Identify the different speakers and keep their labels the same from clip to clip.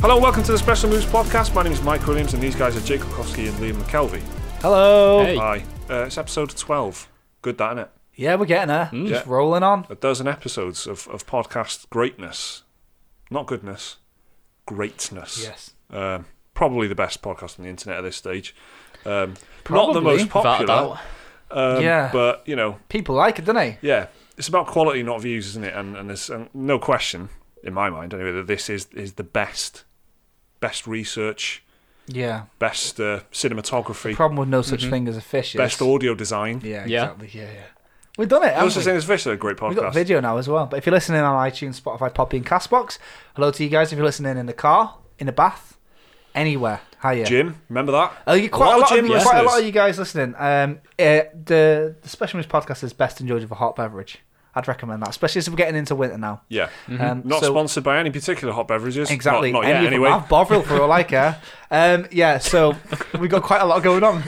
Speaker 1: Hello and welcome to the Special Moves podcast. My name is Mike Williams and these guys are Jake Krakowski and Liam McKelvey.
Speaker 2: Hello.
Speaker 3: Hey.
Speaker 1: Hi. Uh, it's episode 12. Good, that, innit?
Speaker 2: Yeah, we're getting there. Just
Speaker 1: Yeah.
Speaker 2: rolling on.
Speaker 1: A dozen episodes of, of podcast greatness. Not goodness, greatness.
Speaker 2: Yes.
Speaker 1: Um, probably the best podcast on the internet at this stage. Um, not the
Speaker 2: Probably,
Speaker 1: most
Speaker 3: Without
Speaker 1: popular.
Speaker 3: a doubt.
Speaker 1: Um,
Speaker 2: Yeah.
Speaker 1: But, you know,
Speaker 2: People like it, don't they?
Speaker 1: yeah, it's about quality, not views, isn't it? And, and there's and no question, in my mind anyway, that this is, is the best, best research,
Speaker 2: Yeah.
Speaker 1: best uh, cinematography.
Speaker 2: Problem with no such thing as a fish. is-
Speaker 1: Mm-hmm. Best audio design.
Speaker 2: Yeah,
Speaker 3: Yeah.
Speaker 2: exactly. Yeah, yeah. We've done it.
Speaker 1: I
Speaker 2: haven't
Speaker 1: was
Speaker 2: we?
Speaker 1: just saying, it's Vista, a great podcast.
Speaker 2: We've got video now as well. But if you're listening on iTunes, Spotify, Poppy, and Castbox, hello to you guys. If you're listening in the car, in the bath, anywhere, hiya.
Speaker 1: Jim, remember that?
Speaker 2: Oh, you quite a lot, of,
Speaker 1: Jim
Speaker 2: quite a lot
Speaker 1: listeners.
Speaker 2: of you guys listening. Um, uh, the the Special Moves podcast is best enjoyed with a hot beverage. I'd recommend that, especially as we're getting into winter now.
Speaker 1: Yeah.
Speaker 2: Um,
Speaker 1: Mm-hmm. Not
Speaker 2: so-
Speaker 1: sponsored by any particular hot beverages.
Speaker 2: Exactly.
Speaker 1: Not, not
Speaker 2: Any
Speaker 1: yet,
Speaker 2: of them.
Speaker 1: anyway.
Speaker 2: I've Bovril for all I care. Um, yeah, so we've got quite a lot going on.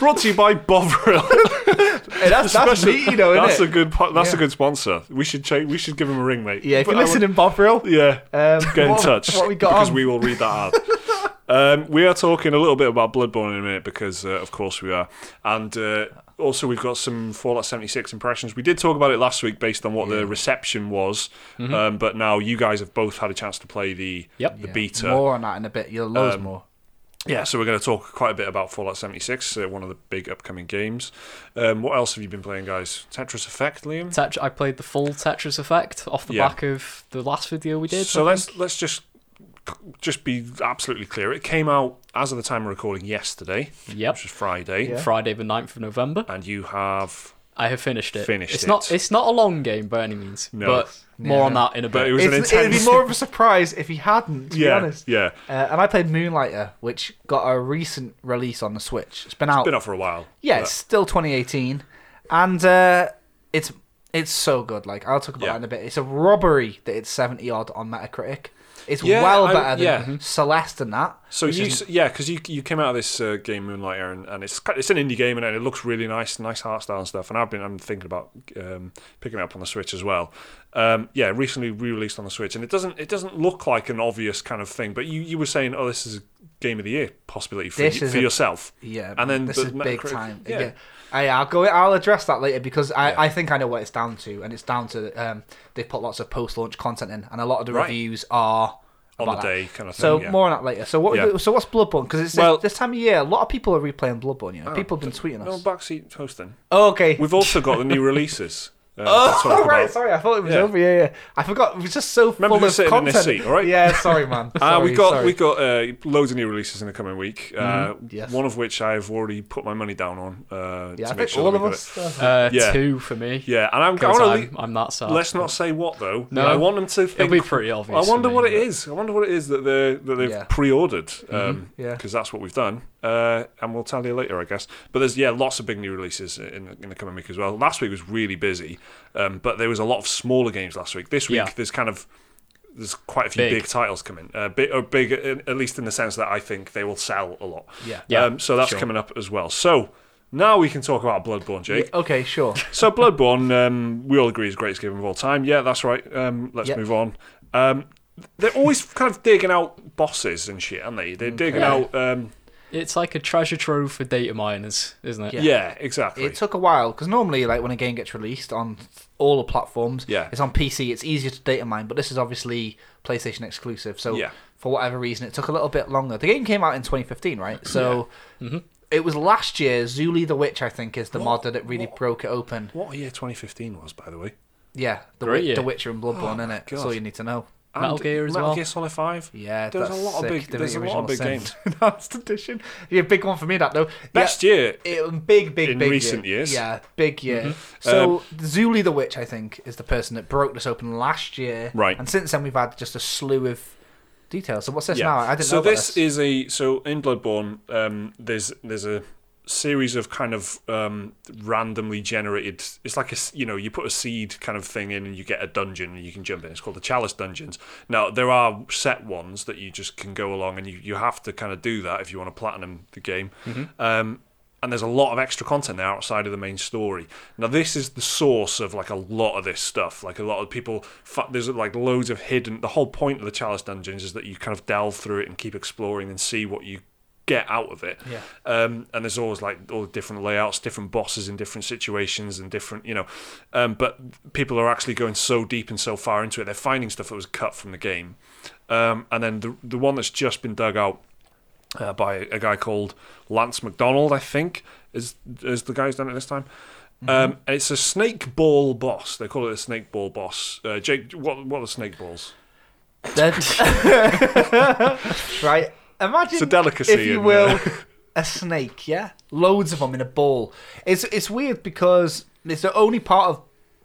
Speaker 1: Brought to you by Bovril.
Speaker 2: Hey, that's that's
Speaker 1: Special-
Speaker 2: me, you know,
Speaker 1: that's a
Speaker 2: isn't
Speaker 1: good. po- That's a
Speaker 2: Yeah.
Speaker 1: good sponsor. We should check, We should give him a ring, mate.
Speaker 2: it? Yeah, if
Speaker 1: But
Speaker 2: you're
Speaker 1: I
Speaker 2: listening, Bovril,
Speaker 1: would- yeah.
Speaker 2: um,
Speaker 1: Get in
Speaker 2: what-
Speaker 1: touch.
Speaker 2: What we got
Speaker 1: because
Speaker 2: on?
Speaker 1: we will read that ad. um, we are talking a little bit about Bloodborne in a minute because, uh, of course, we are. And uh, also, we've got some Fallout 76 impressions. We did talk about it last week based on what the reception was, um, but now you guys have both had a chance to play the
Speaker 3: Yep.
Speaker 1: the
Speaker 2: Mm-hmm. Yeah,
Speaker 1: beta. Um,
Speaker 2: More on that in a bit. You'll loads more.
Speaker 1: Yeah, so we're going to talk quite a bit about Fallout 76, uh, one of the big upcoming games. Um, what else have you been playing, guys? Tetris Effect, Liam.
Speaker 3: Tetris. I played the full Tetris effect off the
Speaker 1: Yeah.
Speaker 3: back of the last video we did.
Speaker 1: So
Speaker 3: I think.
Speaker 1: let's let's just just be absolutely clear. It came out as of the time of recording yesterday,
Speaker 3: Yep.
Speaker 1: which was Friday,
Speaker 2: Yeah.
Speaker 3: Friday the 9th of November.
Speaker 1: and you have.
Speaker 3: I have finished it.
Speaker 1: Finished
Speaker 3: it's
Speaker 1: it.
Speaker 3: not it's not a long game by any means.
Speaker 1: No.
Speaker 3: But more
Speaker 2: Yeah.
Speaker 3: on that in a
Speaker 1: But it
Speaker 3: bit.
Speaker 1: was an
Speaker 2: It's- It'd be
Speaker 1: intense-
Speaker 2: more of a surprise if he hadn't, to
Speaker 1: yeah,
Speaker 2: be honest.
Speaker 1: yeah.
Speaker 2: Uh, and I played Moonlighter, which got a recent release on the Switch. It's been out.
Speaker 1: Been out for a while.
Speaker 2: yeah, it's
Speaker 1: Uh.
Speaker 2: still 2018, and uh, it's it's so good. Like I'll talk about
Speaker 1: Yeah.
Speaker 2: that in a bit. It's a robbery that it's 70 odd on Metacritic. It's
Speaker 1: Yeah,
Speaker 2: well
Speaker 1: I-
Speaker 2: better than
Speaker 1: yeah. Mhm.
Speaker 2: Celeste and that.
Speaker 1: So
Speaker 2: which
Speaker 1: you,
Speaker 2: is-
Speaker 1: s yeah, because you you came out of this uh, game Moonlighter, and, and it's ki- it's an indie game, and it looks really nice, nice art style and stuff. And I've been I'm thinking about um, picking it up on the Switch as well. Um, yeah, recently re-released on the Switch, and it doesn't it doesn't look like an obvious kind of thing. But you, you were saying, oh, this is a game of the year possibility for,
Speaker 2: This
Speaker 1: you,
Speaker 2: is
Speaker 1: for
Speaker 2: a-
Speaker 1: yourself.
Speaker 2: yeah,
Speaker 1: and then
Speaker 2: this
Speaker 1: the
Speaker 2: is big
Speaker 1: Metacritic-
Speaker 2: time.
Speaker 1: yeah.
Speaker 2: Yeah. I, I'll go. I'll address that later because I,
Speaker 1: Yeah.
Speaker 2: I think I know what it's down to, and it's down to um, they've put lots of post-launch content in, and a lot of the
Speaker 1: Right.
Speaker 2: reviews are
Speaker 1: On the
Speaker 2: about that.
Speaker 1: day kind of
Speaker 2: So
Speaker 1: thing, yeah.
Speaker 2: more on that later. So what?
Speaker 1: Yeah.
Speaker 2: So what's Bloodborne? Because it's
Speaker 1: Well- Oh,
Speaker 2: this, this time of year, a lot of people are replaying Bloodborne. You know, people have been tweeting
Speaker 1: No
Speaker 2: us.
Speaker 1: backseat hosting.
Speaker 2: oh, okay.
Speaker 1: We've also got the new releases. Uh, to talk
Speaker 2: Oh, right,
Speaker 1: about.
Speaker 2: sorry, I thought it was
Speaker 1: Yeah.
Speaker 2: over. Yeah, yeah. I forgot. It was just so
Speaker 1: Remember
Speaker 2: full
Speaker 1: who's
Speaker 2: of
Speaker 1: sitting in
Speaker 2: content.
Speaker 1: this seat, all right?
Speaker 2: Yeah, sorry, man.
Speaker 1: Uh, we
Speaker 2: Sorry,
Speaker 1: got
Speaker 2: sorry. Mm-hmm.
Speaker 1: we got uh, loads of new releases in the coming week. Uh,
Speaker 2: yes.
Speaker 1: One of which I've already put my money down on. Uh, to
Speaker 2: Yeah, I
Speaker 1: make
Speaker 2: think
Speaker 1: sure
Speaker 2: all
Speaker 1: that
Speaker 2: of
Speaker 1: we got
Speaker 2: us. uh,
Speaker 3: uh,
Speaker 1: Yeah.
Speaker 3: two for me.
Speaker 1: It. Yeah, and I'm. I
Speaker 3: 'cause
Speaker 1: wanna
Speaker 3: I'm,
Speaker 1: le-
Speaker 3: I'm that sad.
Speaker 1: let's not say what though.
Speaker 3: No.
Speaker 1: I want them to. Think,
Speaker 3: It'll be pretty obvious.
Speaker 1: I wonder
Speaker 3: for
Speaker 1: what
Speaker 3: me, Mm-hmm.
Speaker 1: it is. I wonder what it is that they that they've
Speaker 2: Yeah.
Speaker 1: pre-ordered. Um,
Speaker 2: Yeah.
Speaker 1: because that's what we've done. Uh, and we'll tell you later, I guess. But there's yeah, lots of big new releases in the, in the coming week as well. Last week was really busy, um, but there was a lot of smaller games last week. This week
Speaker 3: Yeah.
Speaker 1: there's kind of there's quite a few big,
Speaker 3: Big.
Speaker 1: titles coming. Uh, big, or big, in- at least in the sense that I think they will sell a lot.
Speaker 2: Yeah.
Speaker 3: Yeah,
Speaker 1: Um, so that's
Speaker 3: sure.
Speaker 1: coming up as well. So now we can talk about Bloodborne, Jake.
Speaker 2: Okay, sure.
Speaker 1: So Bloodborne, um, we all agree is the greatest game of all time. Yeah, that's right. Um, let's
Speaker 2: Yep.
Speaker 1: move on. Um, they're always kind of digging out bosses and shit, aren't they? They're digging
Speaker 3: Yeah.
Speaker 1: out. Um,
Speaker 3: It's like a treasure trove for data miners, isn't it?
Speaker 1: yeah.
Speaker 2: Yeah.
Speaker 1: exactly.
Speaker 2: It took a while because normally, like when a game gets released on all the platforms,
Speaker 1: Yeah.
Speaker 2: it's on PC. It's easier to data mine, but this is obviously PlayStation exclusive. So
Speaker 1: Yeah.
Speaker 2: for whatever reason, it took a little bit longer. The game came out in 2015, right? So it was last year. Zuli the Witch, I think, is the mod that really
Speaker 1: what-
Speaker 2: broke it open.
Speaker 1: what a year 2015 was, by the way.
Speaker 2: Yeah, the,
Speaker 3: Great
Speaker 2: Wi-
Speaker 3: year.
Speaker 2: the Witcher and Bloodborne, in it. That's
Speaker 1: Oh God.
Speaker 2: all you need to know.
Speaker 1: And
Speaker 3: Metal Gear as
Speaker 1: Metal
Speaker 3: well.
Speaker 1: Gear Solid Five.
Speaker 2: Yeah,
Speaker 1: There's a
Speaker 2: that's
Speaker 1: lot of
Speaker 2: sick.
Speaker 1: big-
Speaker 2: They
Speaker 1: there's
Speaker 2: made
Speaker 1: a lot of
Speaker 2: original
Speaker 1: big
Speaker 2: sin. Enhanced edition. Yeah, big one for me. That though.
Speaker 1: Best
Speaker 2: yeah,
Speaker 1: year.
Speaker 2: It, um, big, big,
Speaker 1: in
Speaker 2: big.
Speaker 1: recent
Speaker 2: year.
Speaker 1: years. Mm-hmm. Um,
Speaker 2: Yeah, big year. So Zuli the Witch, I think, is the person that broke this open last year.
Speaker 1: Right.
Speaker 2: And since then, we've had just a slew of details. So what's this
Speaker 1: Yeah.
Speaker 2: now? I didn't
Speaker 1: so
Speaker 2: know. about
Speaker 1: this, is a so in Bloodborne, um, there's there's a series of kind of um, randomly generated. It's like a s- you know you put a seed kind of thing in and you get a dungeon and you can jump in. It's called the Chalice Dungeons. Now there are set ones
Speaker 2: Mm-hmm.
Speaker 1: that you just can go along and you, you have to kind of do that if you want to platinum the game. Um, and there's a lot of extra content there outside of the main story. Now, this is the source of like a lot of this stuff. Like a lot of people, fa- there's like loads of hidden. The whole point of the Chalice Dungeons is that you kind of delve through it and keep exploring and see what you get out of it.
Speaker 2: Yeah.
Speaker 1: Um, and there's always like all the different layouts, different bosses in different situations, and different, you know. Um, but people are actually going so deep and so far into it, they're finding stuff that was cut from the game. Um, and then the the one that's just been dug out uh, by a guy called Lance McDonald, I think, is is the guy who's done it this time. Um, it's a snake ball boss. They call it a snake ball boss. Uh, Jake, what what are snake balls?
Speaker 2: Then- right. Imagine
Speaker 1: It's a delicacy
Speaker 2: if you
Speaker 1: in,
Speaker 2: will,
Speaker 1: uh,
Speaker 2: a snake. Yeah, loads of them in a ball. It's it's weird because it's the only part of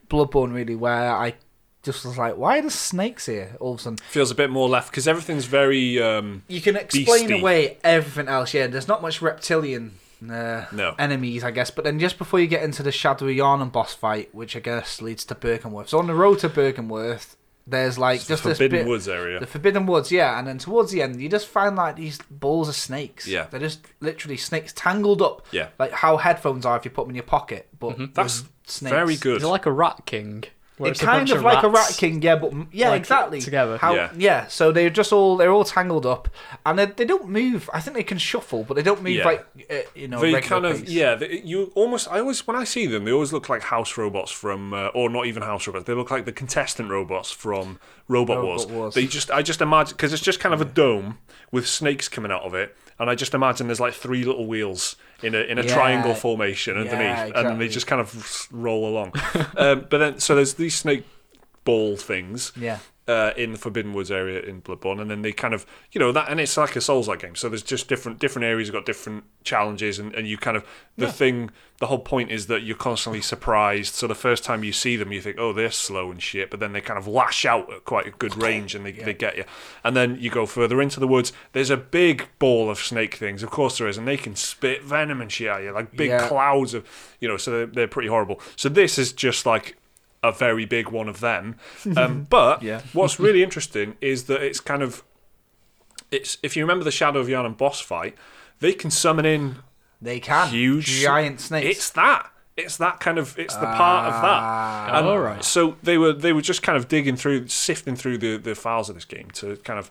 Speaker 2: Bloodborne really where I just was like, why are there snakes here all of a sudden?
Speaker 1: Feels a bit more left because everything's very. Um,
Speaker 2: You can explain
Speaker 1: Beastie.
Speaker 2: away everything else. Yeah, there's not much reptilian. Uh,
Speaker 1: No.
Speaker 2: enemies, I guess. But then just before you get into the Shadowy Yarn and boss fight, which I guess leads to Birkenworth. So on the road to Birkenworth, there's like
Speaker 1: it's
Speaker 2: just
Speaker 1: the
Speaker 2: this
Speaker 1: Forbidden
Speaker 2: bit,
Speaker 1: Woods area.
Speaker 2: The Forbidden Woods, yeah, and then towards the end, you just find like these balls of snakes.
Speaker 1: Yeah.
Speaker 2: they're just literally snakes tangled up,
Speaker 1: yeah, Mm-hmm.
Speaker 2: like how headphones are if you put them in your pocket. But with
Speaker 1: that's
Speaker 2: snakes.
Speaker 1: very good.
Speaker 3: Is it like a rat king? Where
Speaker 2: It's
Speaker 3: a
Speaker 2: kind
Speaker 3: bunch
Speaker 2: of, like a rat
Speaker 3: rats?
Speaker 2: king, yeah, but m- yeah,
Speaker 3: like,
Speaker 2: exactly.
Speaker 3: together.
Speaker 2: How,
Speaker 1: Yeah.
Speaker 2: yeah. so they're just all they're all tangled up, and they, they don't move. I think they can shuffle, but they don't move
Speaker 1: Yeah.
Speaker 2: like uh, you know.
Speaker 1: they
Speaker 2: regular
Speaker 1: kind of
Speaker 2: pace.
Speaker 1: yeah they, you almost i always when i see them they always look like house robots from uh, or not even house robots they look like the contestant robots from robot,
Speaker 2: Robot
Speaker 1: wars.
Speaker 2: Wars.
Speaker 1: they just i just imagine because it's just kind of a dome with snakes coming out of it and i just imagine there's like three little wheels in a in a
Speaker 2: Yeah.
Speaker 1: triangle formation underneath and then they
Speaker 2: exactly.
Speaker 1: just kind of roll along um, but then so there's these snake ball things
Speaker 2: yeah.
Speaker 1: uh, in the Forbidden Woods area in Bloodborne, and then they kind of, you know, that, and it's like a Souls-like game. So there's just different different areas have got different challenges, and, and you kind of the thing. The whole point is that you're constantly surprised. So the first time you see them, you think, oh, they're slow and shit, but then they kind of lash out at quite a good range, and they, they get you. And then you go further into the woods. There's a big ball of snake things, of course there is, and they can spit venom and shit at you, like big
Speaker 2: Yeah.
Speaker 1: clouds of, you know. So they're, they're pretty horrible. So this is just like a very big one of them. Um, but
Speaker 2: Yeah.
Speaker 1: what's really interesting is that it's kind of it's if you remember the Shadow of Yharnam boss fight, they can summon in
Speaker 2: They can
Speaker 1: Huge-
Speaker 2: giant snakes.
Speaker 1: it's that it's that kind of it's the part of that.
Speaker 2: Ah.
Speaker 1: And
Speaker 3: all right.
Speaker 1: So they were they were just kind of digging through, sifting through the, the files of this game to kind of,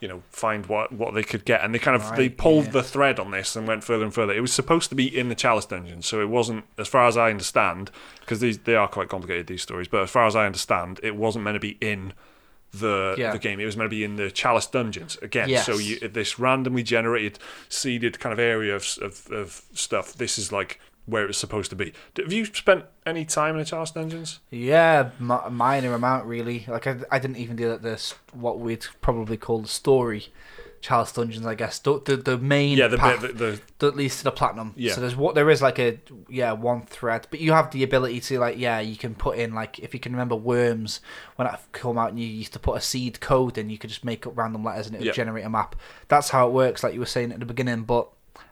Speaker 1: you know, find what what they could get, and they kind of they
Speaker 2: Right,
Speaker 1: pulled
Speaker 2: yeah.
Speaker 1: the thread on this and went further and further. It was supposed to be in the Chalice Dungeon, so it wasn't, as far as I understand, because these they are quite complicated these stories. But as far as I understand, it wasn't meant to be in. The,
Speaker 2: Yeah.
Speaker 1: the game it was meant to be in the chalice dungeons again
Speaker 2: Yes.
Speaker 1: so you this randomly generated seeded kind of area of, s- of, of stuff this is like where it was supposed to be have you spent any time in the chalice dungeons
Speaker 2: Yeah, mi- minor amount really. Like I, I didn't even do like this. What we'd probably call the story, Charles Dungeons, I guess. The the, the main
Speaker 1: yeah, the
Speaker 2: path
Speaker 1: bit, the, the
Speaker 2: that leads to the platinum.
Speaker 1: Yeah.
Speaker 2: So there's what there is like a yeah one thread, but you have the ability to like yeah you can put in like if you can remember worms when that come out and you used to put a seed code and you could just make up random letters and it would
Speaker 1: Yeah.
Speaker 2: generate a map. That's how it works, like you were saying at the beginning. But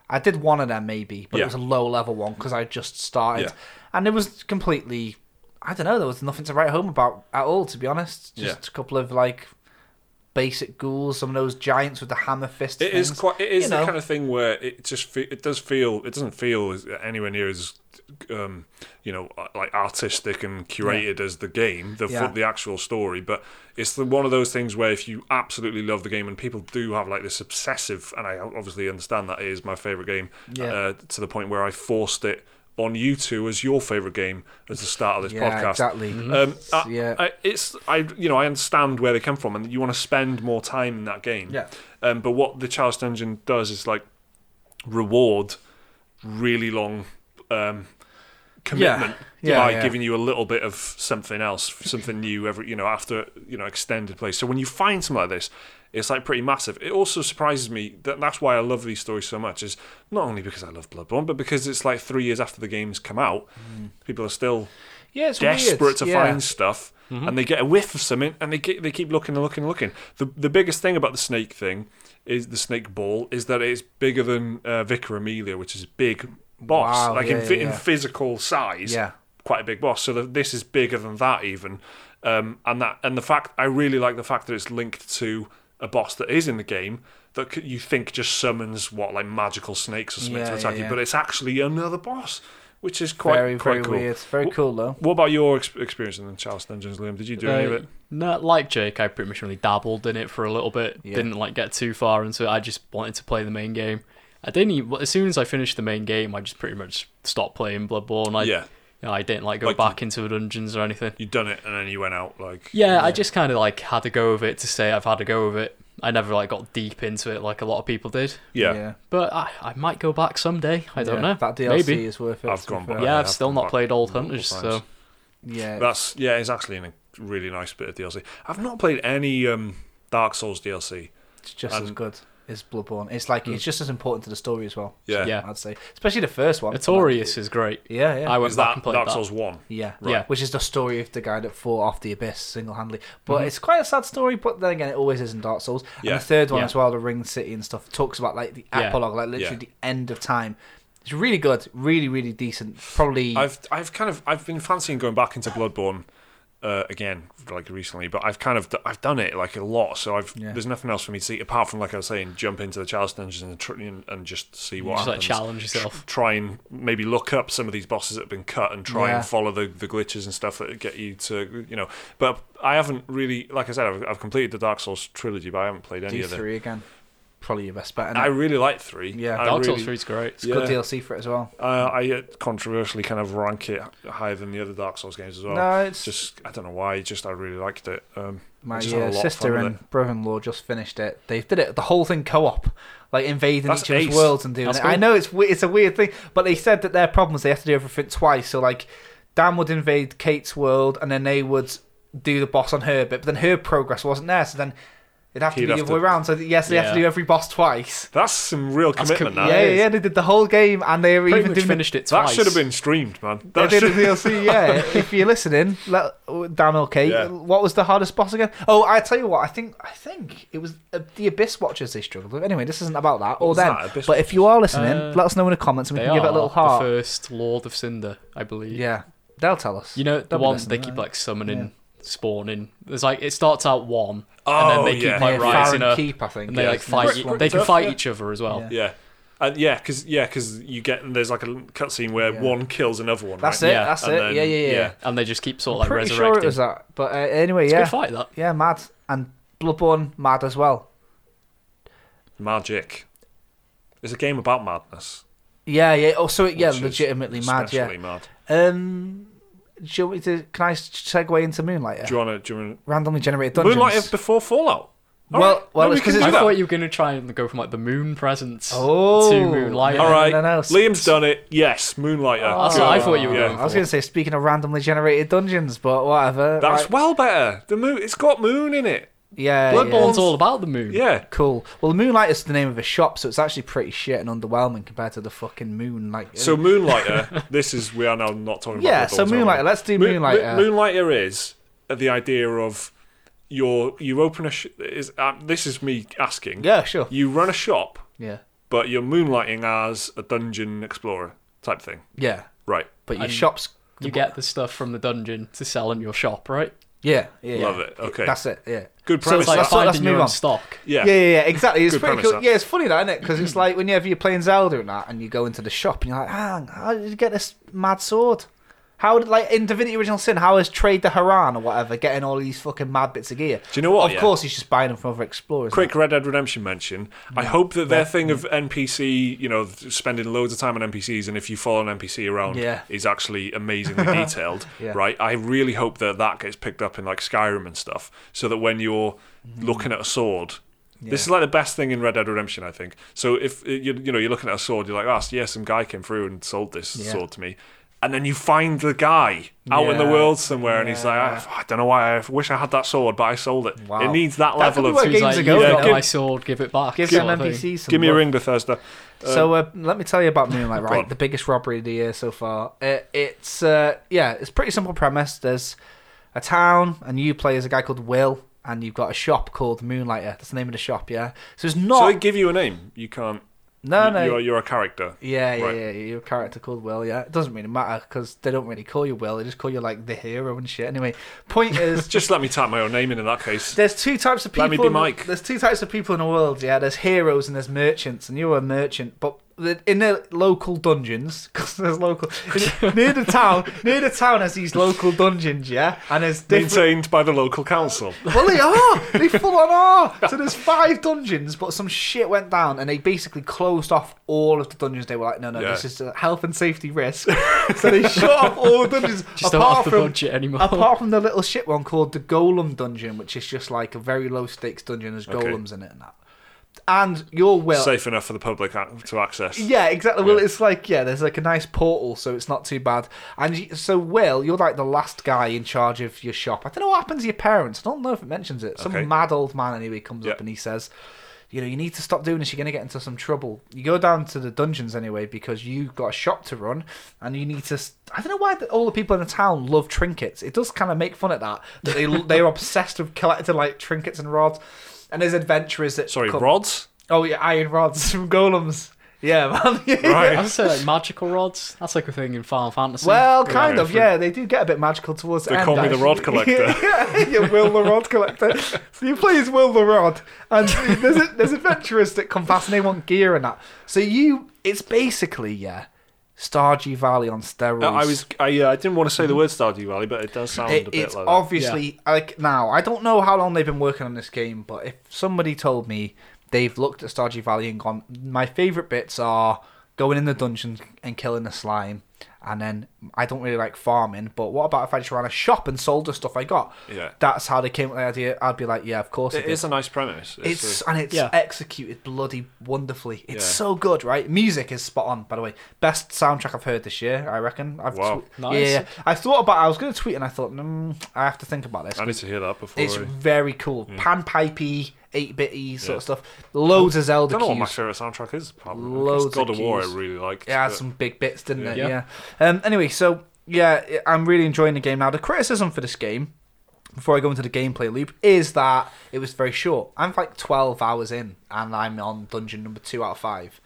Speaker 2: I did one of them maybe, but
Speaker 1: Yeah.
Speaker 2: it was a low level one because I just started,
Speaker 1: Yeah.
Speaker 2: and it was completely I don't know there was nothing to write home about at all to be honest. Just a couple of like basic ghouls, some of those giants with the hammer fist.
Speaker 1: it is
Speaker 2: things.
Speaker 1: quite it is
Speaker 2: you
Speaker 1: the
Speaker 2: know.
Speaker 1: kind of thing where it just fe- it does feel it doesn't feel as, anywhere near as um you know like artistic and curated as the game the fu-
Speaker 2: Yeah.
Speaker 1: the actual story but it's the one of those things where if you absolutely love the game and people do have like this obsessive and I obviously understand that it is my favorite game
Speaker 2: Yeah.
Speaker 1: uh, to the point where I forced it on you two as your favorite game as the start of this
Speaker 2: yeah,
Speaker 1: podcast
Speaker 2: exactly.
Speaker 1: Um, I,
Speaker 2: Mm-hmm. Yeah.
Speaker 1: I, it's I you know I understand where they come from and you want to spend more time in that game.
Speaker 2: Yeah.
Speaker 1: Um, but what the Charles Dungeon does is like reward really long um, commitment
Speaker 2: Yeah,
Speaker 1: by
Speaker 2: yeah.
Speaker 1: giving you a little bit of something else, something new every you know after you know extended play. So when you find something like this, it's like pretty massive. It also surprises me that that's why I love these stories so much. Is not only because I love Bloodborne, but because it's like three years after the game's come out,
Speaker 2: Mm.
Speaker 1: people are still
Speaker 2: Yeah, it's
Speaker 1: desperate
Speaker 2: weird.
Speaker 1: to
Speaker 2: yeah. Mm-hmm.
Speaker 1: find stuff, and they get a whiff of something, and they get, they keep looking and looking and looking. The the biggest thing about the snake thing is the snake ball is that it's bigger than uh, Vicar Amelia, which is a big boss,
Speaker 2: Wow,
Speaker 1: like in,
Speaker 2: yeah,
Speaker 1: phy-
Speaker 2: yeah,
Speaker 1: in
Speaker 2: yeah.
Speaker 1: physical size,
Speaker 2: Yeah.
Speaker 1: quite a big boss. So the, this is bigger than that even, um, and that and the fact I really like the fact that it's linked to a boss that is in the game that c- you think just summons what like magical snakes or something
Speaker 2: Yeah,
Speaker 1: to attack
Speaker 2: yeah,
Speaker 1: you,
Speaker 2: yeah.
Speaker 1: but it's actually another boss, which is quite
Speaker 2: very,
Speaker 1: quite
Speaker 2: very
Speaker 1: cool.
Speaker 2: weird. Very
Speaker 1: Wh-
Speaker 2: cool though.
Speaker 1: What about your ex- experience in the Charles Dungeons, Liam? Did you do any of
Speaker 3: Uh,
Speaker 1: it?
Speaker 3: No, like Jake, I pretty much only dabbled in it for a little bit.
Speaker 2: Yeah.
Speaker 3: Didn't like get too far into it. I just wanted to play the main game. I didn't. Even, as soon as I finished the main game, I just pretty much stopped playing Bloodborne. I,
Speaker 1: yeah,
Speaker 3: you know, I didn't like go
Speaker 1: Like-
Speaker 3: back into the dungeons or anything.
Speaker 1: you'd done it and then you went out like
Speaker 3: Yeah, I just kind of like had a go of it to say I've had a go of it. I never like got deep into it like a lot of people did.
Speaker 1: yeah.
Speaker 3: But I, I might go back someday. I don't
Speaker 2: Yeah,
Speaker 3: know.
Speaker 2: That DLC
Speaker 3: Maybe.
Speaker 2: is worth it.
Speaker 1: I've
Speaker 2: to be
Speaker 1: gone
Speaker 2: fair.
Speaker 1: back.
Speaker 3: Yeah,
Speaker 1: I
Speaker 3: I've
Speaker 1: have
Speaker 3: still
Speaker 1: gone
Speaker 3: not
Speaker 1: back
Speaker 3: played Old
Speaker 1: multiple
Speaker 3: Hunters,
Speaker 1: times.
Speaker 3: so
Speaker 2: Yeah.
Speaker 1: That's yeah, it's actually in a really nice bit of DLC. I've not played any um, Dark Souls DLC.
Speaker 2: It's just as
Speaker 1: And-
Speaker 2: good as Bloodborne. It's like it's just as important to the story as well.
Speaker 1: Hmm. Yeah,
Speaker 3: Yeah.
Speaker 2: I'd say, especially the first one.
Speaker 3: Artorias is great.
Speaker 2: Yeah, yeah,
Speaker 3: I went
Speaker 1: Is
Speaker 3: back
Speaker 1: that
Speaker 3: and played
Speaker 1: Dark
Speaker 3: that.
Speaker 1: Souls One?
Speaker 2: yeah,
Speaker 3: Right. Yeah.
Speaker 2: Which is the story of the guy that fought off the abyss single-handedly. But it's quite a sad story. But then again, it always is in Dark Souls.
Speaker 1: Mm-hmm. Yeah.
Speaker 2: And the third one
Speaker 3: Yeah.
Speaker 2: as well, the Ring City and stuff, talks about like the
Speaker 3: Yeah.
Speaker 2: epilogue, like literally
Speaker 1: Yeah.
Speaker 2: the end of time. It's really good, really, really decent. Probably
Speaker 1: I've I've kind of I've been fancying going back into Bloodborne uh, again like recently, but I've kind of d- I've done it like a lot, so I've
Speaker 2: Yeah.
Speaker 1: there's nothing else for me to see apart from like I was saying, jump into the challenge dungeons and tr- and, and just see what
Speaker 3: Just like
Speaker 1: happens.
Speaker 3: challenge yourself.
Speaker 1: Tr- try and maybe look up some of these bosses that have been cut and try
Speaker 2: Yeah.
Speaker 1: and follow the, the glitches and stuff that get you to you know. But I haven't really like I said I've, I've completed the Dark Souls trilogy, but I haven't played any
Speaker 2: D
Speaker 1: of them.
Speaker 2: three again. Probably your best bet.
Speaker 1: And I
Speaker 2: And I,
Speaker 1: really like three.
Speaker 2: Yeah.
Speaker 1: I
Speaker 3: Dark Souls
Speaker 1: really-
Speaker 3: 3 is great.
Speaker 2: it's good DLC for it as well.
Speaker 1: Uh, I uh, controversially kind of rank it higher than the other Dark Souls games as well.
Speaker 2: no, it's
Speaker 1: Just I don't know why. Just I really liked it. Um,
Speaker 2: My
Speaker 1: I just had a
Speaker 2: uh,
Speaker 1: lot of
Speaker 2: sister
Speaker 1: fun with
Speaker 2: and brother-in-law just finished it. They did it the whole thing co-op, like invading
Speaker 1: That's
Speaker 2: each other's
Speaker 1: ace.
Speaker 2: worlds and doing
Speaker 3: That's
Speaker 2: it.
Speaker 3: cool.
Speaker 2: I know it's we- it's a weird thing, but they said that their problem is they have to do everything twice. So like, Dan would invade Kate's world, and then they would do the boss on her bit, but then her progress wasn't there, so then it'd have to
Speaker 1: He'd
Speaker 2: be the
Speaker 1: have
Speaker 2: other way
Speaker 1: to-
Speaker 2: around. So th- yes, they have to
Speaker 3: Yeah.
Speaker 2: do every boss twice.
Speaker 1: that's some real
Speaker 3: That's
Speaker 1: commitment.
Speaker 3: com-
Speaker 1: that.
Speaker 2: yeah,
Speaker 3: is.
Speaker 2: yeah, they did the whole game, and they were
Speaker 3: Pretty
Speaker 2: even
Speaker 3: much
Speaker 2: doing the
Speaker 3: finished it
Speaker 1: that
Speaker 3: twice.
Speaker 1: should have been streamed, man.
Speaker 2: they
Speaker 1: That
Speaker 2: did a
Speaker 1: should,
Speaker 2: DLC, yeah. if you're listening, let, Dan or Kate,
Speaker 1: Yeah.
Speaker 2: what was the hardest boss again? Oh, I tell you what, I think I think it was uh, the Abyss Watchers they struggled with. Anyway, this isn't about that or
Speaker 1: was
Speaker 2: them.
Speaker 1: that, Abyss
Speaker 2: but if you are listening,
Speaker 3: Uh,
Speaker 2: let us know in the comments and we
Speaker 3: They
Speaker 2: can give it a
Speaker 3: are
Speaker 2: little heart.
Speaker 3: The first Lord of Cinder, I believe.
Speaker 2: Yeah, they'll tell us.
Speaker 3: You know the
Speaker 2: Don't be
Speaker 3: ones
Speaker 2: listening,
Speaker 3: they keep
Speaker 2: right?
Speaker 3: like summoning, spawning. There's like it starts out one,
Speaker 1: oh
Speaker 3: and then they
Speaker 1: yeah,
Speaker 3: keep like
Speaker 2: Yeah,
Speaker 3: rising
Speaker 2: Farron
Speaker 3: up,
Speaker 2: Keep, I think.
Speaker 3: and they
Speaker 2: yeah,
Speaker 3: like
Speaker 2: is the next
Speaker 3: fight.
Speaker 2: one.
Speaker 3: e- They can
Speaker 1: Stuff,
Speaker 3: fight
Speaker 1: yeah.
Speaker 3: each other as well.
Speaker 2: Yeah.
Speaker 1: yeah, and yeah, because yeah, 'cause you get there's like a l- cutscene where
Speaker 2: Yeah.
Speaker 1: one kills another one.
Speaker 2: That's
Speaker 1: right?
Speaker 2: it.
Speaker 3: Yeah,
Speaker 2: that's it.
Speaker 1: and then-
Speaker 2: yeah, yeah, yeah.
Speaker 1: yeah.
Speaker 3: And they just keep
Speaker 2: I'm
Speaker 3: sort of like
Speaker 2: pretty
Speaker 3: resurrecting.
Speaker 2: sure it was that. But uh, anyway,
Speaker 3: It's a
Speaker 2: yeah,
Speaker 3: good fight that.
Speaker 2: yeah, mad and Bloodborne, mad as well.
Speaker 1: Magic. It's a game about madness.
Speaker 2: Yeah, yeah. Oh, so it- yeah,
Speaker 1: which is
Speaker 2: legitimately mad. Yeah,
Speaker 1: especially mad.
Speaker 2: Um, do you want me to? Can I s- segue into Moonlighter?
Speaker 1: Do you want to? Do you want
Speaker 2: Randomly generated
Speaker 1: to?
Speaker 2: dungeons.
Speaker 1: Moonlight before Fallout. All
Speaker 2: Well-
Speaker 1: right,
Speaker 2: well,
Speaker 1: then
Speaker 2: it's
Speaker 1: we
Speaker 2: 'cause
Speaker 1: can
Speaker 2: it's-
Speaker 3: I
Speaker 1: do that.
Speaker 3: thought you were gonna try and go from like the moon presence
Speaker 2: Oh,
Speaker 3: to moonlight.
Speaker 2: yeah.
Speaker 1: All right,
Speaker 2: No, no, no, it's-
Speaker 1: Liam's done it. Yes, Moonlighter.
Speaker 3: Oh, That's what I thought you were
Speaker 1: Yeah.
Speaker 3: going
Speaker 2: I was
Speaker 3: for.
Speaker 2: going to say, speaking of randomly generated dungeons, but whatever.
Speaker 1: That's
Speaker 2: right.
Speaker 1: well better. The moon. It's got moon in it.
Speaker 2: yeah, yeah.
Speaker 3: Bloodborne's all about the moon.
Speaker 1: Yeah.
Speaker 2: Cool. Well, Moonlighter is the name of a shop, so it's actually pretty shit and underwhelming compared to the fucking moon. Like, uh,
Speaker 1: So Moonlighter. this is we are now not talking about.
Speaker 2: yeah.
Speaker 1: Bloodborne,
Speaker 2: So
Speaker 1: are we?
Speaker 2: Moonlighter. Let's do
Speaker 1: Moon-
Speaker 2: Moonlighter.
Speaker 1: Mo- Moonlighter is the idea of your you open a sh- is um, this is me asking.
Speaker 2: yeah, sure.
Speaker 1: You run a shop,
Speaker 2: Yeah,
Speaker 1: but you're moonlighting as a dungeon explorer type thing,
Speaker 2: yeah.
Speaker 1: right?
Speaker 2: But your
Speaker 3: And
Speaker 2: shops.
Speaker 3: You get the stuff from the dungeon to sell in your shop, right?
Speaker 2: Yeah, yeah.
Speaker 1: Love
Speaker 2: yeah.
Speaker 1: it. Okay.
Speaker 2: That's it. Yeah.
Speaker 1: Good
Speaker 3: So
Speaker 1: premise.
Speaker 3: it's like
Speaker 2: Let's-
Speaker 1: that.
Speaker 2: let's
Speaker 3: finding your
Speaker 2: move
Speaker 3: own
Speaker 2: on.
Speaker 3: stock.
Speaker 1: yeah.
Speaker 2: Yeah, yeah, yeah, exactly. It's
Speaker 1: Good
Speaker 2: pretty
Speaker 1: premise,
Speaker 2: cool.
Speaker 1: that.
Speaker 2: Yeah, it's funny that, isn't it? Because it's like whenever you're playing Zelda and that, and you go into the shop and you're like, "Hang, how did you get this mad sword? How did like in Divinity: Original Sin? How is Trade the Haran or whatever getting all these fucking mad bits of gear?
Speaker 1: Do you know what?
Speaker 2: of
Speaker 1: yeah?
Speaker 2: course, he's just buying them from other explorers.
Speaker 1: Quick Red Dead Redemption mention. I
Speaker 2: Mm.
Speaker 1: hope that their thing of NPC, you know, spending loads of time on NPCs, and if you follow an NPC around,
Speaker 2: Yeah.
Speaker 1: is actually amazingly detailed,
Speaker 2: Yeah.
Speaker 1: right? I really hope that that gets picked up in like Skyrim and stuff, so that when you're
Speaker 2: Mm.
Speaker 1: looking at a sword, this is like the best thing in Red Dead Redemption, I think. So if uh, you you know you're looking at a sword, you're like, ah, yeah, some guy came through and sold this
Speaker 2: Yeah.
Speaker 1: sword to me. And then you find the guy out in the
Speaker 2: Yeah.
Speaker 1: world somewhere, and he's like, "Ah,
Speaker 2: Yeah.
Speaker 1: I, I don't know why, I wish I had that sword, but I sold it.
Speaker 2: Wow.
Speaker 1: It needs that,
Speaker 2: That
Speaker 1: level
Speaker 2: could
Speaker 1: of
Speaker 2: be what
Speaker 3: So he's
Speaker 2: Games
Speaker 3: like,
Speaker 2: ago,
Speaker 3: you
Speaker 1: yeah,
Speaker 3: got
Speaker 1: give-
Speaker 3: my sword, give it back.
Speaker 2: give
Speaker 3: sort
Speaker 2: them
Speaker 3: of thing.
Speaker 2: NPCs. Some
Speaker 1: Give me a
Speaker 2: love.
Speaker 1: ring, Bethesda.
Speaker 2: So uh, let me tell you about Moonlight,
Speaker 1: Go
Speaker 2: right?
Speaker 1: on.
Speaker 2: The biggest robbery of the year so far. Uh, it's uh, yeah, it's a pretty simple premise. There's a town, and you play as a guy called Will, and you've got a shop called Moonlighter. That's the name of the shop, yeah. So it's
Speaker 1: So
Speaker 2: not
Speaker 1: they give you a name. You can't.
Speaker 2: No, no.
Speaker 1: You're, you're a character.
Speaker 2: yeah, yeah,
Speaker 1: Right.
Speaker 2: yeah. You're a character called Will. Yeah, it doesn't really matter because they don't really call you Will. They just call you like the hero and shit. Anyway, point is,
Speaker 1: Just let me type my own name in in that case.
Speaker 2: there's two types of people.
Speaker 1: Let me be
Speaker 2: in the-
Speaker 1: Mike.
Speaker 2: there's two types of people in the world. Yeah, there's heroes and there's merchants, and you're a merchant. But the- in the local dungeons, because there's local near the town, near the town has these local dungeons. Yeah, and there's different.
Speaker 1: Maintained by the local council.
Speaker 2: Well, they are. They full on are. So there's five dungeons, but some shit went down, and they basically closed off all of the dungeons. They were like, no, no,
Speaker 1: Yeah.
Speaker 2: this is a health and safety risk. so they shut off all the dungeons
Speaker 3: Just don't
Speaker 2: apart
Speaker 3: have the
Speaker 2: from.
Speaker 3: budget anymore.
Speaker 2: Apart from the little shit one called the Golem Dungeon, which is just like a very low stakes dungeon, there's
Speaker 1: Okay.
Speaker 2: golems in it and that. And your will,
Speaker 1: Safe enough for the public ac- to access.
Speaker 2: yeah, exactly. Well,
Speaker 1: Yeah.
Speaker 2: it's like yeah, there's like a nice portal, so it's not too bad. And you, so, Will, you're like the last guy in charge of your shop. I don't know what happened to your parents. I don't know if it mentions it. Some
Speaker 1: Okay.
Speaker 2: mad old man anyway comes
Speaker 1: Yeah.
Speaker 2: up and he says, "You know, you need to stop doing this. You're going to get into some trouble. You go down to the dungeons anyway because you've got a shop to run, and you need to." s- I don't know why the, all the people in the town love trinkets. It does kind of make fun at that that they they're obsessed with collecting like trinkets and rods. And there's adventurers that
Speaker 1: Sorry,
Speaker 2: come-
Speaker 1: rods?
Speaker 2: Oh yeah, iron rods from golems. Yeah, man. Yeah.
Speaker 1: Right.
Speaker 3: I would say like magical rods. That's like a thing in Final Fantasy.
Speaker 2: Well, kind
Speaker 1: Yeah,
Speaker 2: of.
Speaker 1: from-
Speaker 2: Yeah, they do get a bit magical towards. the
Speaker 1: They
Speaker 2: end,
Speaker 1: call me the rod
Speaker 2: actually.
Speaker 1: collector.
Speaker 2: yeah, you're Will the Rod Collector. So you play as Will the Rod, and there's there's adventurers that come past and they want gear and that. So you, it's basically yeah, Stardew Valley on steroids.
Speaker 1: Uh, I was. I, uh, I didn't want to say the word Stardew Valley, but it does sound
Speaker 2: Mm-hmm. It-
Speaker 1: a bit
Speaker 2: it's
Speaker 1: like. that.
Speaker 2: obviously like now. I don't know how long they've been working on this game, but if somebody told me they've looked at Stardew Valley and gone, my favorite bits are going in the dungeon and killing the slime, and then I don't really like farming, but what about if I just ran a shop and sold the stuff I got?
Speaker 1: Yeah.
Speaker 2: That's how they came up with the idea. I'd be like, yeah, of course it,
Speaker 1: It
Speaker 2: is.
Speaker 1: is a nice premise.
Speaker 2: It's
Speaker 1: a-
Speaker 2: and it's
Speaker 3: Yeah.
Speaker 2: executed bloody wonderfully. It's
Speaker 1: Yeah.
Speaker 2: so good, right? Music is spot on, by the way. Best soundtrack I've heard this year, I reckon. I've
Speaker 1: Wow.
Speaker 2: tw-
Speaker 3: Nice.
Speaker 2: Yeah, yeah. I thought about. I was going to tweet, and I thought, mm, I have to think about this.
Speaker 1: I need to hear that before.
Speaker 2: It's
Speaker 1: I
Speaker 2: very cool, pan pipey, eight bitty sort
Speaker 1: Yeah.
Speaker 2: of stuff. Loads
Speaker 1: I
Speaker 2: of Zelda
Speaker 1: don't know what my
Speaker 2: cues.
Speaker 1: favorite soundtrack is. Apart from
Speaker 2: Loads
Speaker 1: God
Speaker 2: of
Speaker 1: of War, I
Speaker 2: cues.
Speaker 1: really liked.
Speaker 2: It had
Speaker 1: but-
Speaker 2: some big bits, didn't it?
Speaker 3: Yeah.
Speaker 2: Yeah. Um. Anyway, so yeah, I- I'm really enjoying the game now. The criticism for this game, before I go into the gameplay loop, is that it was very short. I'm like 12 hours in, and I'm on dungeon number two out of five.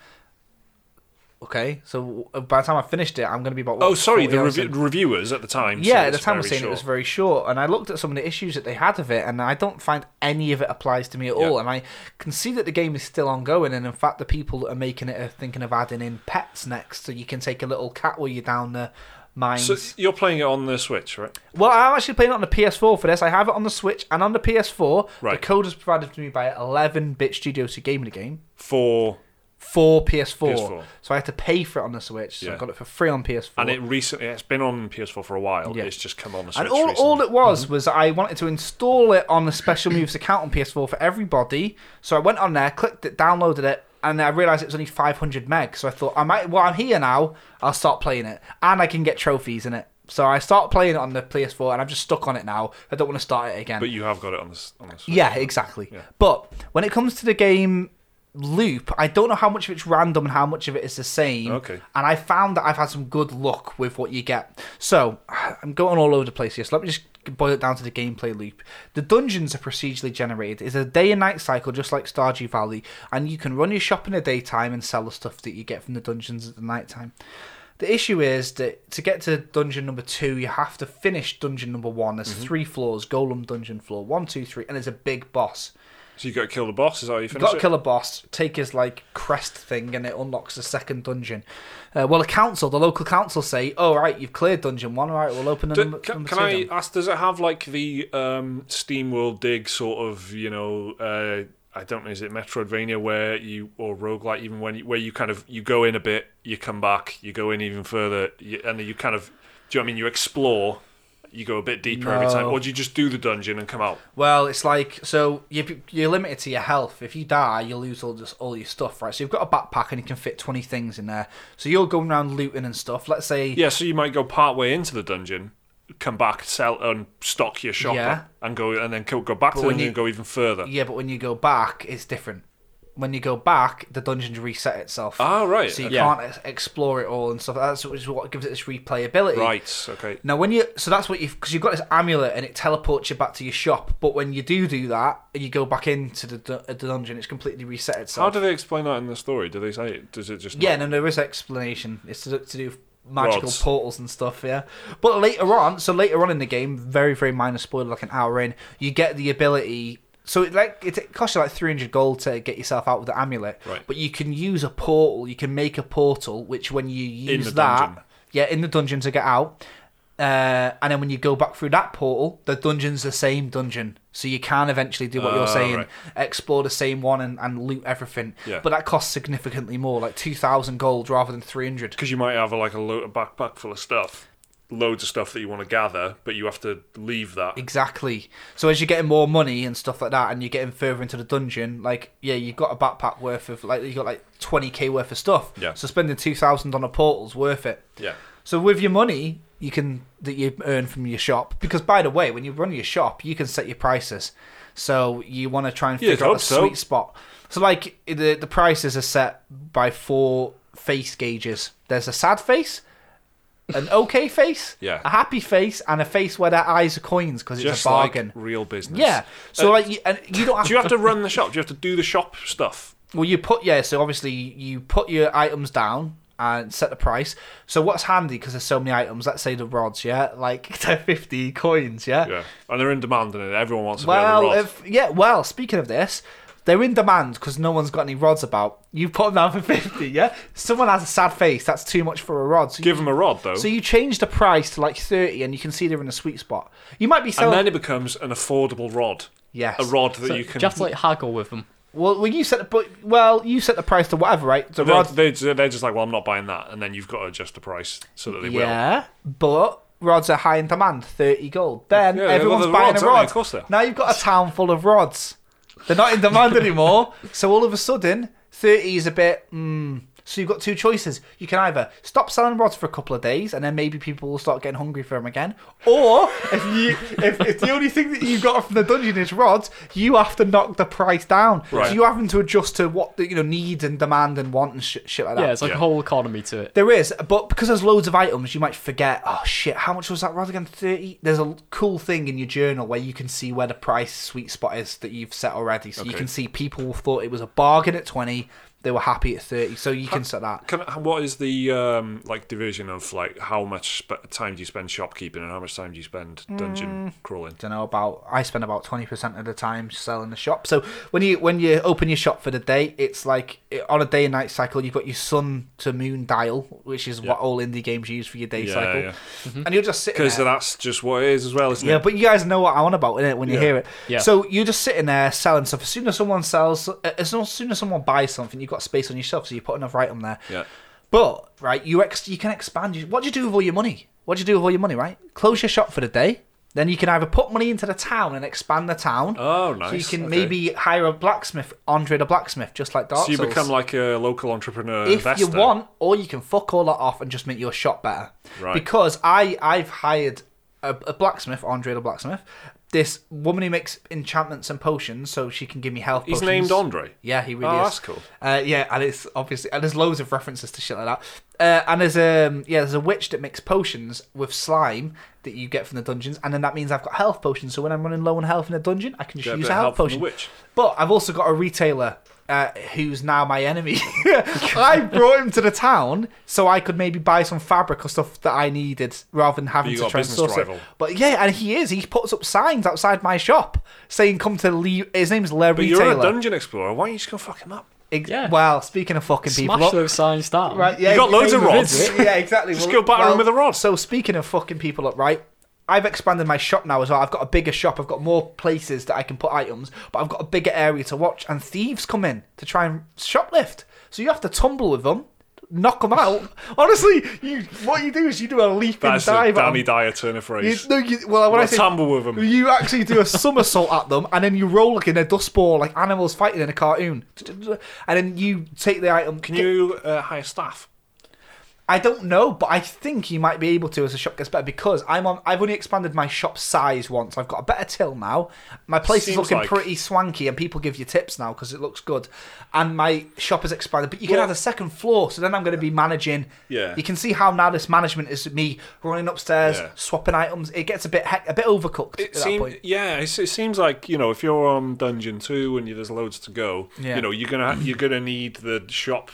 Speaker 2: Okay, so by the time I finished it, I'm going to be about.
Speaker 1: Oh,
Speaker 2: what,
Speaker 1: sorry,
Speaker 2: 40
Speaker 1: the
Speaker 2: hours
Speaker 1: revi-
Speaker 2: in?
Speaker 1: reviewers at the time.
Speaker 2: Yeah,
Speaker 1: said
Speaker 2: at the
Speaker 1: it's
Speaker 2: time I was
Speaker 1: very
Speaker 2: saying it was
Speaker 1: short.
Speaker 2: very short, and I looked at some of the issues that they had of it, and I don't find any of it applies to me at all.
Speaker 1: Yeah.
Speaker 2: And I can see that the game is still ongoing, and in fact, the people that are making it are thinking of adding in pets next, so you can take a little cat with you down the mines.
Speaker 1: So you're playing it on the Switch, right?
Speaker 2: well, I'm actually playing it on the PS4 for this. I have it on the Switch and on the PS4.
Speaker 1: Right.
Speaker 2: The code is provided to me by 11-bit studios who gave me the game
Speaker 1: For
Speaker 2: for PS4.
Speaker 1: PS4.
Speaker 2: So I had to pay for it on the Switch. So I
Speaker 1: Yeah.
Speaker 2: got it for free on PS4.
Speaker 1: and it recently it's been on PS4 for a while.
Speaker 2: Yeah.
Speaker 1: It's just come on the Switch.
Speaker 2: And all,
Speaker 1: recently.
Speaker 2: all it was
Speaker 1: Mhm.
Speaker 2: was I wanted to install it on the Special Moves account on PS4 for everybody. So I went on there, clicked it, downloaded it, and I realised it was only 500 meg. So I thought, I might, well, I'm here now. I'll start playing it, and I can get trophies in it. So I start playing it on the PS4, and I'm just stuck on it now. I don't want to start it again.
Speaker 1: but you have got it on the, s- on the Switch.
Speaker 2: Yeah, exactly.
Speaker 1: Yeah.
Speaker 2: But when it comes to the game loop, I don't know how much of it's random and how much of it is the same.
Speaker 1: Okay.
Speaker 2: And I found that I've had some good luck with what you get. So I'm going all over the place here. So let me just boil it down to the gameplay loop. The dungeons are procedurally generated. It's a day and night cycle, just like Stardew Valley, and you can run your shop in the daytime and sell the stuff that you get from the dungeons at the nighttime. The issue is that to get to dungeon number two, you have to finish dungeon number one. There's three floors: Golem dungeon floor one, two, three, and there's a big boss.
Speaker 1: So you got to kill the boss. Is that how you
Speaker 2: You
Speaker 1: finish
Speaker 2: got to
Speaker 1: it?
Speaker 2: kill a boss, take his like crest thing, and it unlocks the second dungeon. Uh, well, the council, the local council, say, "Oh right, you've cleared dungeon one. All right, we'll open the
Speaker 1: Do-
Speaker 2: number,
Speaker 1: can
Speaker 2: number
Speaker 1: can
Speaker 2: two
Speaker 1: I
Speaker 2: then."
Speaker 1: ask? Does it have like the um, Steam World Dig sort of? You know, uh, I don't know. Is it Metroidvania where you or roguelike even when you, where you kind of you go in a bit, you come back, you go in even further, you, and you kind of do you know what I mean? You explore, you go a bit deeper every time,
Speaker 2: No.
Speaker 1: or do you just do the dungeon and come out?
Speaker 2: Well, it's like so you you're limited to your health. If you die, you lose all this, all your stuff, right? So you've got a backpack and you can fit twenty things in there. So you're going around looting and stuff. Let's say
Speaker 1: Yeah, so you might go part way into the dungeon, come back, sell and stock your shop,
Speaker 2: Yeah.
Speaker 1: up, and go and then go go back to
Speaker 2: But
Speaker 1: the
Speaker 2: when
Speaker 1: dungeon
Speaker 2: you-
Speaker 1: and go even further.
Speaker 2: Yeah, but when you go back, it's different. when you go back, the dungeon's reset itself.
Speaker 1: Ah, right.
Speaker 2: So you
Speaker 1: okay.
Speaker 3: Yeah.
Speaker 2: can't ex- explore it all and stuff. That's which is what gives it this replayability.
Speaker 1: Right. Okay.
Speaker 2: Now, when you so that's what you've because you've got this amulet and it teleports you back to your shop. But when you do do that, and you go back into the, du- the dungeon, it's completely reset itself.
Speaker 1: How do they explain that in the story? Do they say? Does it just?
Speaker 2: Yeah, no, there is explanation. It's to, to do with magical
Speaker 1: Rods.
Speaker 2: portals and stuff. Yeah, but later on, so later on in the game, very very minor spoiler, like an hour in, you get the ability. So it like it costs you like three hundred gold to get yourself out with the amulet.
Speaker 1: Right.
Speaker 2: But you can use a portal. You can make a portal, which when you
Speaker 1: the
Speaker 2: use that,
Speaker 1: dungeon.
Speaker 2: yeah, in the dungeon to get out. Uh, and then when you go back through that portal, the dungeon's the same dungeon, so you can eventually do what
Speaker 1: Ah,
Speaker 2: you're saying,
Speaker 1: right.
Speaker 2: explore the same one and, and loot everything.
Speaker 1: Yeah.
Speaker 2: But that costs significantly more, like 2,000 gold rather than 300.
Speaker 1: Because you might have like a, lo- a backpack full of stuff, loads of stuff that you want to gather, but you have to leave that.
Speaker 2: Exactly. So as you're getting more money and stuff like that, and you're getting further into the dungeon, like yeah, you've got a backpack worth of like you got like twenty k worth of stuff.
Speaker 1: Yeah.
Speaker 2: So spending two thousand on a portal's worth it.
Speaker 1: Yeah.
Speaker 2: So with your money you can that you earn from your shop, because by the way, when you run your shop, you can set your prices. So you want to try and
Speaker 1: You'd
Speaker 2: figure out
Speaker 1: hope
Speaker 2: the
Speaker 1: so.
Speaker 2: sweet spot. So like the the prices are set by four face gauges. There's a sad face, an okay face,
Speaker 1: Yeah.
Speaker 2: a happy face, and a face where their eyes are coins because it's
Speaker 1: Just
Speaker 2: a bargain.
Speaker 1: like real business.
Speaker 2: yeah. So like you, and you don't have
Speaker 1: Do you have to run the shop? Do you have to do the shop stuff?
Speaker 2: Well, you put yeah. So obviously you put your items down and set the price. So what's handy because there's so many items. Let's say the rods, yeah, like they're fifty coins, yeah.
Speaker 1: Yeah. And they're in demand, and everyone wants to be
Speaker 2: well,
Speaker 1: on the rod.
Speaker 2: if yeah, well, speaking of this, they're in demand because no one's got any rods about. You put them down for fifty, yeah. Someone has a sad face. That's too much for a rod. So you,
Speaker 1: Give them a rod though,
Speaker 2: so you change the price to like thirty, and you can see they're in a sweet spot. You might be
Speaker 1: and
Speaker 2: selling.
Speaker 1: then it becomes an affordable rod.
Speaker 2: Yes.
Speaker 1: A rod that
Speaker 3: So
Speaker 1: you can.
Speaker 3: do you have to like haggle with them?
Speaker 2: well, well, you set the but well, you set the price to whatever, right? The
Speaker 1: They're,
Speaker 2: rod
Speaker 1: they they're just like, well, I'm not buying that, and then you've got to adjust the price so that they will.
Speaker 2: yeah, but rods are high in demand, 30 gold. Then
Speaker 1: Yeah,
Speaker 2: everyone's
Speaker 1: well, they're
Speaker 2: buying
Speaker 1: rods,
Speaker 2: a
Speaker 1: aren't they?
Speaker 2: rod.
Speaker 1: Of course they are.
Speaker 2: Now you've got a town full of rods. They're not in demand anymore. So all of a sudden, 30 is a bit. Mm, so you've got two choices. You can either stop selling rods for a couple of days, and then maybe people will start getting hungry for them again, or if you if, if the only thing that you got from the dungeon is rods, you have to knock the price down.
Speaker 1: Right.
Speaker 2: So you're having to adjust to what the you know needs and demand and want and sh- shit like that.
Speaker 3: Yeah, it's like
Speaker 1: Yeah.
Speaker 3: a whole economy to it.
Speaker 2: There is, but because there's loads of items, you might forget. Oh shit! How much was that rather than thirty? There's a cool thing in your journal where you can see where the price sweet spot is that you've set already, so you
Speaker 1: Okay.
Speaker 2: can see people thought it was a bargain at twenty, they were happy at thirty, so you can set that.
Speaker 1: Can, what is the um, like division of like how much sp- time do you spend shopkeeping and how much time do you spend
Speaker 2: Mm.
Speaker 1: dungeon crawling?
Speaker 2: don't know about I spend about 20% of the time selling the shop. So when you when you open your shop for the day, it's like it- on a day and night cycle, you've got your sun to moon dial, which is what all indie games use for your day
Speaker 1: Yeah,
Speaker 2: cycle.
Speaker 1: yeah. Mm-hmm.
Speaker 2: And you're just sitting
Speaker 1: Because
Speaker 2: there.
Speaker 1: that's just what it is as well, isn't
Speaker 2: Yeah,
Speaker 1: it?
Speaker 2: but you guys know what I want about it when you
Speaker 1: Yeah.
Speaker 2: hear it.
Speaker 3: Yeah.
Speaker 2: So you're just sitting there selling stuff. As soon as someone sells, uh, as soon as someone buys something, you've got space on your shelf, so you put enough item there.
Speaker 1: Yeah.
Speaker 2: But right, you ex- you can expand. You- What do you do with all your money? What do you do with all your money? Right, close your shop for the day. Then you can either put money into the town and expand the town.
Speaker 1: Oh,
Speaker 2: So you
Speaker 1: nice.
Speaker 2: can
Speaker 1: Okay.
Speaker 2: maybe hire a blacksmith, Andre the blacksmith, just like Dark
Speaker 1: So you
Speaker 2: Souls.
Speaker 1: become like a local entrepreneur
Speaker 2: if
Speaker 1: investor.
Speaker 2: you want, or you can fuck all that off and just make your shop better.
Speaker 1: Right.
Speaker 2: Because I I've hired a, a blacksmith, Andre the blacksmith, this woman who makes enchantments and potions, so she can give me health.
Speaker 1: He's
Speaker 2: potions.
Speaker 1: named Andre.
Speaker 2: Yeah, he really
Speaker 1: Oh,
Speaker 2: is.
Speaker 1: that's cool.
Speaker 2: Uh, yeah, and it's obviously and there's loads of references to shit like that. Uh, and there's um yeah there's a witch that makes potions with slime that you get from the dungeons, and then that means I've got health potions. So when I'm running low on health in a dungeon, I can just
Speaker 1: Get a
Speaker 2: use
Speaker 1: bit
Speaker 2: a
Speaker 1: of help
Speaker 2: health
Speaker 1: from the
Speaker 2: potion.
Speaker 1: witch.
Speaker 2: But I've also got a retailer uh, who's now my enemy. I brought him to the town so I could maybe buy some fabric or stuff that I needed rather than having
Speaker 1: you
Speaker 2: to
Speaker 1: got a
Speaker 2: try and
Speaker 1: business
Speaker 2: source
Speaker 1: rival.
Speaker 2: it. But yeah, and he is. He puts up signs outside my shop saying, "Come to Lee." His name's Le
Speaker 1: But
Speaker 2: Retailer.
Speaker 1: you're a dungeon explorer. Why don't you just go fuck him up?
Speaker 2: Ex-
Speaker 3: Yeah.
Speaker 2: Well, speaking of fucking people,
Speaker 3: Smash those signs down.
Speaker 2: Right, yeah,
Speaker 1: You got loads of
Speaker 2: same with
Speaker 1: rods.
Speaker 2: it. Yeah, exactly.
Speaker 1: Just go batter 'em with a rod.
Speaker 2: So speaking of fucking people up, right? I've expanded my shop now as well. I've got a bigger shop. I've got more places that I can put items, but I've got a bigger area to watch. And thieves come in to try and shoplift. So you have to tumble with them, knock them out. Honestly, you what you do is you do a leap and
Speaker 1: That's a
Speaker 2: dive. at 'em.
Speaker 1: Danny Dyer turn of
Speaker 2: You,
Speaker 1: phrase.
Speaker 2: no, you, well, when I
Speaker 1: Well,
Speaker 2: say
Speaker 1: tumble with 'em.
Speaker 2: you actually do a somersault at them, and then you roll like in a dust ball, like animals fighting in a cartoon, and then you take the item.
Speaker 1: Can you uh, hire staff?
Speaker 2: I don't know, but I think you might be able to as the shop gets better because I'm on. I've only expanded my shop size once. I've got a better till now. My place
Speaker 1: Seems
Speaker 2: is looking
Speaker 1: like-
Speaker 2: pretty swanky, and people give you tips now because it looks good. And my shop is expanded, but you can
Speaker 1: Well-
Speaker 2: add a second floor. So then I'm going to be managing.
Speaker 1: Yeah.
Speaker 2: you can see how now this management is me running upstairs,
Speaker 1: Yeah.
Speaker 2: swapping items. It gets a bit hec- a bit overcooked at
Speaker 1: It
Speaker 2: that
Speaker 1: seems,
Speaker 2: point.
Speaker 1: yeah, it's, it seems like you know if you're on dungeon two and you, there's loads to go,
Speaker 2: Yeah.
Speaker 1: you know you're gonna you're gonna need the shop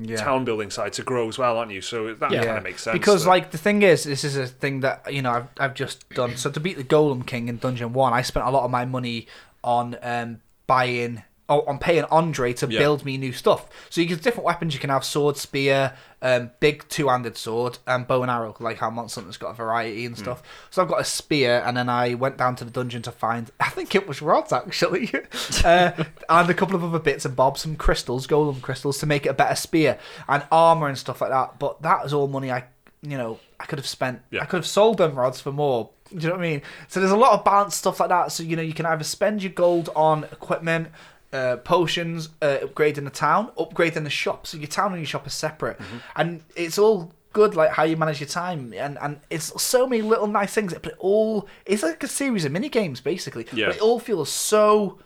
Speaker 2: Yeah.
Speaker 1: town building side to grow as well, aren't you? So that
Speaker 3: Yeah.
Speaker 1: kind of makes sense
Speaker 2: Because
Speaker 1: that-
Speaker 2: like the thing is, this is a thing that you know I've I've just done. So to beat the Golem King in Dungeon One, I spent a lot of my money on um buying. Oh, on paying Andre to
Speaker 1: Yeah.
Speaker 2: build me new stuff. So you get different weapons. You can have sword, spear, um, big two-handed sword, and bow and arrow. Like how Monster Hunter's got a variety and stuff. So I've got a spear, and then I went down to the dungeon to find. I think it was rods actually, uh, and a couple of other bits and bobs, some crystals, golem crystals, to make it a better spear and armor and stuff like that. But that was all money I you know, I could have spent,
Speaker 1: Yeah.
Speaker 2: I could have sold them rods for more. Do you know what I mean? So there's a lot of balanced stuff like that. So you know, you can either spend your gold on equipment, uh, potions, uh, upgrading the town, upgrading the shop. So your town and your shop are separate,
Speaker 1: Mm-hmm.
Speaker 2: and it's all good like how you manage your time and and it's so many little nice things but it all it's like a series of mini games basically
Speaker 1: Yeah.
Speaker 2: but it all feels so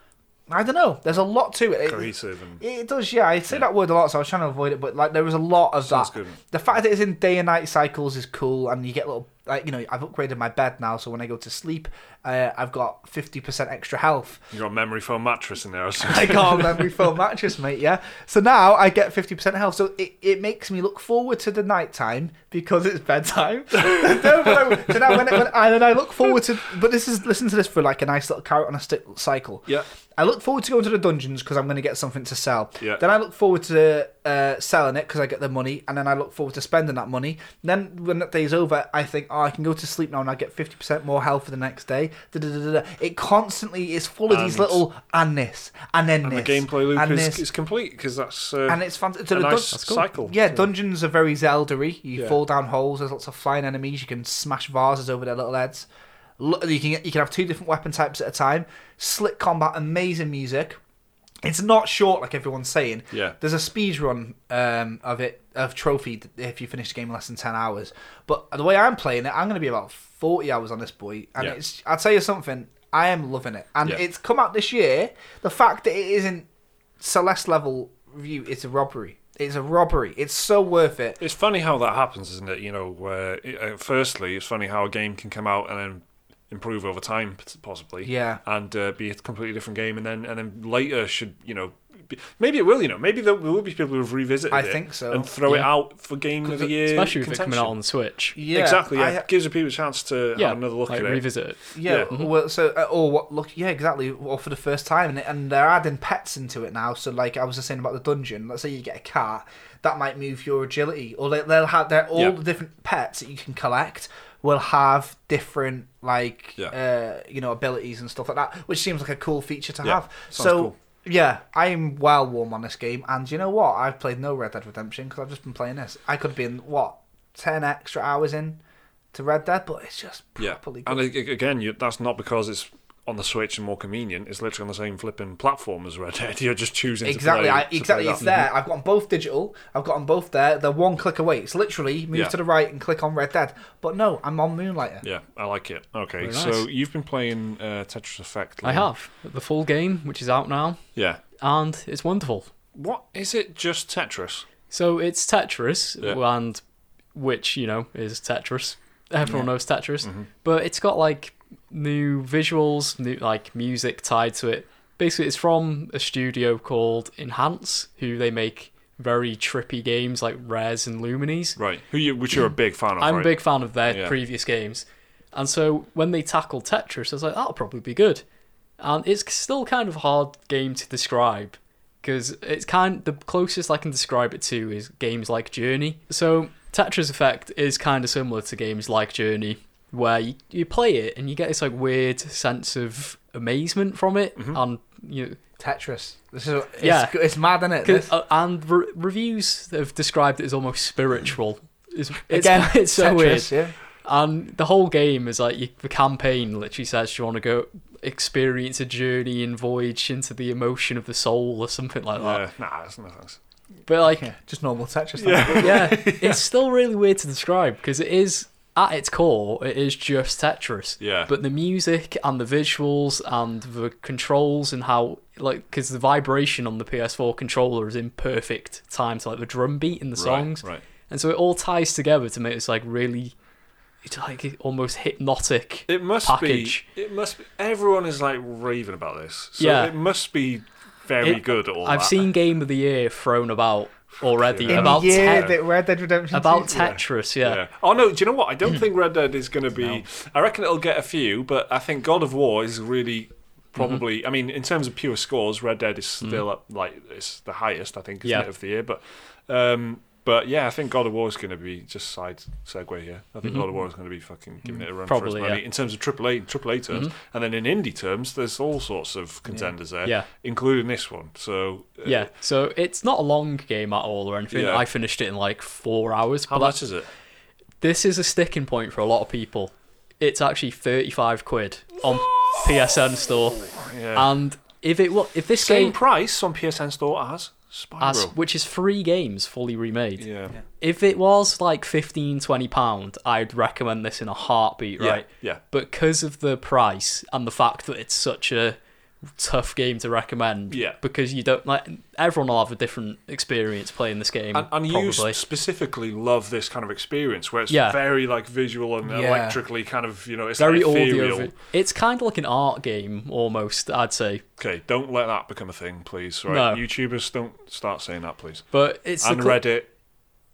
Speaker 2: i don't know there's a lot to it, it
Speaker 1: cohesive and
Speaker 2: it does, yeah. I say that word a lot, so I was trying to avoid it. But like, there was a lot of
Speaker 1: Sounds
Speaker 2: that.
Speaker 1: good.
Speaker 2: The fact that it's in day and night cycles is cool, and you get little like you know. I've upgraded my bed now, so when I go to sleep, uh, I've got fifty percent extra health. oh,
Speaker 1: you got a memory foam mattress in there. Or something.
Speaker 2: I can't remember full mattress, mate. Yeah. So now I get fifty percent health. So it, it makes me look forward to the night time because it's bedtime. no, but no, so now when, it, when and then I look forward to. But this is listen to this for like a nice little carrot on a stick cycle.
Speaker 1: Yeah.
Speaker 2: I look forward to going to the dungeons because I'm going to get something to sell.
Speaker 1: Yeah.
Speaker 2: Then I look forward to uh, selling it because I get the money, and then I look forward to spending that money. Then when that day's over, I think, oh, I can go to sleep now, and I get fifty percent more health for the next day. Da-da-da-da-da. It constantly is full of these
Speaker 1: And-
Speaker 2: little and this and then
Speaker 1: And the
Speaker 2: this
Speaker 1: gameplay loop
Speaker 2: and
Speaker 1: is,
Speaker 2: this.
Speaker 1: is complete because that's uh,
Speaker 2: and it's fantastic.
Speaker 1: a nice cycle.
Speaker 2: Yeah, dungeons are very Zelda-y. You
Speaker 1: Yeah.
Speaker 2: fall down holes. There's lots of flying enemies. You can smash vases over their little heads. Lo- You can you can have two different weapon types at a time. Slick combat, amazing music. It's not short like everyone's saying.
Speaker 1: Yeah.
Speaker 2: There's a speed run um, of it of trophy th- if you finish the game in less than ten hours. But the way I'm playing it, I'm going to be about forty hours on this boy, and
Speaker 1: Yeah.
Speaker 2: it's I'll tell you something. I am loving it, and
Speaker 1: Yeah.
Speaker 2: it's come out this year. The fact that it isn't Celeste level review, it's a robbery. It's a robbery. It's so worth it.
Speaker 1: It's funny how that happens, isn't it? You know, where uh, firstly, it's funny how a game can come out and then improve over time, p- possibly.
Speaker 2: Yeah.
Speaker 1: And uh, be a completely different game, and then and then later should you know. Be, maybe it will, you know. Maybe there will be people who've revisited
Speaker 2: I
Speaker 1: it
Speaker 2: think so.
Speaker 1: and throw it
Speaker 3: Yeah.
Speaker 1: out for game of the year,
Speaker 3: Especially with it coming
Speaker 1: contention.
Speaker 3: out on the Switch.
Speaker 2: Yeah,
Speaker 1: exactly, yeah.
Speaker 2: I-
Speaker 1: it gives people a chance to
Speaker 3: Yeah,
Speaker 1: have another look
Speaker 3: like,
Speaker 1: at it.
Speaker 3: revisit it.
Speaker 2: yeah,
Speaker 1: Yeah.
Speaker 2: well, so uh, or what? Look, yeah, exactly. Or for the first time, and, and they're adding pets into it now. So, like I was just saying about the dungeon, let's say you get a cat, that might move your agility, or they, they'll have they're all
Speaker 1: Yeah.
Speaker 2: the different pets that you can collect will have different like
Speaker 1: Yeah.
Speaker 2: uh, you know abilities and stuff like that, which seems like a cool feature to
Speaker 1: Yeah,
Speaker 2: have.
Speaker 1: sounds
Speaker 2: So.
Speaker 1: cool.
Speaker 2: Yeah, I am well warm on this game, and you know what? I've played no Red Dead Redemption because I've just been playing this. I could have been what ten extra hours in to Red Dead, but it's just
Speaker 1: yeah.
Speaker 2: properly good.
Speaker 1: And a- a- again, you, that's not because it's on the Switch and more convenient. It's literally on the same flipping platform as Red Dead. You're just choosing
Speaker 2: Exactly,
Speaker 1: To play,
Speaker 2: I,
Speaker 1: to play
Speaker 2: exactly.
Speaker 1: that.
Speaker 2: It's there. I've got 'em both digital. I've got 'em both there. They're one click away. It's literally move
Speaker 1: Yeah.
Speaker 2: to the right and click on Red Dead. But no, I'm on Moonlighter.
Speaker 1: Yeah, I like it. Okay,
Speaker 3: Very
Speaker 1: so
Speaker 3: nice.
Speaker 1: you've been playing uh, Tetris Effect.
Speaker 3: I
Speaker 1: Liam.
Speaker 3: have the full game, which is out now,
Speaker 1: Yeah.
Speaker 3: and it's wonderful.
Speaker 1: What is it? Just Tetris?
Speaker 3: So it's Tetris,
Speaker 1: Yeah.
Speaker 3: and which you know is Tetris. Everyone knows Tetris, but it's got like new visuals, new like music tied to it. Basically, it's from a studio called Enhance, who they make very trippy games like Rares and Lumines.
Speaker 1: Right. Who you? Which you're a big fan of.
Speaker 3: I'm
Speaker 1: right?
Speaker 3: a big fan of their
Speaker 1: Yeah.
Speaker 3: previous games, and so when they tackled Tetris, I was like, that'll probably be good. And it's still kind of a hard game to describe because it's kind the closest I can describe it to is games like Journey. So Tetris Effect is kind of similar to games like Journey, where you, you play it and you get this like weird sense of amazement from it, and you know,
Speaker 2: Tetris. This is it's,
Speaker 3: Yeah.
Speaker 2: It's mad, isn't it?
Speaker 3: 'Cause-
Speaker 2: This-
Speaker 3: uh, and re- reviews have described it as almost spiritual. It's, it's,
Speaker 2: Again,
Speaker 3: it's so weird.
Speaker 2: Tetris, yeah.
Speaker 3: And the whole game is like you, the campaign literally says you want to go experience a journey and voyage into the emotion of the soul or something like that.
Speaker 1: Yeah. Nah, that's no thanks.
Speaker 3: But like,
Speaker 2: Yeah, just normal Tetris.
Speaker 1: Yeah.
Speaker 3: yeah, it's still really weird to describe because it is at its core, it is just Tetris.
Speaker 1: Yeah.
Speaker 3: But the music and the visuals and the controls and how like because the vibration on the PS4 controller is in perfect time to like the drum beat in the
Speaker 1: Right,
Speaker 3: songs,
Speaker 1: Right.
Speaker 3: and so it all ties together to make this like really, it's like almost hypnotic.
Speaker 1: It must
Speaker 3: package.
Speaker 1: be. It must. Be, everyone is like raving about this. So
Speaker 3: Yeah.
Speaker 1: It must be very
Speaker 3: It-
Speaker 1: good. At all
Speaker 3: I've
Speaker 1: that.
Speaker 3: seen Game of the Year thrown about already
Speaker 1: Yeah.
Speaker 2: In
Speaker 3: about
Speaker 2: the year
Speaker 3: Tet-
Speaker 2: that Red Dead Redemption
Speaker 3: about
Speaker 2: 2
Speaker 3: Tetris.
Speaker 1: Yeah.
Speaker 3: yeah. Hmm.
Speaker 1: Oh no! Do you know what? I don't think Red Dead is going to be. I reckon it'll get a few, but I think God of War is really
Speaker 3: Mm-hmm.
Speaker 1: probably. I mean, in terms of pure scores, Red Dead is still up like it's the highest I think isn't
Speaker 3: Yeah.
Speaker 1: it, of the year. But, um, but yeah, I think God of War is going to be just side segue here. I think God of War is going to be fucking giving it a run for
Speaker 3: Mm-hmm.
Speaker 1: its
Speaker 3: Probably,
Speaker 1: money
Speaker 3: yeah. Mm-hmm.
Speaker 1: in terms of AAA AAA terms, and then in indie terms, there's all sorts of contenders there,
Speaker 3: Yeah.
Speaker 1: including this one. So uh,
Speaker 3: Yeah, so it's not a long game at all or anything.
Speaker 1: Yeah.
Speaker 3: I finished it in like four hours.
Speaker 1: how
Speaker 3: but
Speaker 1: much is it?
Speaker 3: This is a sticking point for a lot of people. It's actually thirty-five quid on PSN store,
Speaker 1: Yeah.
Speaker 3: and if it wa- if this
Speaker 1: Same
Speaker 3: game
Speaker 1: price on PSN store as Spyro.
Speaker 3: as, which is three games fully remade,
Speaker 1: yeah.
Speaker 3: if it was like 15 20 pound, I'd recommend this in a heartbeat,
Speaker 1: Yeah,
Speaker 3: right?
Speaker 1: yeah.
Speaker 3: But because of the price and the fact that it's such a tough game to recommend,
Speaker 1: Yeah.
Speaker 3: because you don't like everyone will have a different experience playing this game.
Speaker 1: And, and you
Speaker 3: Um, probably.
Speaker 1: s- specifically love this kind of experience where it's
Speaker 3: Yeah.
Speaker 1: very like visual and
Speaker 2: Yeah.
Speaker 1: electrically kind of you know it's
Speaker 3: very
Speaker 1: like
Speaker 3: audio.
Speaker 1: ethereal.
Speaker 3: vi- It's kind of like an art game almost, I'd say.
Speaker 1: Okay, don't let that become a thing, please. Right,
Speaker 3: No.
Speaker 1: YouTubers, don't start saying that, please.
Speaker 3: But it's the
Speaker 1: and
Speaker 3: cl-
Speaker 1: Reddit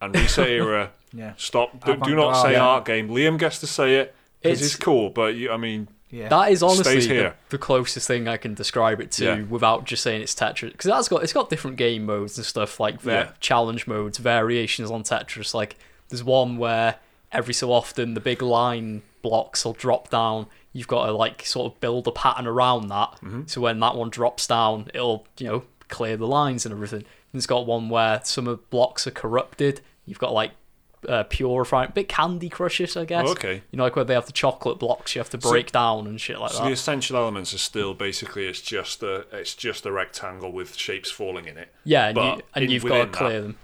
Speaker 1: and Reset Era,
Speaker 2: Yeah.
Speaker 1: stop. Do, do
Speaker 2: Avant-garde.
Speaker 1: not say
Speaker 2: Yeah.
Speaker 1: art game. Liam gets to say it because
Speaker 3: It's-
Speaker 1: it's cool, but you, I mean,
Speaker 2: Yeah.
Speaker 3: That is honestly
Speaker 1: Stays
Speaker 3: the,
Speaker 1: here.
Speaker 3: the closest thing I can describe it to
Speaker 1: Yeah.
Speaker 3: without just saying it's Tetris because that's got it's got different game modes and stuff like the
Speaker 1: Yeah.
Speaker 3: challenge modes, variations on Tetris. Like there's one where every so often the big line blocks will drop down. You've got to like sort of build a pattern around that.
Speaker 1: Mm-hmm.
Speaker 3: So when that one drops down, it'll you know clear the lines and everything. And it's got one where some of the blocks are corrupted. You've got like uh, purifying, bit Candy Crushes, I guess.
Speaker 1: Oh, okay.
Speaker 3: You know, like where they have the chocolate blocks you have to break down and shit like
Speaker 1: so
Speaker 3: that.
Speaker 1: the essential elements are still basically it's just a it's just a rectangle with shapes falling in it.
Speaker 3: Yeah, and,
Speaker 1: but
Speaker 3: you, and
Speaker 1: in-
Speaker 3: you've got to
Speaker 1: within that-
Speaker 3: clear them.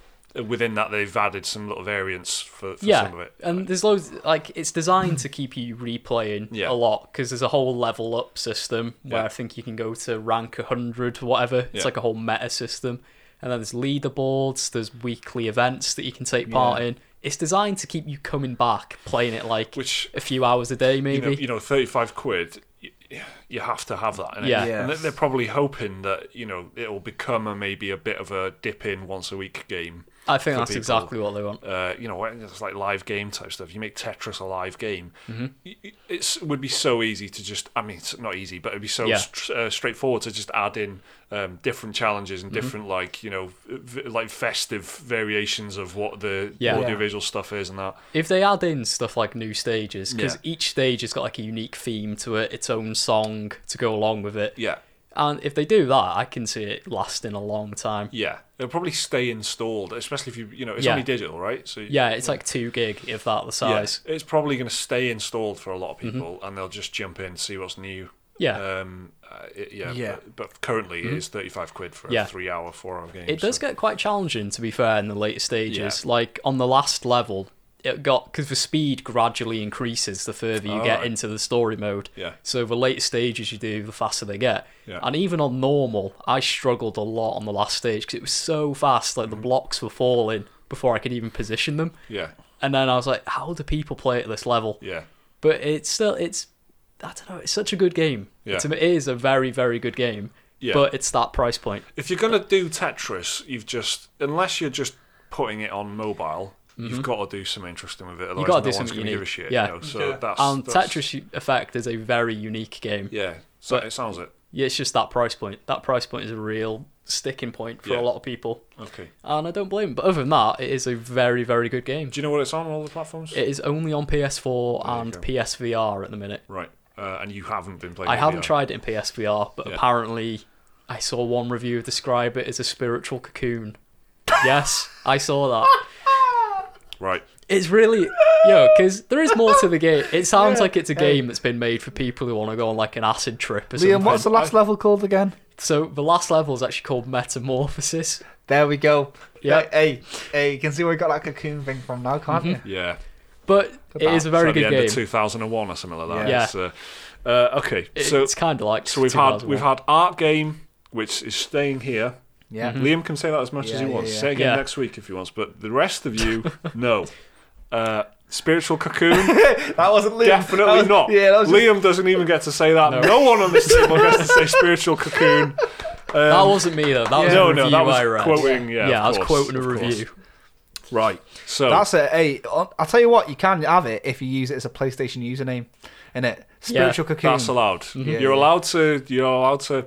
Speaker 1: Within that, they've added some little variants for, for
Speaker 3: Yeah,
Speaker 1: some of it.
Speaker 3: and there's loads like it's designed to keep you replaying
Speaker 1: Yeah.
Speaker 3: a lot because there's a whole level up system where
Speaker 1: Yeah.
Speaker 3: I think you can go to rank 100 or whatever. It's
Speaker 1: Yeah.
Speaker 3: like a whole meta system, and then there's leaderboards, there's weekly events that you can take part in. It's designed to keep you coming back playing it like
Speaker 1: Which
Speaker 3: a few hours a day
Speaker 1: you
Speaker 3: maybe.
Speaker 1: know, you know, thirty-five quid. y- You have to have that, innit?
Speaker 3: Yeah.
Speaker 1: And they-
Speaker 2: Yes.
Speaker 1: they're probably hoping that you know it'll become a maybe a bit of a dip in once a week game.
Speaker 3: I think
Speaker 1: for
Speaker 3: that's
Speaker 1: people.
Speaker 3: exactly what they want.
Speaker 1: Uh, you know, when it's like live game type stuff. You make Tetris a live game.
Speaker 3: Mm-hmm.
Speaker 1: y- y- It's would be so easy to just. I mean, it's not easy, but it'd be so
Speaker 3: Yeah.
Speaker 1: str uh, straightforward to just add in um, different challenges
Speaker 3: Mm-hmm.
Speaker 1: and different like you know, v- like festive variations of what the
Speaker 3: Yeah.
Speaker 1: audiovisual stuff is and that.
Speaker 3: If they add in stuff like new stages, because
Speaker 1: Yeah.
Speaker 3: each stage has got like a unique theme to it, its own song to go along with it.
Speaker 1: Yeah.
Speaker 3: And if they do that, I can see it lasting a long time.
Speaker 1: Yeah, it'll probably stay installed, especially if you you know it's
Speaker 3: Yeah.
Speaker 1: only digital, right? So
Speaker 3: Yeah, it's like two gig if that the
Speaker 1: Yeah,
Speaker 3: size.
Speaker 1: it's probably going to stay installed for a lot of people, and they'll just jump in see what's new.
Speaker 3: Mm-hmm. Yeah. Mm-hmm.
Speaker 1: Um, uh, it- yeah,
Speaker 2: Yeah.
Speaker 1: But, but currently it is thirty-five quid for
Speaker 3: Yeah.
Speaker 1: a three-hour, four-hour game.
Speaker 3: It does
Speaker 1: so-
Speaker 3: get quite challenging, to be fair, in the later stages. Like on the last level, it got because the speed gradually increases the further you get
Speaker 1: Alright.
Speaker 3: into the story mode.
Speaker 1: Yeah.
Speaker 3: So the later stages you do, the faster they get.
Speaker 1: Yeah.
Speaker 3: And even on normal, I struggled a lot on the last stage because it was so fast. Like the
Speaker 1: Mm-hmm.
Speaker 3: blocks were falling before I could even position them.
Speaker 1: Yeah,
Speaker 3: And then I was like, how do people play at this level?
Speaker 1: yeah,
Speaker 3: but it's still it's I don't know. It's such a good game.
Speaker 1: Yeah.
Speaker 3: It's, it is a very very good game.
Speaker 1: yeah.
Speaker 3: But it's that price point.
Speaker 1: if you're going to do Tetris, you've just unless you're just putting it on mobile, you've got to do some interesting with it. Otherwise,
Speaker 3: Mm-hmm. gotta
Speaker 1: no
Speaker 3: do
Speaker 1: one's
Speaker 3: something
Speaker 1: going to give a
Speaker 3: unique.
Speaker 1: shit.
Speaker 3: Yeah.
Speaker 1: You know? So
Speaker 2: Yeah.
Speaker 1: that's
Speaker 3: And
Speaker 1: that's-
Speaker 3: Tetris Effect is a very unique game. Yeah.
Speaker 1: Yeah. So
Speaker 3: But-
Speaker 1: it sounds it.
Speaker 3: It's just that price point. That price point is a real sticking point for
Speaker 1: Yeah.
Speaker 3: a lot of people,
Speaker 1: Okay.
Speaker 3: and I don't blame. 'em. But other than that, it is a very very good game.
Speaker 1: Do you know what it's on all the platforms?
Speaker 3: It is only on PS4
Speaker 1: There you
Speaker 3: and
Speaker 1: go.
Speaker 3: PSVR at the minute.
Speaker 1: Right. Uh, and you haven't been playing.
Speaker 3: I
Speaker 1: it
Speaker 3: haven't
Speaker 1: yet.
Speaker 3: tried it in PSVR, but
Speaker 1: Yeah.
Speaker 3: apparently I saw one review describe it as a spiritual cocoon. yes, I saw that.
Speaker 1: Right.
Speaker 3: It's really yo, because there is more to the game. It sounds like it's a game that's been made for people who want to go on like an acid trip or
Speaker 2: Liam,
Speaker 3: something.
Speaker 2: what's the last level called again?
Speaker 3: so the last level is actually called Metamorphosis,
Speaker 2: There we go.
Speaker 3: Yeah.
Speaker 2: Like, hey, hey, you can see where we got that cocoon thing from now, can't
Speaker 3: Mm-hmm.
Speaker 2: you?
Speaker 1: Yeah.
Speaker 3: But it is a very
Speaker 1: It's like
Speaker 3: good
Speaker 1: the end
Speaker 3: game.
Speaker 1: of 2001 or something like that.
Speaker 3: Yeah.
Speaker 1: It's, uh, uh, okay.
Speaker 3: It's
Speaker 1: so
Speaker 3: kind of like
Speaker 1: so we've had we've had art game, which is staying here. Mm-hmm.
Speaker 2: Yeah.
Speaker 3: Mm-hmm.
Speaker 1: Liam can say that as much as
Speaker 2: Yeah,
Speaker 1: he
Speaker 2: yeah,
Speaker 1: wants.
Speaker 2: yeah.
Speaker 1: Say it again
Speaker 3: Yeah.
Speaker 1: next week if he wants. But the rest of you, no. Uh, Spiritual cocoon.
Speaker 2: That wasn't Liam.
Speaker 1: Definitely
Speaker 3: Oh,
Speaker 2: That was-
Speaker 1: not.
Speaker 2: Yeah, that was just-
Speaker 1: Liam doesn't even get to say that. No, one on this table gets to say spiritual cocoon.
Speaker 3: that wasn't me though. That was
Speaker 1: um, no,
Speaker 3: a
Speaker 1: no,
Speaker 3: review
Speaker 1: that was
Speaker 3: I read.
Speaker 1: quoting. Yeah,
Speaker 3: yeah,
Speaker 1: of
Speaker 3: I was
Speaker 1: course,
Speaker 3: quoting a
Speaker 1: of course.
Speaker 3: review.
Speaker 1: Right. So
Speaker 2: That's it. Hey, I'll I'll tell you what, you can have it if you use it as a PlayStation username, in it. Spiritual cocoon.
Speaker 1: that's allowed.
Speaker 2: Yeah,
Speaker 3: Mm-hmm.
Speaker 1: you're
Speaker 2: yeah.
Speaker 1: allowed to. You're allowed to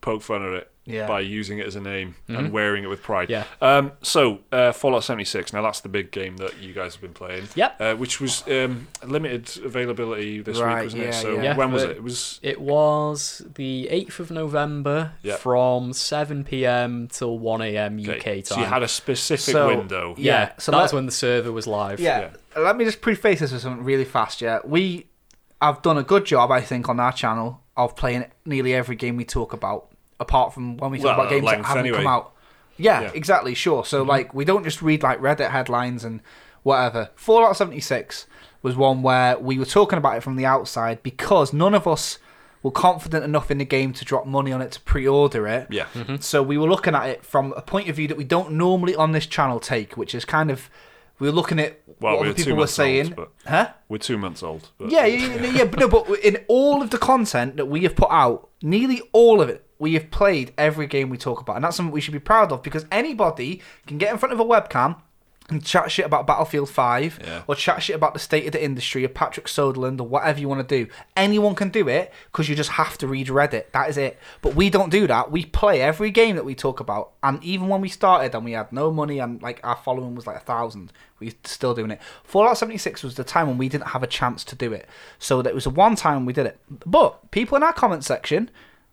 Speaker 1: poke fun at it
Speaker 2: Yeah.
Speaker 1: by using it as a name and wearing it with pride.
Speaker 3: Mm-hmm. Yeah.
Speaker 1: Um. So uh, Fallout 76. Now that's the big game that you guys have been playing.
Speaker 3: Yep.
Speaker 1: Uh, which was um, limited availability this
Speaker 2: Right,
Speaker 1: week, wasn't
Speaker 2: yeah,
Speaker 1: it? So
Speaker 2: yeah.
Speaker 1: when was
Speaker 3: Yeah.
Speaker 1: it? It was.
Speaker 3: It was the eighth of November
Speaker 1: Yeah.
Speaker 3: from seven p.m. till one a.m. UK Uh, time.
Speaker 1: So you had a specific
Speaker 2: So-
Speaker 1: window.
Speaker 3: yeah,
Speaker 2: Yeah, so
Speaker 3: that's
Speaker 2: let-
Speaker 3: when the server was live.
Speaker 2: yeah. Let me just preface this with something really fast. Yeah, we have done a good job, I think, on our channel of playing nearly every game we talk about, apart from when we talk
Speaker 1: Well,
Speaker 2: about games that
Speaker 1: length,
Speaker 2: haven't come
Speaker 1: anyway.
Speaker 2: out. Yeah,
Speaker 1: Yeah. Mm-hmm.
Speaker 2: exactly. Sure. So like, we don't just read like Reddit headlines and whatever. Fallout seventy six was one where we were talking about it from the outside because none of us were confident enough in the game to drop money on it to pre-order it.
Speaker 1: Yeah.
Speaker 3: Mm-hmm.
Speaker 2: So we were looking at it from a point of view that we don't normally on this channel take, which is kind of we were looking at
Speaker 1: Well,
Speaker 2: what
Speaker 1: we
Speaker 2: other
Speaker 1: were two
Speaker 2: people were
Speaker 1: months old,
Speaker 2: saying,
Speaker 1: but-
Speaker 2: huh?
Speaker 1: We're two months old. But
Speaker 2: Yeah, yeah, yeah, yeah, but no, but in all of the content that we have put out, nearly all of it, we have played every game we talk about, and that's something we should be proud of because anybody can get in front of a webcam and chat shit about Battlefield Five
Speaker 1: Yeah.
Speaker 2: or chat shit about the state of the industry or Patrick Soderland or whatever you want to do. Anyone can do it because you just have to read Reddit. That is it. But we don't do that. We play every game that we talk about, and even when we started and we had no money and like our following was like a thousand, we still doing it. Fallout seventy six was the time when we didn't have a chance to do it, so that was the one time we did it. But people in our comment section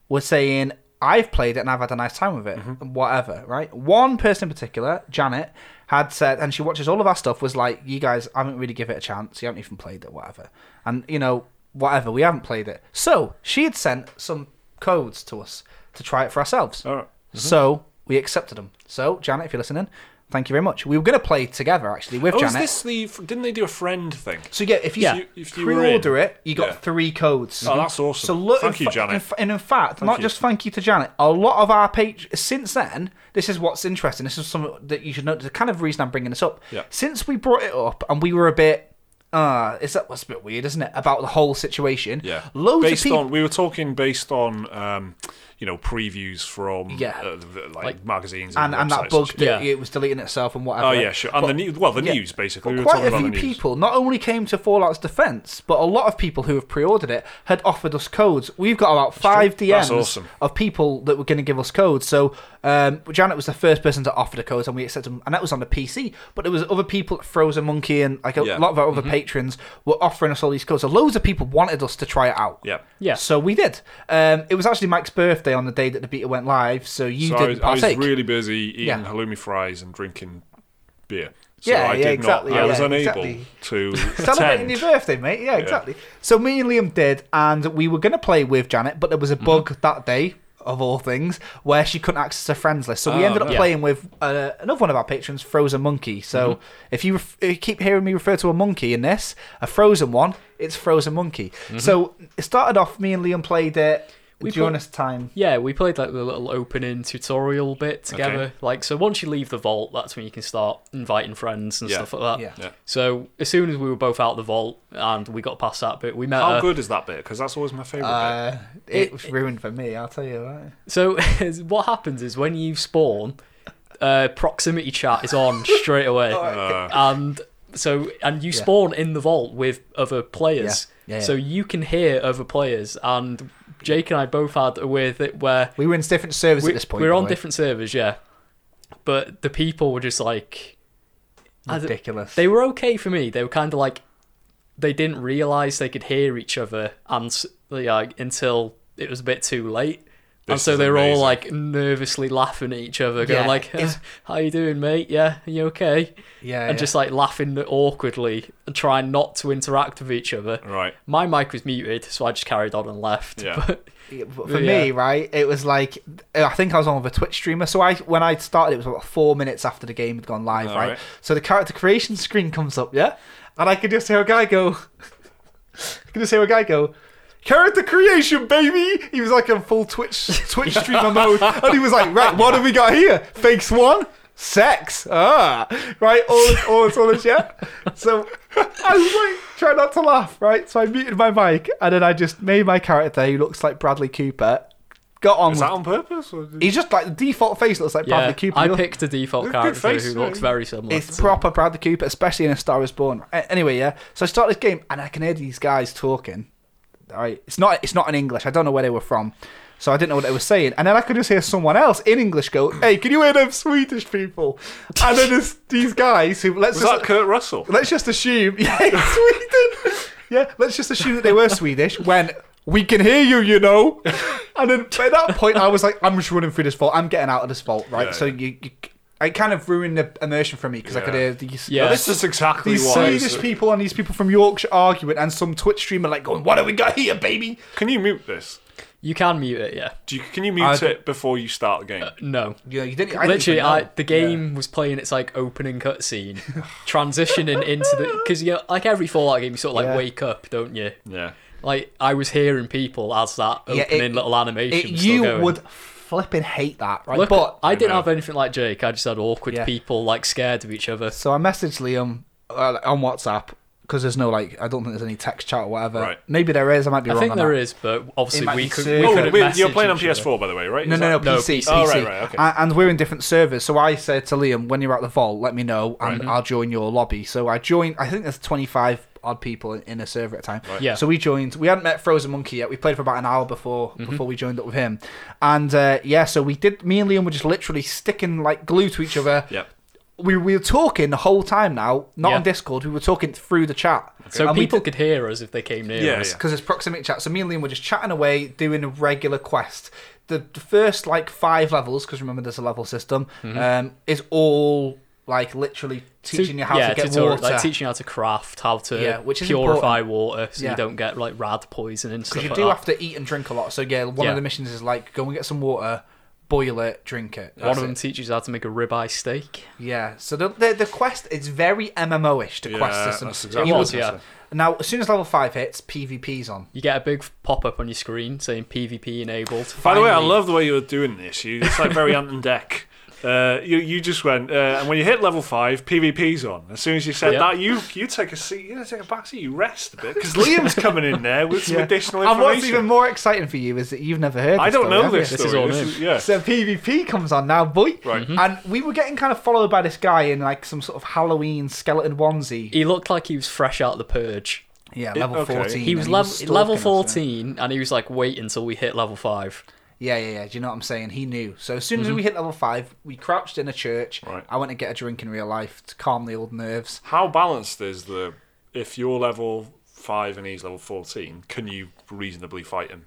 Speaker 2: were saying. I've played it and I've had a nice time with it.
Speaker 1: Mm-hmm.
Speaker 2: Whatever, right? One person in particular, Janet, had said, and she watches all of our stuff, was like, you guys haven't really given it a chance. You haven't even played it, whatever. And, you know, whatever, we haven't played it. So she had sent some codes to us to try it for ourselves.
Speaker 1: All right.
Speaker 2: So we accepted them. So, Janet, if you're listening, thank you very much. We were going to play together, actually, with
Speaker 1: Oh,
Speaker 2: Janet.
Speaker 1: is this the? Didn't they do a friend thing?
Speaker 2: So, yeah, if you,
Speaker 3: Yeah.
Speaker 1: If you were
Speaker 2: pre-order
Speaker 1: in.
Speaker 2: it, you got
Speaker 1: Yeah.
Speaker 2: three codes. Mm-hmm.
Speaker 1: Oh, that's awesome.
Speaker 2: So look,
Speaker 1: Thank
Speaker 2: in
Speaker 1: you,
Speaker 2: fa- in
Speaker 1: Janet.
Speaker 2: fa- and in fact, not
Speaker 1: you.
Speaker 2: just thank you to Janet. A lot of our page since then. This is what's interesting. This is something that you should note. The kind of reason I'm bringing this up.
Speaker 1: Yeah.
Speaker 2: Since we brought it up, and we were a bit, uh, it's that was a bit weird, isn't it? About the whole situation.
Speaker 1: Yeah.
Speaker 2: Loads
Speaker 1: based
Speaker 2: of people.
Speaker 1: on we were talking based on um, you know previews from
Speaker 2: Yeah.
Speaker 1: uh, the- like,
Speaker 3: Like-
Speaker 1: magazines
Speaker 2: and,
Speaker 1: and,
Speaker 2: and that
Speaker 1: websites.
Speaker 2: bug that
Speaker 3: Yeah.
Speaker 2: it was deleting itself and whatever.
Speaker 1: Oh yeah, sure. And the news. Well, the
Speaker 2: yeah.
Speaker 1: news basically.
Speaker 2: But
Speaker 1: We were
Speaker 2: quite
Speaker 1: talking
Speaker 2: a
Speaker 1: about
Speaker 2: few
Speaker 1: the news.
Speaker 2: people not only came to Fallout's defense, but a lot of people who have pre-ordered it had offered us codes. We've got about five
Speaker 1: true.
Speaker 2: DMs
Speaker 1: That's awesome.
Speaker 2: of people that were going to give us codes. So um, Janet was the first person to offer the codes, and we accepted them, and that was on the PC. But there was other people, like Frozen Monkey, and like a
Speaker 1: Yeah. Mm-hmm.
Speaker 2: lot of our other patrons were offering us all these codes. So loads of people wanted us to try it out.
Speaker 1: Yeah.
Speaker 3: Yeah.
Speaker 2: So we did. Um, it was actually Mike's birthday on the day that the beta went live, so you
Speaker 1: So I
Speaker 2: didn't
Speaker 1: was, I was
Speaker 2: partake.
Speaker 1: really busy eating
Speaker 2: Yeah.
Speaker 1: halloumi fries and drinking beer. So
Speaker 2: Yeah,
Speaker 1: I
Speaker 2: yeah,
Speaker 1: did
Speaker 2: exactly,
Speaker 1: Not,
Speaker 2: yeah,
Speaker 1: I was
Speaker 2: yeah,
Speaker 1: unable
Speaker 2: exactly.
Speaker 1: to
Speaker 2: Celebrating
Speaker 1: attend.
Speaker 2: your birthday, mate. Yeah, exactly. So me and Liam did, and we were going to play with Janet, but there was a bug that day, of all things, where she couldn't access her friends list. So we
Speaker 1: Oh,
Speaker 2: ended up
Speaker 1: no.
Speaker 2: playing with uh, another one of our patrons, Frozen Monkey. So if, you ref- if you keep hearing me refer to a monkey in this, a frozen one, it's Frozen Monkey. So it started off, me and Liam played it
Speaker 3: We
Speaker 2: during
Speaker 3: put-
Speaker 2: this time.
Speaker 3: Yeah, we played like the little opening tutorial bit together.
Speaker 1: Okay.
Speaker 3: Like, so once you leave the vault, that's when you can start inviting friends and
Speaker 1: Yeah.
Speaker 3: stuff like that.
Speaker 2: Yeah.
Speaker 1: Yeah.
Speaker 3: So as soon as we were both out the vault and we got past that bit, we met.
Speaker 1: How
Speaker 3: her.
Speaker 1: good is that bit? Because that's always my favourite bit.
Speaker 2: Uh, it
Speaker 3: It-
Speaker 2: was ruined for me, I'll tell you that.
Speaker 3: So what happens is when you spawn, uh, proximity chat is on straight away,
Speaker 2: Uh,
Speaker 1: Uh,
Speaker 3: and so and you spawn in the vault with other players.
Speaker 2: Yeah. Yeah,
Speaker 3: So you can hear other players, and Jake and I both had a weird it where
Speaker 2: We were in different servers
Speaker 3: we,
Speaker 2: at this point.
Speaker 3: we're on
Speaker 2: weren't we?
Speaker 3: different servers, yeah, but the people were just like I don't-
Speaker 2: Ridiculous.
Speaker 3: they were okay for me. They were kind of like they didn't realize they could hear each other and s- like until it was a bit too late. and
Speaker 1: This
Speaker 3: so
Speaker 1: is
Speaker 3: they were all
Speaker 1: amazing.
Speaker 3: like nervously laughing at each other, going
Speaker 2: Yeah,
Speaker 3: like,
Speaker 2: it's-
Speaker 3: "How you doing, mate? Yeah, are you okay?"
Speaker 2: Yeah,
Speaker 3: and just like laughing awkwardly and trying not to interact with each other.
Speaker 1: right.
Speaker 3: My mic was muted, so I just carried on and left.
Speaker 1: Yeah.
Speaker 3: But
Speaker 2: Yeah, but for
Speaker 3: Yeah.
Speaker 2: me, right, it was like uh, I think I was on with a Twitch streamer. So I when I started, it was about four minutes after the game had gone live,
Speaker 1: All
Speaker 2: right?
Speaker 1: right.
Speaker 2: So the character creation screen comes up, yeah, and I could just hear a guy go, I could just hear a guy go. Character creation, baby. He was like in full Twitch Twitch streamer mode, and he was like, "Right, what have we got here? Fake swan, sex, ah, right, all this, all this, all this, yeah." So I was like, trying not to laugh, right? So I muted my mic, and then I just made my character who looks like Bradley Cooper. Got on.
Speaker 1: Is
Speaker 2: With,
Speaker 1: that on purpose? Or did-
Speaker 2: He's just like the default face looks like
Speaker 3: yeah,
Speaker 2: Bradley Cooper.
Speaker 3: I
Speaker 2: He looks-
Speaker 3: picked a default
Speaker 1: Good
Speaker 3: character
Speaker 1: face,
Speaker 3: who
Speaker 1: yeah.
Speaker 3: looks very similar.
Speaker 2: It's proper Bradley Cooper, especially in A Star Is Born. A- Anyway, yeah. So I start this game, and I can hear these guys talking. All right, it's not it's not in English. I don't know where they were from, so I didn't know what they were saying. And then I could just hear someone else in English go, "Hey, can you hear them Swedish people?" And then there's these guys who let's
Speaker 1: was
Speaker 2: just
Speaker 1: that Kurt Russell?
Speaker 2: let's just assume yeah Sweden yeah let's just assume that they were Swedish when we can hear you you know and then at that point I was like I'm just running through this vault I'm getting out of this vault right
Speaker 1: Yeah,
Speaker 2: so
Speaker 1: yeah.
Speaker 2: you, you it kind of ruined the immersion for me because I could
Speaker 1: Yeah.
Speaker 2: hear these
Speaker 3: Yeah.
Speaker 1: This is exactly
Speaker 2: these
Speaker 1: what. I
Speaker 2: Swedish
Speaker 1: was-
Speaker 2: people and these people from Yorkshire arguing and some Twitch streamer like going what have we got here baby
Speaker 1: Can you mute this?
Speaker 3: you can mute it, yeah.
Speaker 1: Do you, can you mute
Speaker 2: I don't-
Speaker 1: it before you start the game?
Speaker 3: No.
Speaker 2: you know you didn't I didn't
Speaker 3: Literally,
Speaker 2: even know.
Speaker 3: I, the game was playing its like opening cutscene, transitioning into the because you know, like every Fallout game, you sort of like
Speaker 2: Yeah.
Speaker 3: wake up, don't you?
Speaker 1: yeah.
Speaker 3: Like I was hearing people as that
Speaker 2: Yeah,
Speaker 3: opening
Speaker 2: it-
Speaker 3: little
Speaker 2: It-
Speaker 3: animation. was still
Speaker 2: you
Speaker 3: going.
Speaker 2: would flipping hate that right
Speaker 3: Look,
Speaker 2: but
Speaker 3: I didn't
Speaker 1: know.
Speaker 3: have anything like Jake. I just had awkward
Speaker 2: Yeah.
Speaker 3: people like scared of each other.
Speaker 2: So I messaged Liam uh, on WhatsApp because there's no like I don't think there's any text chat or whatever.
Speaker 1: Right.
Speaker 2: Maybe there is. I might be
Speaker 3: I
Speaker 2: wrong.
Speaker 3: think
Speaker 2: on
Speaker 3: there
Speaker 2: that.
Speaker 3: is, but obviously
Speaker 2: It might
Speaker 3: we
Speaker 2: be
Speaker 3: could.
Speaker 2: soon.
Speaker 3: We
Speaker 2: Oh,
Speaker 3: couldn't
Speaker 1: Oh, wait, you're
Speaker 3: message
Speaker 1: playing on
Speaker 3: each other.
Speaker 1: PS4, by the way, right?
Speaker 2: No,
Speaker 1: Is
Speaker 2: no, no,
Speaker 1: that-
Speaker 3: no,
Speaker 2: PC,
Speaker 3: PC.
Speaker 1: Oh,
Speaker 2: PC.
Speaker 1: right, right, okay.
Speaker 2: A- And we're in different servers, so I said to Liam, when you're at the vault, let me know, and
Speaker 1: mm-hmm.
Speaker 2: I'll join your lobby. So I joined. I think there's 25 odd people in, in a server at a time.
Speaker 3: Yeah.
Speaker 2: So we joined. We hadn't met Frozen Monkey yet. We played for about an hour before
Speaker 1: Mm-hmm.
Speaker 2: before we joined up with him, and uh, yeah, so we did. Me and Liam were just literally sticking like glue to each other.
Speaker 1: Yep.
Speaker 2: We, we were talking the whole time now, not
Speaker 3: Yeah.
Speaker 2: on Discord. We were talking through the chat.
Speaker 3: So
Speaker 2: And we
Speaker 3: people could hear us if they came near
Speaker 1: Yeah,
Speaker 3: us.
Speaker 1: yeah.
Speaker 2: because it's proximity chat. So me and Liam were just chatting away, doing a regular quest. The, the first like five levels, because remember there's a level system,
Speaker 3: Mm-hmm.
Speaker 2: um, is all like literally teaching you how
Speaker 3: yeah,
Speaker 2: to get
Speaker 3: tutorial-
Speaker 2: water.
Speaker 3: like teaching you how to craft, how to
Speaker 2: Yeah, which is
Speaker 3: purify water, so
Speaker 2: Yeah.
Speaker 3: you don't get like rad poison and
Speaker 2: because
Speaker 3: stuff.
Speaker 2: you
Speaker 3: like
Speaker 2: do
Speaker 3: that.
Speaker 2: have to eat and drink a lot. So yeah, one
Speaker 3: Yeah.
Speaker 2: of the missions is like go and get some water, boil it, drink it.
Speaker 3: One
Speaker 2: That's
Speaker 3: of them
Speaker 2: it.
Speaker 3: teaches you how to make a ribeye steak.
Speaker 2: Yeah. So the, the the quest is very MMO-ish. The quest
Speaker 1: Yeah,
Speaker 2: system.
Speaker 1: that's
Speaker 2: So
Speaker 1: exactly
Speaker 2: you
Speaker 3: what
Speaker 2: would-
Speaker 3: it is, yeah.
Speaker 2: Now, as soon as level five hits, PvP's on.
Speaker 3: You get a big pop up on your screen saying PvP enabled.
Speaker 1: By the way, I
Speaker 3: Finally.
Speaker 1: love the way you're doing this. You, it's like very Ant and Deck. Uh, you you just went, uh, and when you hit level five, PvP's on. As soon as you said
Speaker 3: Yep.
Speaker 1: that, you you take a seat, you take a back seat, you rest a bit because Liam's coming in there with some
Speaker 2: Yeah.
Speaker 1: additional
Speaker 2: And what's even
Speaker 1: information.
Speaker 2: more exciting for you is that you've never heard.
Speaker 1: I
Speaker 2: this
Speaker 1: don't
Speaker 2: story,
Speaker 1: know
Speaker 2: have you?
Speaker 1: this.
Speaker 3: This is
Speaker 1: story.
Speaker 3: all
Speaker 1: yeah.
Speaker 2: So PvP comes on now, boy. Mm-hmm.
Speaker 1: Right. Mhm.
Speaker 2: And we were getting kind of followed by this guy in like some sort of Halloween skeleton onesie.
Speaker 3: He looked like he was fresh out of the purge.
Speaker 2: Yeah, level
Speaker 1: okay.
Speaker 2: fourteen.
Speaker 3: He
Speaker 2: and
Speaker 3: was, level
Speaker 2: stalking
Speaker 3: level
Speaker 2: us, yeah.
Speaker 3: 14, and he was like, wait until we hit level 5.
Speaker 2: Yeah, yeah, yeah. Do you know what I'm saying? He knew. So as soon as we hit level five, we crouched in a church.
Speaker 1: Mm-hmm. Right.
Speaker 2: I went to get a drink in real life to calm the old nerves.
Speaker 1: How balanced is the if you're level five and he's level fourteen? Can you reasonably fight him?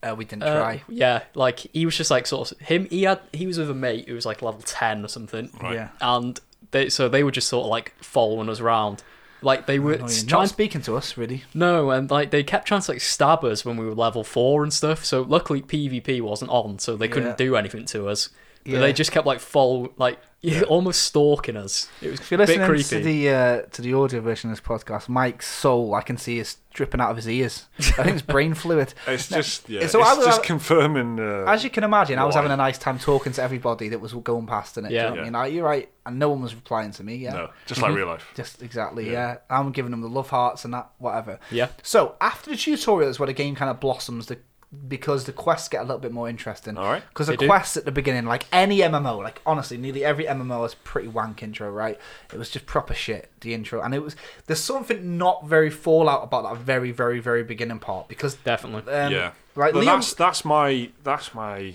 Speaker 2: Uh, we didn't
Speaker 3: Uh,
Speaker 2: try.
Speaker 3: Yeah, like he was just like sort of him. He had he was with a mate who was like level ten or something,
Speaker 1: Right.
Speaker 2: Yeah.
Speaker 3: and they so they were just sort of like following us around. Like they were
Speaker 2: Oh, you're
Speaker 3: trying
Speaker 2: not speaking to us, really.
Speaker 3: no, and like they kept trying to like stab us when we were level four and stuff. So luckily PvP wasn't on, so they couldn't
Speaker 2: Yeah.
Speaker 3: do anything to us. But
Speaker 2: Yeah.
Speaker 3: they just kept like follow like almost stalking us. It was
Speaker 2: If you're
Speaker 3: a bit
Speaker 2: listening
Speaker 3: creepy.
Speaker 2: to the uh, to the audio version of this podcast, Mike's soul, I can see is dripping out of his ears. I think it's brain fluid.
Speaker 1: It's just yeah.
Speaker 2: so I
Speaker 1: it's
Speaker 2: was-
Speaker 1: just confirming. Uh,
Speaker 2: As you can imagine, I was
Speaker 1: Why?
Speaker 2: having a nice time talking to everybody that was going past in it. Yeah,
Speaker 3: Yeah.
Speaker 2: you know, what I mean? Like, you're right, and no one was replying to me. Yeah,
Speaker 1: no, just
Speaker 2: Mm-hmm.
Speaker 1: like real life.
Speaker 2: just exactly. Yeah.
Speaker 1: Yeah.
Speaker 2: I'm giving them the love hearts and that whatever.
Speaker 3: Yeah.
Speaker 2: So after the tutorial is where the game kind of blossoms. The because the quests get a little bit more interesting.
Speaker 1: All right.
Speaker 2: Because the
Speaker 3: They do.
Speaker 2: quests at the beginning, like any MMO, like honestly, nearly every MMO has pretty wank intro, right? It was just proper shit, the intro. And it was there's something not very fallout about that very, very, very beginning part because
Speaker 3: Definitely.
Speaker 2: um,
Speaker 1: yeah,
Speaker 2: Like
Speaker 1: but
Speaker 2: Liam
Speaker 1: that's that's my that's my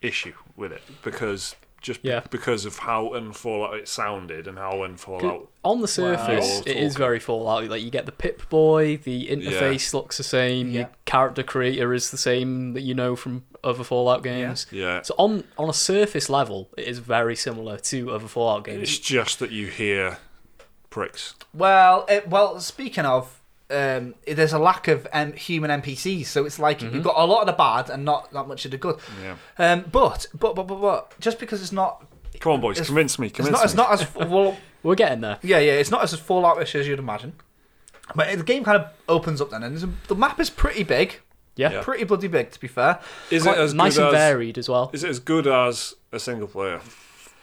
Speaker 1: issue with it because just be-
Speaker 3: Yeah.
Speaker 1: because of how un Fallout it sounded and how un Fallout.
Speaker 3: On the surface,
Speaker 1: Wow.
Speaker 3: it is very Fallout. Like you get the Pip Boy, the interface looks the same,
Speaker 2: Yeah.
Speaker 3: your character creator is the same that you know from other Fallout games.
Speaker 1: Yeah,
Speaker 3: So on on a surface level, it is very similar to other Fallout
Speaker 1: it's
Speaker 3: games.
Speaker 1: just that you hear pricks.
Speaker 2: Well, it, well, speaking of, um, there's a lack of um, human NPCs, so it's like you've got a lot of the bad and not that much of the good.
Speaker 1: Mm-hmm. Yeah,
Speaker 2: Um, but, but, but, but, but, just because it's not,
Speaker 1: come on, boys,
Speaker 2: It's-
Speaker 1: convince me,
Speaker 2: it's
Speaker 1: convince
Speaker 2: not,
Speaker 1: me.
Speaker 2: it's not as well,
Speaker 3: We're getting there.
Speaker 2: yeah, yeah, it's not as Fallout-ish as you'd imagine. But it- the game kind of opens up then, and there's a, the map is pretty big,
Speaker 3: Yeah.
Speaker 1: Yeah.
Speaker 2: pretty bloody big, to be fair.
Speaker 1: is it
Speaker 3: Quite
Speaker 1: as
Speaker 3: nice
Speaker 1: good
Speaker 3: and
Speaker 1: as,
Speaker 3: varied as well.
Speaker 1: Is it as good as a single player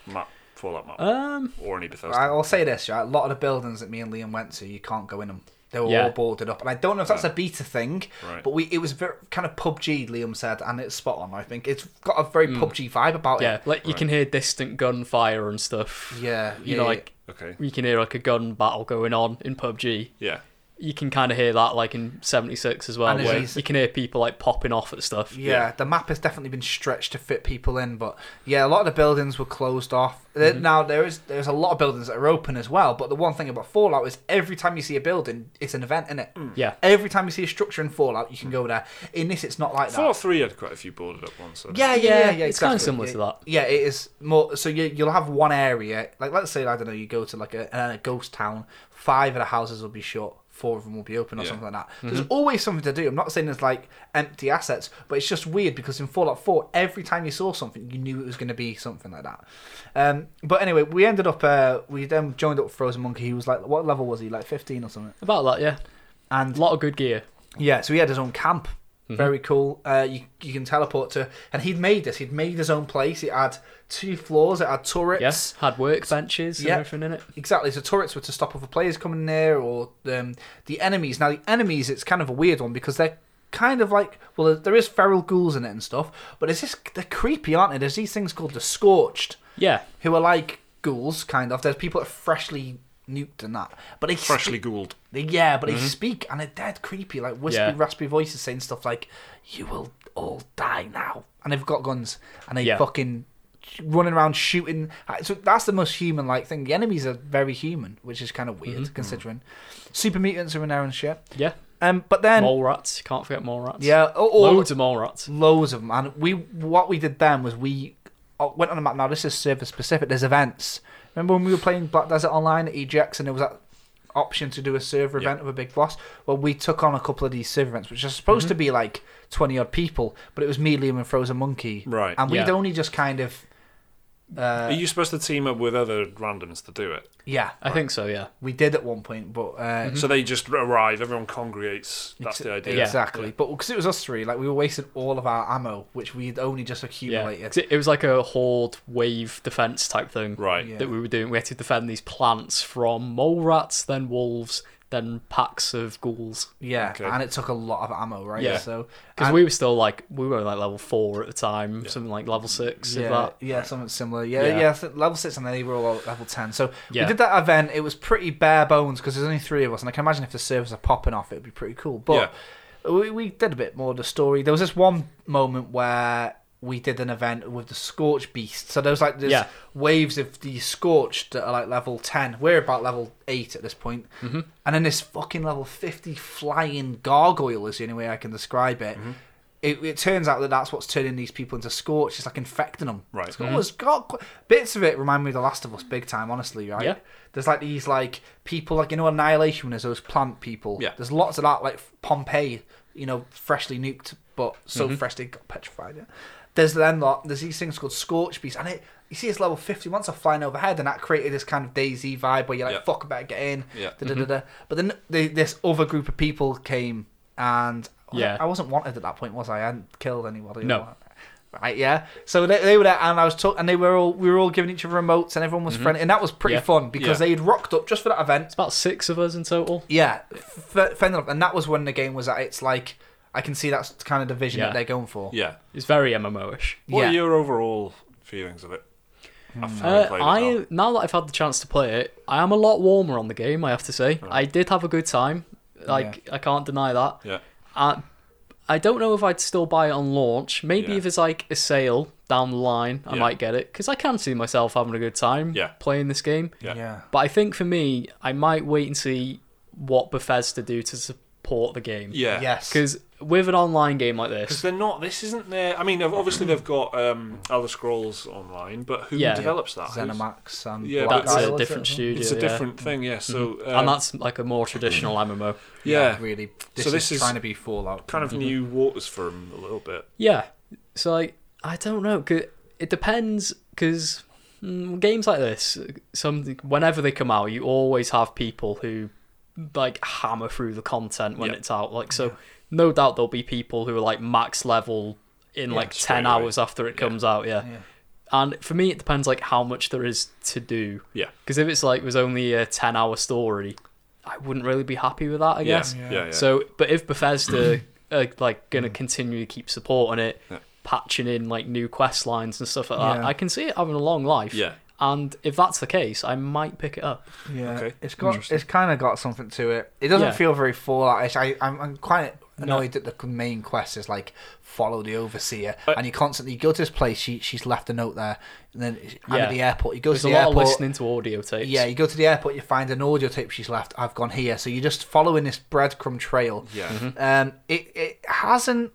Speaker 1: map, Fallout map,
Speaker 3: Um,
Speaker 1: or any Bethesda?
Speaker 2: I- I'll say this, right? A lot of the buildings that me and Liam went to, you can't go in them. They were
Speaker 3: Yeah.
Speaker 2: all boarded up, and I don't know if that's a beta thing,
Speaker 1: Right.
Speaker 2: but we it was very, kind of PUBG. Liam said, and it's spot on. I think it's got a very PUBG vibe about
Speaker 3: yeah,
Speaker 2: it.
Speaker 3: like you can hear distant gunfire and stuff.
Speaker 2: Yeah,
Speaker 3: you
Speaker 2: yeah,
Speaker 3: know,
Speaker 2: yeah.
Speaker 3: like
Speaker 1: okay,
Speaker 3: you can hear like a gun battle going on in PUBG.
Speaker 1: yeah,
Speaker 3: You can kind of hear that like in '76 as well,
Speaker 2: And it's
Speaker 3: where
Speaker 2: easy-
Speaker 3: you can hear people like popping off at stuff.
Speaker 2: yeah, the map has definitely been stretched to fit people in, but yeah, a lot of the buildings were closed off. There- Now there is there's a lot of buildings that are open as well, but the one thing about Fallout is every time you see a building, it's an event, isn't it?
Speaker 3: Yeah.
Speaker 2: Every time you see a structure in Fallout, you can go there. In this, it's not like that.
Speaker 1: Fallout Three had quite a few boarded up ones. so-
Speaker 2: Yeah, yeah, yeah,
Speaker 3: Yeah,
Speaker 2: yeah,
Speaker 3: it's kinda
Speaker 2: exactly.
Speaker 3: similar
Speaker 2: yeah,
Speaker 3: to that.
Speaker 2: Yeah, it is more. So you you'll have one area, like let's say I don't know, you go to like a, a ghost town. Five of the houses will be shut, four of them will be open, or
Speaker 1: Yeah.
Speaker 2: something like that. There's
Speaker 3: Mm-hmm.
Speaker 2: always something to do. I'm not saying there's like empty assets, but it's just weird because in Fallout 4, every time you saw something, you knew it was going to be something like that. Um, but anyway, we ended up. Uh, we then joined up Frozen Monkey. He was like, what level was he? Like 15 or something.
Speaker 3: About that, yeah.
Speaker 2: And
Speaker 3: A lot of good gear.
Speaker 2: yeah, so he had his own camp. Very cool. Uh, you, you can teleport to, and he'd made this. He'd made his own place. It had two floors. It had turrets.
Speaker 3: Yes, had workbenches
Speaker 2: Yeah.
Speaker 3: and everything in it.
Speaker 2: Exactly. So turrets were to stop other players coming near or um, the enemies. Now the enemies, it's kind of a weird one because they're kind of like well, there is feral ghouls in it and stuff, but it's just they're creepy, aren't they? There's these things called the scorched,
Speaker 3: Yeah,
Speaker 2: who are like ghouls, kind of. There's people that are freshly nuked and that, but they sp-
Speaker 1: freshly ghouled.
Speaker 2: they- Yeah, but they speak and they're dead creepy, like wispy,
Speaker 3: Mm-hmm. Yeah.
Speaker 2: raspy voices saying stuff like, You will all die now. And they've got guns and they
Speaker 3: Yeah.
Speaker 2: fucking running around shooting. Uh, So that's the most human like thing. The enemies are very human, which is kind of
Speaker 3: Mm-hmm.
Speaker 2: weird
Speaker 3: Mm.
Speaker 2: considering. Super mutants are in there and shit.
Speaker 3: yeah.
Speaker 2: Um, but then,
Speaker 3: mole rats. Can't forget mole rats.
Speaker 2: yeah, all, all-
Speaker 3: Loads of mole rats.
Speaker 2: loads of them. And we, what we did then was we uh, went on a map. Now this is server specific. There's events. Remember when we were playing Black Desert Online at EJX and there was that option to do a server
Speaker 1: Yeah.
Speaker 2: event with a big boss? Well, we took on a couple of these server events, which are supposed
Speaker 1: Mm-hmm.
Speaker 2: to be like twenty odd people, but it was me, Liam, and Frozen Monkey.
Speaker 1: Right.
Speaker 2: And we'd
Speaker 3: Yeah.
Speaker 2: only just kind of,
Speaker 1: Are
Speaker 2: uh,
Speaker 1: you supposed to team up with other randoms to do it?
Speaker 2: yeah,
Speaker 3: I think so. Yeah.
Speaker 2: we did at one point, but uh,
Speaker 1: So they just arrive, everyone congregates. Mm-hmm. That's the
Speaker 3: uh,
Speaker 1: idea.
Speaker 2: Exactly, but because it was us three, like we were wasting all of our ammo, which we'd only just
Speaker 3: Yeah.
Speaker 2: accumulated.
Speaker 3: 'Cause It, it was like a horde wave defense type thing.
Speaker 1: Right.
Speaker 2: Yeah.
Speaker 3: That we were doing. We had to defend these plants from mole rats, then wolves, then packs of ghouls.
Speaker 2: Yeah,
Speaker 1: Okay.
Speaker 2: and it took a lot of ammo, right?
Speaker 3: Yeah.
Speaker 2: So
Speaker 3: Because
Speaker 2: and-
Speaker 3: we were still like we were like level four at the time, something like level six.
Speaker 2: yeah,
Speaker 3: Of that.
Speaker 2: yeah, something similar. Yeah, yeah,
Speaker 3: Yeah.
Speaker 2: so level six, and then they were all level ten. So we
Speaker 3: Yeah.
Speaker 2: did that event. It was pretty bare bones because there's only three of us, and I can imagine if the servers are popping off, it'd be pretty cool. But we, we did a bit more of the story. There was this one moment where we did an event with the Scorch Beast. So there was like this
Speaker 3: Yeah.
Speaker 2: waves of the Scorched that are like level ten. We're about level eight at this point, and then this fucking level fifty flying gargoyle is the only way I can describe it. It, it turns out that that's what's turning these people into scorch. It's like infecting them.
Speaker 1: Right.
Speaker 2: It's got, oh, it's got qu- bits of it remind me of The Last of Us big time. Honestly, right?
Speaker 3: Yeah.
Speaker 2: There's like these like people like you know Annihilation when there's those plant people.
Speaker 1: Yeah.
Speaker 2: There's lots of that like Pompeii, you know, freshly nuked but so
Speaker 1: Mm-hmm.
Speaker 2: fresh they got petrified. Yeah? There's then lot there's these things called scorch beasts and it you see it's level fifty once are flying overhead and that created this kind of Daisy vibe where you're like
Speaker 1: Yeah.
Speaker 2: fuck I better get in.
Speaker 1: Yeah. Mm-hmm.
Speaker 2: Da, da, da, da. But then they, this other group of people came and
Speaker 3: Yeah.
Speaker 2: I wasn't wanted at that point, was I? I hadn't killed anybody.
Speaker 3: No.
Speaker 2: Right, yeah. So they, they were there, and I was talking, and they were all we were all giving each other remotes, and everyone was friendly, and that was pretty
Speaker 3: Yeah.
Speaker 2: fun because
Speaker 1: Yeah.
Speaker 2: they'd rocked up just for that event.
Speaker 3: It's about six of us in total.
Speaker 2: Yeah, f- fending off, and that was when the game was at its like. I can see that's the kind of the vision
Speaker 3: Yeah.
Speaker 2: that they're going for.
Speaker 1: Yeah.
Speaker 3: It's very MMO-ish.
Speaker 1: What
Speaker 2: Yeah.
Speaker 1: are your overall feelings of it? After having
Speaker 3: Uh,
Speaker 1: played it
Speaker 3: I
Speaker 1: now?
Speaker 3: now. that I've had the chance to play it, I am a lot warmer on the game. I have to say, I did have a good time. Like I can't deny that.
Speaker 1: Yeah.
Speaker 3: Uh, I don't know if I'd still buy it on launch. Maybe
Speaker 1: Yeah.
Speaker 3: if it's like a sale down the line, I
Speaker 1: Yeah.
Speaker 3: might get it because I can see myself having a good time
Speaker 1: Yeah.
Speaker 3: playing this game.
Speaker 1: Yeah.
Speaker 2: yeah.
Speaker 3: But I think for me, I might wait and see what Bethesda do to support the game.
Speaker 1: Yeah.
Speaker 2: Yes.
Speaker 3: Because with an online game like
Speaker 1: Because
Speaker 3: this,
Speaker 1: they're not. This isn't their. I mean, obviously they've got um, Elder Scrolls Online, but who
Speaker 3: Yeah.
Speaker 1: develops that? Who's-
Speaker 2: Zenimax and
Speaker 1: Yeah,
Speaker 2: Black
Speaker 3: that's
Speaker 2: Isle,
Speaker 3: a
Speaker 2: is
Speaker 3: different
Speaker 2: it?
Speaker 3: studio.
Speaker 1: It's a
Speaker 3: yeah.
Speaker 1: different thing, yeah. So um,
Speaker 3: Mm-hmm. and that's like a more traditional MMO.
Speaker 1: yeah,
Speaker 2: really. This
Speaker 1: So
Speaker 2: is
Speaker 1: this is
Speaker 2: trying to be Fallout.
Speaker 1: kind
Speaker 3: Mm-hmm.
Speaker 1: of new waters for them a little bit.
Speaker 3: Yeah. So like, I don't know. 'cause It depends because games like this, some whenever they come out, you always have people who like hammer through the content when
Speaker 1: Yeah.
Speaker 3: it's out. Like so, no doubt there'll be people who are like max level in
Speaker 1: Yeah,
Speaker 3: like
Speaker 1: straight
Speaker 3: ten
Speaker 1: away.
Speaker 3: hours after it
Speaker 1: Yeah.
Speaker 3: comes out. Yeah.
Speaker 2: Yeah.
Speaker 3: And for me, it depends like how much there is to do.
Speaker 1: Yeah.
Speaker 3: Because if it's like was only a ten hour story, I wouldn't really be happy with that. I
Speaker 1: yeah.
Speaker 3: guess.
Speaker 1: Yeah.
Speaker 2: Yeah.
Speaker 1: yeah, yeah.
Speaker 3: So, but if Bethesda are like going to continue to keep supporting it,
Speaker 1: Yeah.
Speaker 3: patching in like new quest lines and stuff like that,
Speaker 2: Yeah.
Speaker 3: I can see it having a long life.
Speaker 1: yeah,
Speaker 3: And if that's the case, I might pick it up.
Speaker 2: Yeah,
Speaker 1: Okay.
Speaker 2: it's got
Speaker 1: Interesting.
Speaker 2: it's kind of got something to it. It doesn't
Speaker 3: Yeah.
Speaker 2: feel very Fallout-ish. I, I'm, I'm quite
Speaker 3: No.
Speaker 2: annoyed that the main quest is like follow the overseer,
Speaker 3: Uh,
Speaker 1: I-
Speaker 2: and you constantly you go to this place. She, she's left a note there, and then I'm
Speaker 3: Yeah.
Speaker 2: at the airport. You go
Speaker 3: There's
Speaker 2: to
Speaker 3: a
Speaker 2: the
Speaker 3: lot of
Speaker 2: airport.
Speaker 3: listening to audio tapes.
Speaker 2: yeah, you go to the airport. You find an audio tape she's left. I've gone here, so you're just following this breadcrumb trail.
Speaker 1: yeah.
Speaker 3: Mm-hmm.
Speaker 2: Um, it it hasn't.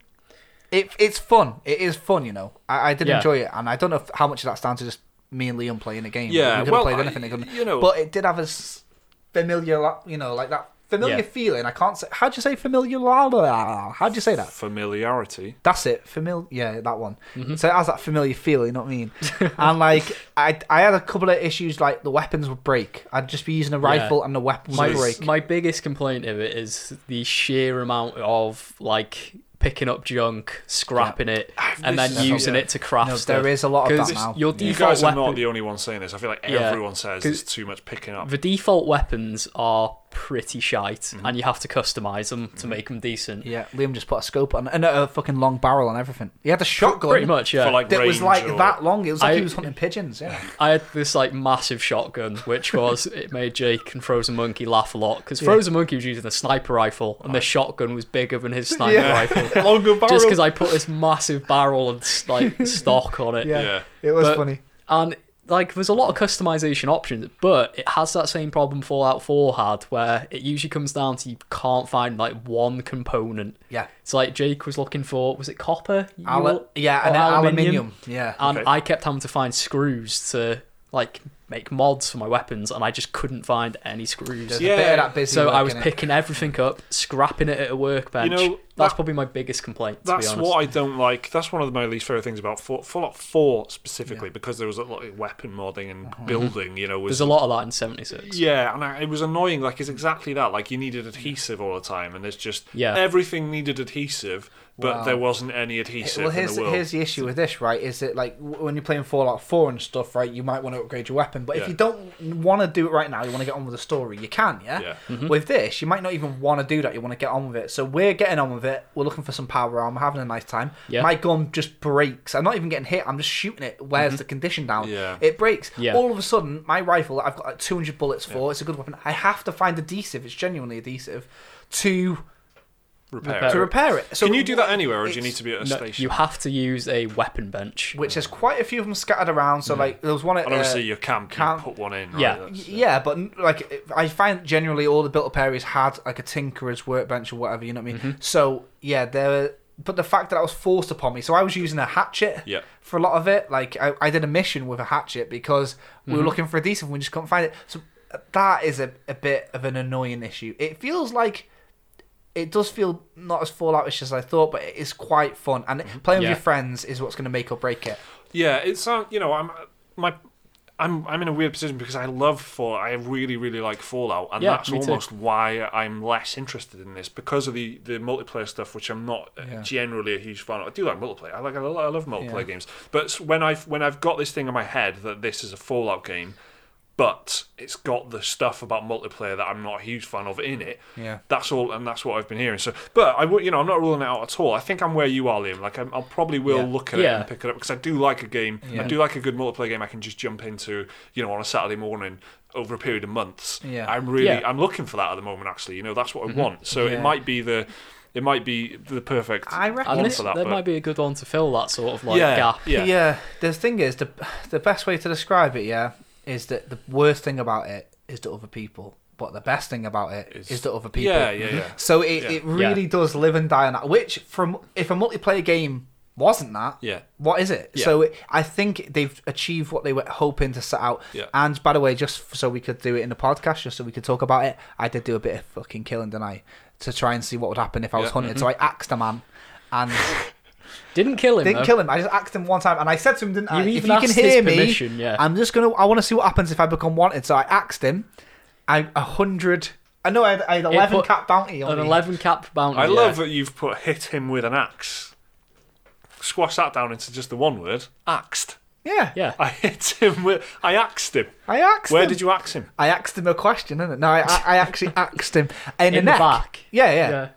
Speaker 2: It it's fun. It is fun, you know. I, I did
Speaker 3: Yeah.
Speaker 2: enjoy it, and I don't know if, how much of that's down to just me and Liam playing a game.
Speaker 1: Yeah,
Speaker 2: we could
Speaker 1: well,
Speaker 2: have
Speaker 1: I-
Speaker 2: played anything. couldn't we?
Speaker 1: you know-
Speaker 2: but it did have a s- familiar, la- you know, like that familiar
Speaker 3: Yeah.
Speaker 2: feeling. I can't say. How'd you say familiar? la- la- la- How'd you say that?
Speaker 1: Familiarity.
Speaker 2: That's it. Familiar. Yeah, that one.
Speaker 3: Mm-hmm.
Speaker 2: So it has that familiar feel, you know what I mean? and like, I I had a couple of issues. Like the weapons would break. I'd just be using a rifle, and the weapons
Speaker 3: My,
Speaker 2: would break.
Speaker 3: my biggest complaint of it is the sheer amount of like picking up junk, scrapping it, and
Speaker 1: this
Speaker 3: then
Speaker 1: is-
Speaker 3: using it to craft
Speaker 2: No,
Speaker 3: stuff.
Speaker 2: there is a lot of
Speaker 3: 'Cause
Speaker 2: that now.
Speaker 3: Your
Speaker 1: You
Speaker 3: default
Speaker 1: guys are
Speaker 3: weapon,
Speaker 1: not the only one saying this. I feel like
Speaker 3: Yeah.
Speaker 1: everyone says there's
Speaker 3: 'Cause-
Speaker 1: too much picking up.
Speaker 3: the default weapons are pretty shite,
Speaker 1: Mm-hmm.
Speaker 3: and you have to customize them to make them decent.
Speaker 2: Yeah, Liam just put a scope on and a, a fucking long barrel on everything. He had a shotgun
Speaker 3: Pretty much, yeah.
Speaker 1: For like
Speaker 2: that was
Speaker 1: range
Speaker 2: like
Speaker 1: or-
Speaker 2: that long. It was like
Speaker 3: I-
Speaker 2: he was hunting pigeons. Yeah,
Speaker 3: I had this like massive shotgun, which was it made Jake and Frozen Monkey laugh a lot because
Speaker 2: Yeah.
Speaker 3: Frozen Monkey was using a sniper rifle, and the shotgun was bigger than his sniper
Speaker 2: Yeah.
Speaker 3: rifle.
Speaker 2: longer barrel.
Speaker 3: Just because I put this massive barrel and s- like stock on it,
Speaker 2: Yeah.
Speaker 1: Yeah.
Speaker 2: it was
Speaker 3: But-
Speaker 2: funny.
Speaker 3: and like there's a lot of customization options, but it has that same problem Fallout 4 had, where it usually comes down to you can't find like one component.
Speaker 2: Yeah,
Speaker 3: So like Jake was looking for was it copper? You
Speaker 2: Al-
Speaker 3: were-
Speaker 2: yeah, and
Speaker 3: or
Speaker 2: then
Speaker 3: aluminium?
Speaker 2: aluminium. Yeah,
Speaker 3: and
Speaker 1: Okay.
Speaker 3: I kept having to find screws to like make mods for my weapons, and I just couldn't find any screws.
Speaker 2: There's
Speaker 1: Yeah.
Speaker 2: a bit of that busy.
Speaker 3: So
Speaker 2: work
Speaker 3: I was
Speaker 2: in it.
Speaker 3: picking everything up, scrapping it at a
Speaker 1: You
Speaker 3: workbench.
Speaker 1: know,
Speaker 3: that's
Speaker 1: that-
Speaker 3: probably my biggest complaint. To
Speaker 1: That's
Speaker 3: be honest.
Speaker 1: what I don't like. That's one of my least favorite things about Fall- Fallout 4 specifically because there was a lot of weapon modding and building. You know, was
Speaker 3: There's a lot of that in '76.
Speaker 1: Yeah, and I, it was annoying. Like it's exactly that. Like you needed adhesive all the time, and there's just
Speaker 3: Yeah.
Speaker 1: everything needed adhesive, but
Speaker 2: Wow.
Speaker 1: there wasn't any adhesive
Speaker 2: Well, here's
Speaker 1: in the
Speaker 2: the,
Speaker 1: world.
Speaker 2: here's the issue with this, right? Is that like w- when you're playing Fallout 4 and stuff, right? You might want to upgrade your weapon, but
Speaker 1: Yeah.
Speaker 2: if you don't want to do it right now, you want to get on with the story. You can, yeah.
Speaker 1: Yeah.
Speaker 3: Mm-hmm.
Speaker 2: With this, you might not even want to do that. You want to get on with it. So we're getting on with it. We're looking for some power armor, having a nice time.
Speaker 3: Yeah.
Speaker 2: My gun just breaks. I'm not even getting hit. I'm just shooting it. Where's the condition down?
Speaker 1: Yeah.
Speaker 2: It breaks.
Speaker 3: Mm-hmm. Yeah.
Speaker 2: All of a sudden, my rifle that I've got like 200 bullets for. It's a good weapon. I have to find adhesive. It's genuinely adhesive to
Speaker 1: repair.
Speaker 3: repair.
Speaker 2: to repair it. So
Speaker 1: Can you do that anywhere, or do you
Speaker 2: it's-
Speaker 1: need to be at a
Speaker 3: No,
Speaker 1: station?
Speaker 3: you have to use a weapon bench.
Speaker 2: which there's quite a few of them scattered around. So like there was one at
Speaker 1: and obviously,
Speaker 2: uh,
Speaker 1: your camp,
Speaker 2: camp-
Speaker 1: you put one in. Right?
Speaker 3: Yeah.
Speaker 2: y-
Speaker 1: That's-
Speaker 2: yeah, but n- like I find generally all the built-up areas had like a tinkerer's workbench or whatever. You know what I mean?
Speaker 1: Mm-hmm.
Speaker 2: So yeah, there. But the fact that that was forced upon me, so I was using a hatchet
Speaker 1: Yeah.
Speaker 2: for a lot of it. Like I, I did a mission with a hatchet because we
Speaker 1: Mm-hmm.
Speaker 2: were looking for a decent, one, we just couldn't find it. So that is a, a bit of an annoying issue. It feels like it does feel not as falloutish as I thought, but it is quite fun. And
Speaker 1: Mm-hmm.
Speaker 2: playing
Speaker 3: Yeah.
Speaker 2: with your friends is what's going to make or break it.
Speaker 1: Yeah, it's um, you know, I'm my I'm I'm in a weird position because I love Fallout. I really really like Fallout, and
Speaker 3: Yeah,
Speaker 1: that's
Speaker 3: me too.
Speaker 1: almost why I'm less interested in this because of the the multiplayer stuff, which I'm not uh
Speaker 2: Yeah.
Speaker 1: generally a huge fan. of. I do like multiplayer. I like I lo- I love multiplayer
Speaker 2: Yeah.
Speaker 1: games, but s- when I've when I've got this thing in my head that this is a Fallout game. But it's got the stuff about multiplayer that I'm not a huge fan of in it.
Speaker 2: Yeah.
Speaker 1: That's all, and that's what I've been hearing. So, but I, would- you know, I'm not ruling it out at all. I think I'm where you are, Liam. Like, I'm, I'll probably will
Speaker 2: Yeah.
Speaker 1: look at it
Speaker 3: Yeah.
Speaker 1: and pick pick it up because I do like a game. I do like a good multiplayer game. I can just jump into, you know, on a Saturday morning over a period of months.
Speaker 2: Yeah.
Speaker 1: I'm really,
Speaker 3: Yeah.
Speaker 1: I'm looking for that at the moment. Actually, you know, that's what I want. So
Speaker 2: Yeah.
Speaker 1: it might be the, It might be the perfect
Speaker 2: I reckon
Speaker 1: one
Speaker 3: And this,
Speaker 1: for that.
Speaker 3: that
Speaker 1: but-
Speaker 3: might be a good one to fill that sort of like
Speaker 1: yeah,
Speaker 3: gap.
Speaker 1: yeah,
Speaker 2: The thing is, the the best way to describe it, yeah, is that the worst thing about it is the other people, but the best thing about it is,
Speaker 1: It's-
Speaker 2: the other people.
Speaker 1: yeah, yeah, yeah.
Speaker 2: So it,
Speaker 1: Yeah.
Speaker 2: it really does live and die on that. Which from if a multiplayer game wasn't that,
Speaker 1: Yeah.
Speaker 2: what is it?
Speaker 1: Yeah.
Speaker 2: So it, I think they've achieved what they were hoping to set out.
Speaker 1: Yeah.
Speaker 2: And by the way, just f- so we could do it in the podcast, just so we could talk about it, I did do a bit of fucking killing tonight to try and see what would happen if I was
Speaker 1: Yeah. mm-hmm.
Speaker 2: hunted. So I axed a man. And
Speaker 3: Didn't kill him.
Speaker 2: didn't
Speaker 3: though.
Speaker 2: kill him. I just axed him one time, and I said to him, "Didn't
Speaker 3: You
Speaker 2: I?
Speaker 3: even
Speaker 2: If you can
Speaker 3: asked
Speaker 2: hear
Speaker 3: his
Speaker 2: me,
Speaker 3: permission, yeah.
Speaker 2: I'm just gonna. I want to see what happens if I become wanted." So I axed him. I a hundred. I know I had, I had eleven
Speaker 3: put
Speaker 2: cap bounty on
Speaker 3: An
Speaker 2: me.
Speaker 3: 11 cap bounty.
Speaker 1: I
Speaker 3: yeah.
Speaker 1: love that you've put hit him with an axe. Squash that down into just the one word, axed.
Speaker 2: Yeah,
Speaker 3: Yeah.
Speaker 1: I hit him with. I axed him.
Speaker 2: I axed
Speaker 1: Where
Speaker 2: him.
Speaker 1: did you axe him?
Speaker 2: I axed him a question, didn't it? No, I, I, I actually axed him in,
Speaker 3: In the
Speaker 2: neck.
Speaker 3: back.
Speaker 2: Yeah, yeah, yeah.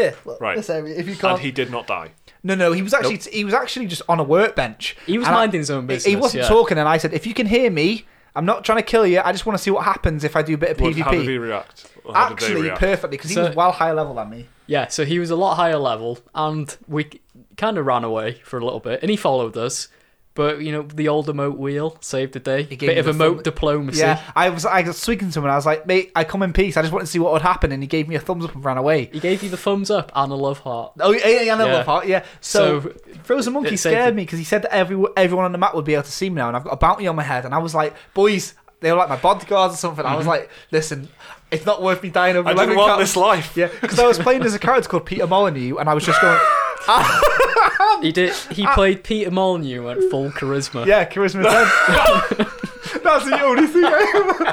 Speaker 3: Yeah.
Speaker 2: look,
Speaker 1: Right.
Speaker 2: this area, if you can't,
Speaker 1: And he did not die.
Speaker 2: no, no, he was actually he was actually just on a workbench.
Speaker 3: He was
Speaker 2: And I-
Speaker 3: minding his own
Speaker 2: he- He
Speaker 3: business,
Speaker 2: wasn't
Speaker 3: yeah.
Speaker 2: talking, and I said, "If you can hear me, I'm not trying to kill you. I just want to see what happens if I do a bit of
Speaker 1: What-
Speaker 2: PvP."
Speaker 1: How did he react? Or how did they
Speaker 2: actually,
Speaker 1: react?
Speaker 2: perfectly because
Speaker 3: So-
Speaker 2: he was well higher level than me.
Speaker 3: Yeah, so he was a lot higher level, and we kind of ran away for a little bit, and he followed us. But you know, the old emote wheel saved the day.
Speaker 2: gave
Speaker 3: Bit
Speaker 2: me
Speaker 3: of
Speaker 2: the
Speaker 3: emote
Speaker 2: thumb-
Speaker 3: diplomacy.
Speaker 2: Yeah, I was I was speaking to him and I was like, mate, I come in peace. I just wanted to see what would happen, and he gave me a thumbs up and ran away.
Speaker 3: He gave you the thumbs up and a love heart.
Speaker 2: Oh yeah, yeah, yeah, I know
Speaker 3: Yeah.
Speaker 2: that part. Yeah. So,
Speaker 3: So,
Speaker 2: Frozen Monkey
Speaker 3: it saved
Speaker 2: scared
Speaker 3: him.
Speaker 2: me because he said that every everyone on the map would be able to see me now, and I've got a bounty on my head, and I was like, boys, they were like my bodyguards or something. I was like, listen, it's not worth me dying over.
Speaker 1: I
Speaker 2: eleven
Speaker 1: didn't want
Speaker 2: counts."
Speaker 1: this life.
Speaker 2: Yeah, because I was playing as a character called Peter Molyneux, and I was just going,
Speaker 3: He did. He played Peter Molyneux at full charisma.
Speaker 2: Um, yeah, charisma ten. That's the only thing I ever.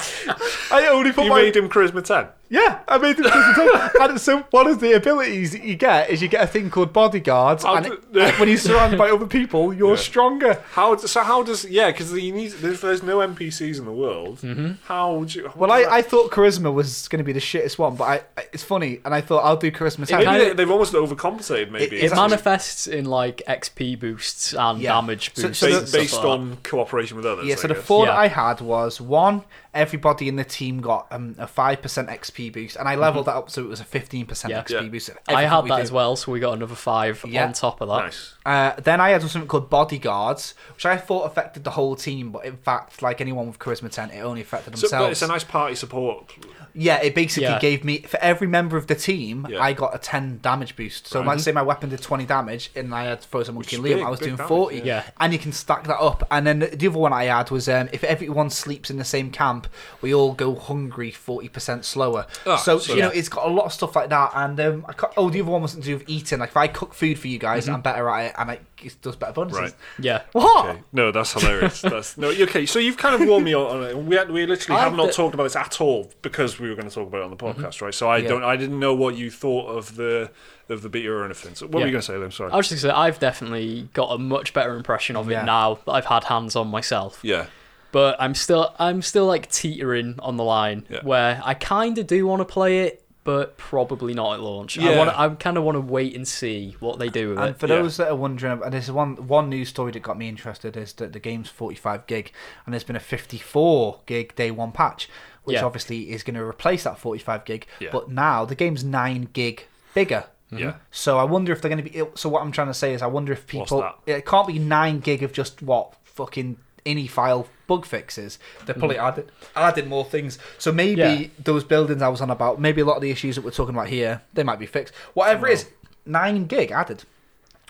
Speaker 2: I only put
Speaker 1: You
Speaker 2: my
Speaker 1: made him charisma ten.
Speaker 2: Yeah, I made them Christmas Day. And so one of the abilities that you get is you get a thing called bodyguards,
Speaker 1: I'll
Speaker 2: and
Speaker 1: do-
Speaker 2: it- when you're surrounded by other people, you're stronger.
Speaker 1: How d- so? How does yeah? Because you need there's, there's no NPCs in the world. How would you?
Speaker 2: Mm-hmm. Well, I, I thought charisma was going to be the shittest one, but I, I- it's funny, and I thought I'll do charisma.
Speaker 3: It
Speaker 2: ten.
Speaker 3: kind
Speaker 1: maybe
Speaker 3: of-
Speaker 1: they, they've almost overcompensated. Maybe
Speaker 2: It-
Speaker 3: It
Speaker 1: It's
Speaker 2: man-
Speaker 1: actually
Speaker 3: manifests in like XP boosts and
Speaker 2: Yeah.
Speaker 3: damage
Speaker 2: So-
Speaker 3: boosts.
Speaker 2: so
Speaker 3: and
Speaker 1: ba-
Speaker 2: the-
Speaker 1: based,
Speaker 3: stuff like that.
Speaker 1: on cooperation with others.
Speaker 2: Yeah, so
Speaker 1: I
Speaker 2: the
Speaker 1: guess.
Speaker 2: four that
Speaker 3: Yeah.
Speaker 2: I had was one, everybody in the team got um, a 5% XP boost, and I leveled that up so it was a 15%
Speaker 3: Mm-hmm. Yeah.
Speaker 2: XP
Speaker 1: Yeah.
Speaker 2: boost.
Speaker 3: I
Speaker 2: Everything
Speaker 3: had
Speaker 2: we
Speaker 3: that
Speaker 2: did.
Speaker 3: as well, so we got another five
Speaker 2: Yeah.
Speaker 3: on top of that.
Speaker 1: nice.
Speaker 2: Uh, then I had something called bodyguards, which I thought affected the whole team, but in fact, like anyone with charisma 10, it only affected
Speaker 1: So,
Speaker 2: themselves.
Speaker 1: but it's a nice party support.
Speaker 2: Yeah, it basically
Speaker 3: Yeah.
Speaker 2: gave me for every member of the team,
Speaker 1: Yeah.
Speaker 2: I got a ten damage boost. So let's say my weapon did twenty damage, and I had frozen monkey
Speaker 1: is
Speaker 2: and Liam,
Speaker 1: big,
Speaker 2: I was
Speaker 1: big
Speaker 2: doing
Speaker 1: damage,
Speaker 2: forty.
Speaker 3: yeah. Yeah.
Speaker 2: and you can stack that up. And then the other one I had was um, if everyone sleeps in the same camp, we all go hungry forty percent slower.
Speaker 1: Ah,
Speaker 2: so,
Speaker 1: so-
Speaker 2: you know, it's got a lot of stuff like that. And um, I ca- oh, the other one was to do with eating. Like if I cook food for you guys,
Speaker 3: Mm-hmm.
Speaker 2: I'm better at it, and it it does better bonuses.
Speaker 1: Right.
Speaker 3: Yeah.
Speaker 2: What?
Speaker 1: Okay. No, that's hilarious. That's no. Okay, so you've kind of warned me on, on it. We had, we literally
Speaker 3: I
Speaker 1: have not
Speaker 3: d- Mm-hmm.
Speaker 1: talked about this at all because we were going to talk about it on the podcast, right? So I
Speaker 2: Yeah.
Speaker 1: don't. I didn't know what you thought of the of the beta or anything. So what were
Speaker 3: Yeah. Oh.
Speaker 1: you going to say? Liam? sorry.
Speaker 3: I was just gonna say I've definitely got a much better impression of
Speaker 2: Yeah.
Speaker 3: it now that I've had hands on myself.
Speaker 1: yeah.
Speaker 3: but I'm still I'm still like teetering on the line
Speaker 1: Yeah.
Speaker 3: where I kind of do want to play it, but probably not at launch. I
Speaker 1: Yeah.
Speaker 3: want I kind of want to wait and see what they do with
Speaker 2: And
Speaker 3: it.
Speaker 2: for
Speaker 1: Yeah.
Speaker 2: those that are wondering, and there's one one news story that got me interested is that the game's 45 gig, and there's been a 54 gig day one patch, which
Speaker 3: Yeah.
Speaker 2: obviously is going to replace that 45 gig.
Speaker 1: Yeah.
Speaker 2: But now the game's nine gig bigger.
Speaker 1: Yeah.
Speaker 2: So I wonder if they're going to be. So what I'm trying to say is, I wonder if
Speaker 1: What's
Speaker 2: people. It can't be nine gig of just what fucking any file bug fixes. They're probably
Speaker 1: Mm.
Speaker 2: added added more things. So maybe
Speaker 3: Yeah.
Speaker 2: those buildings I was on about, maybe a lot of the issues that we're talking about here, they might be fixed. Whatever it is, nine gig added.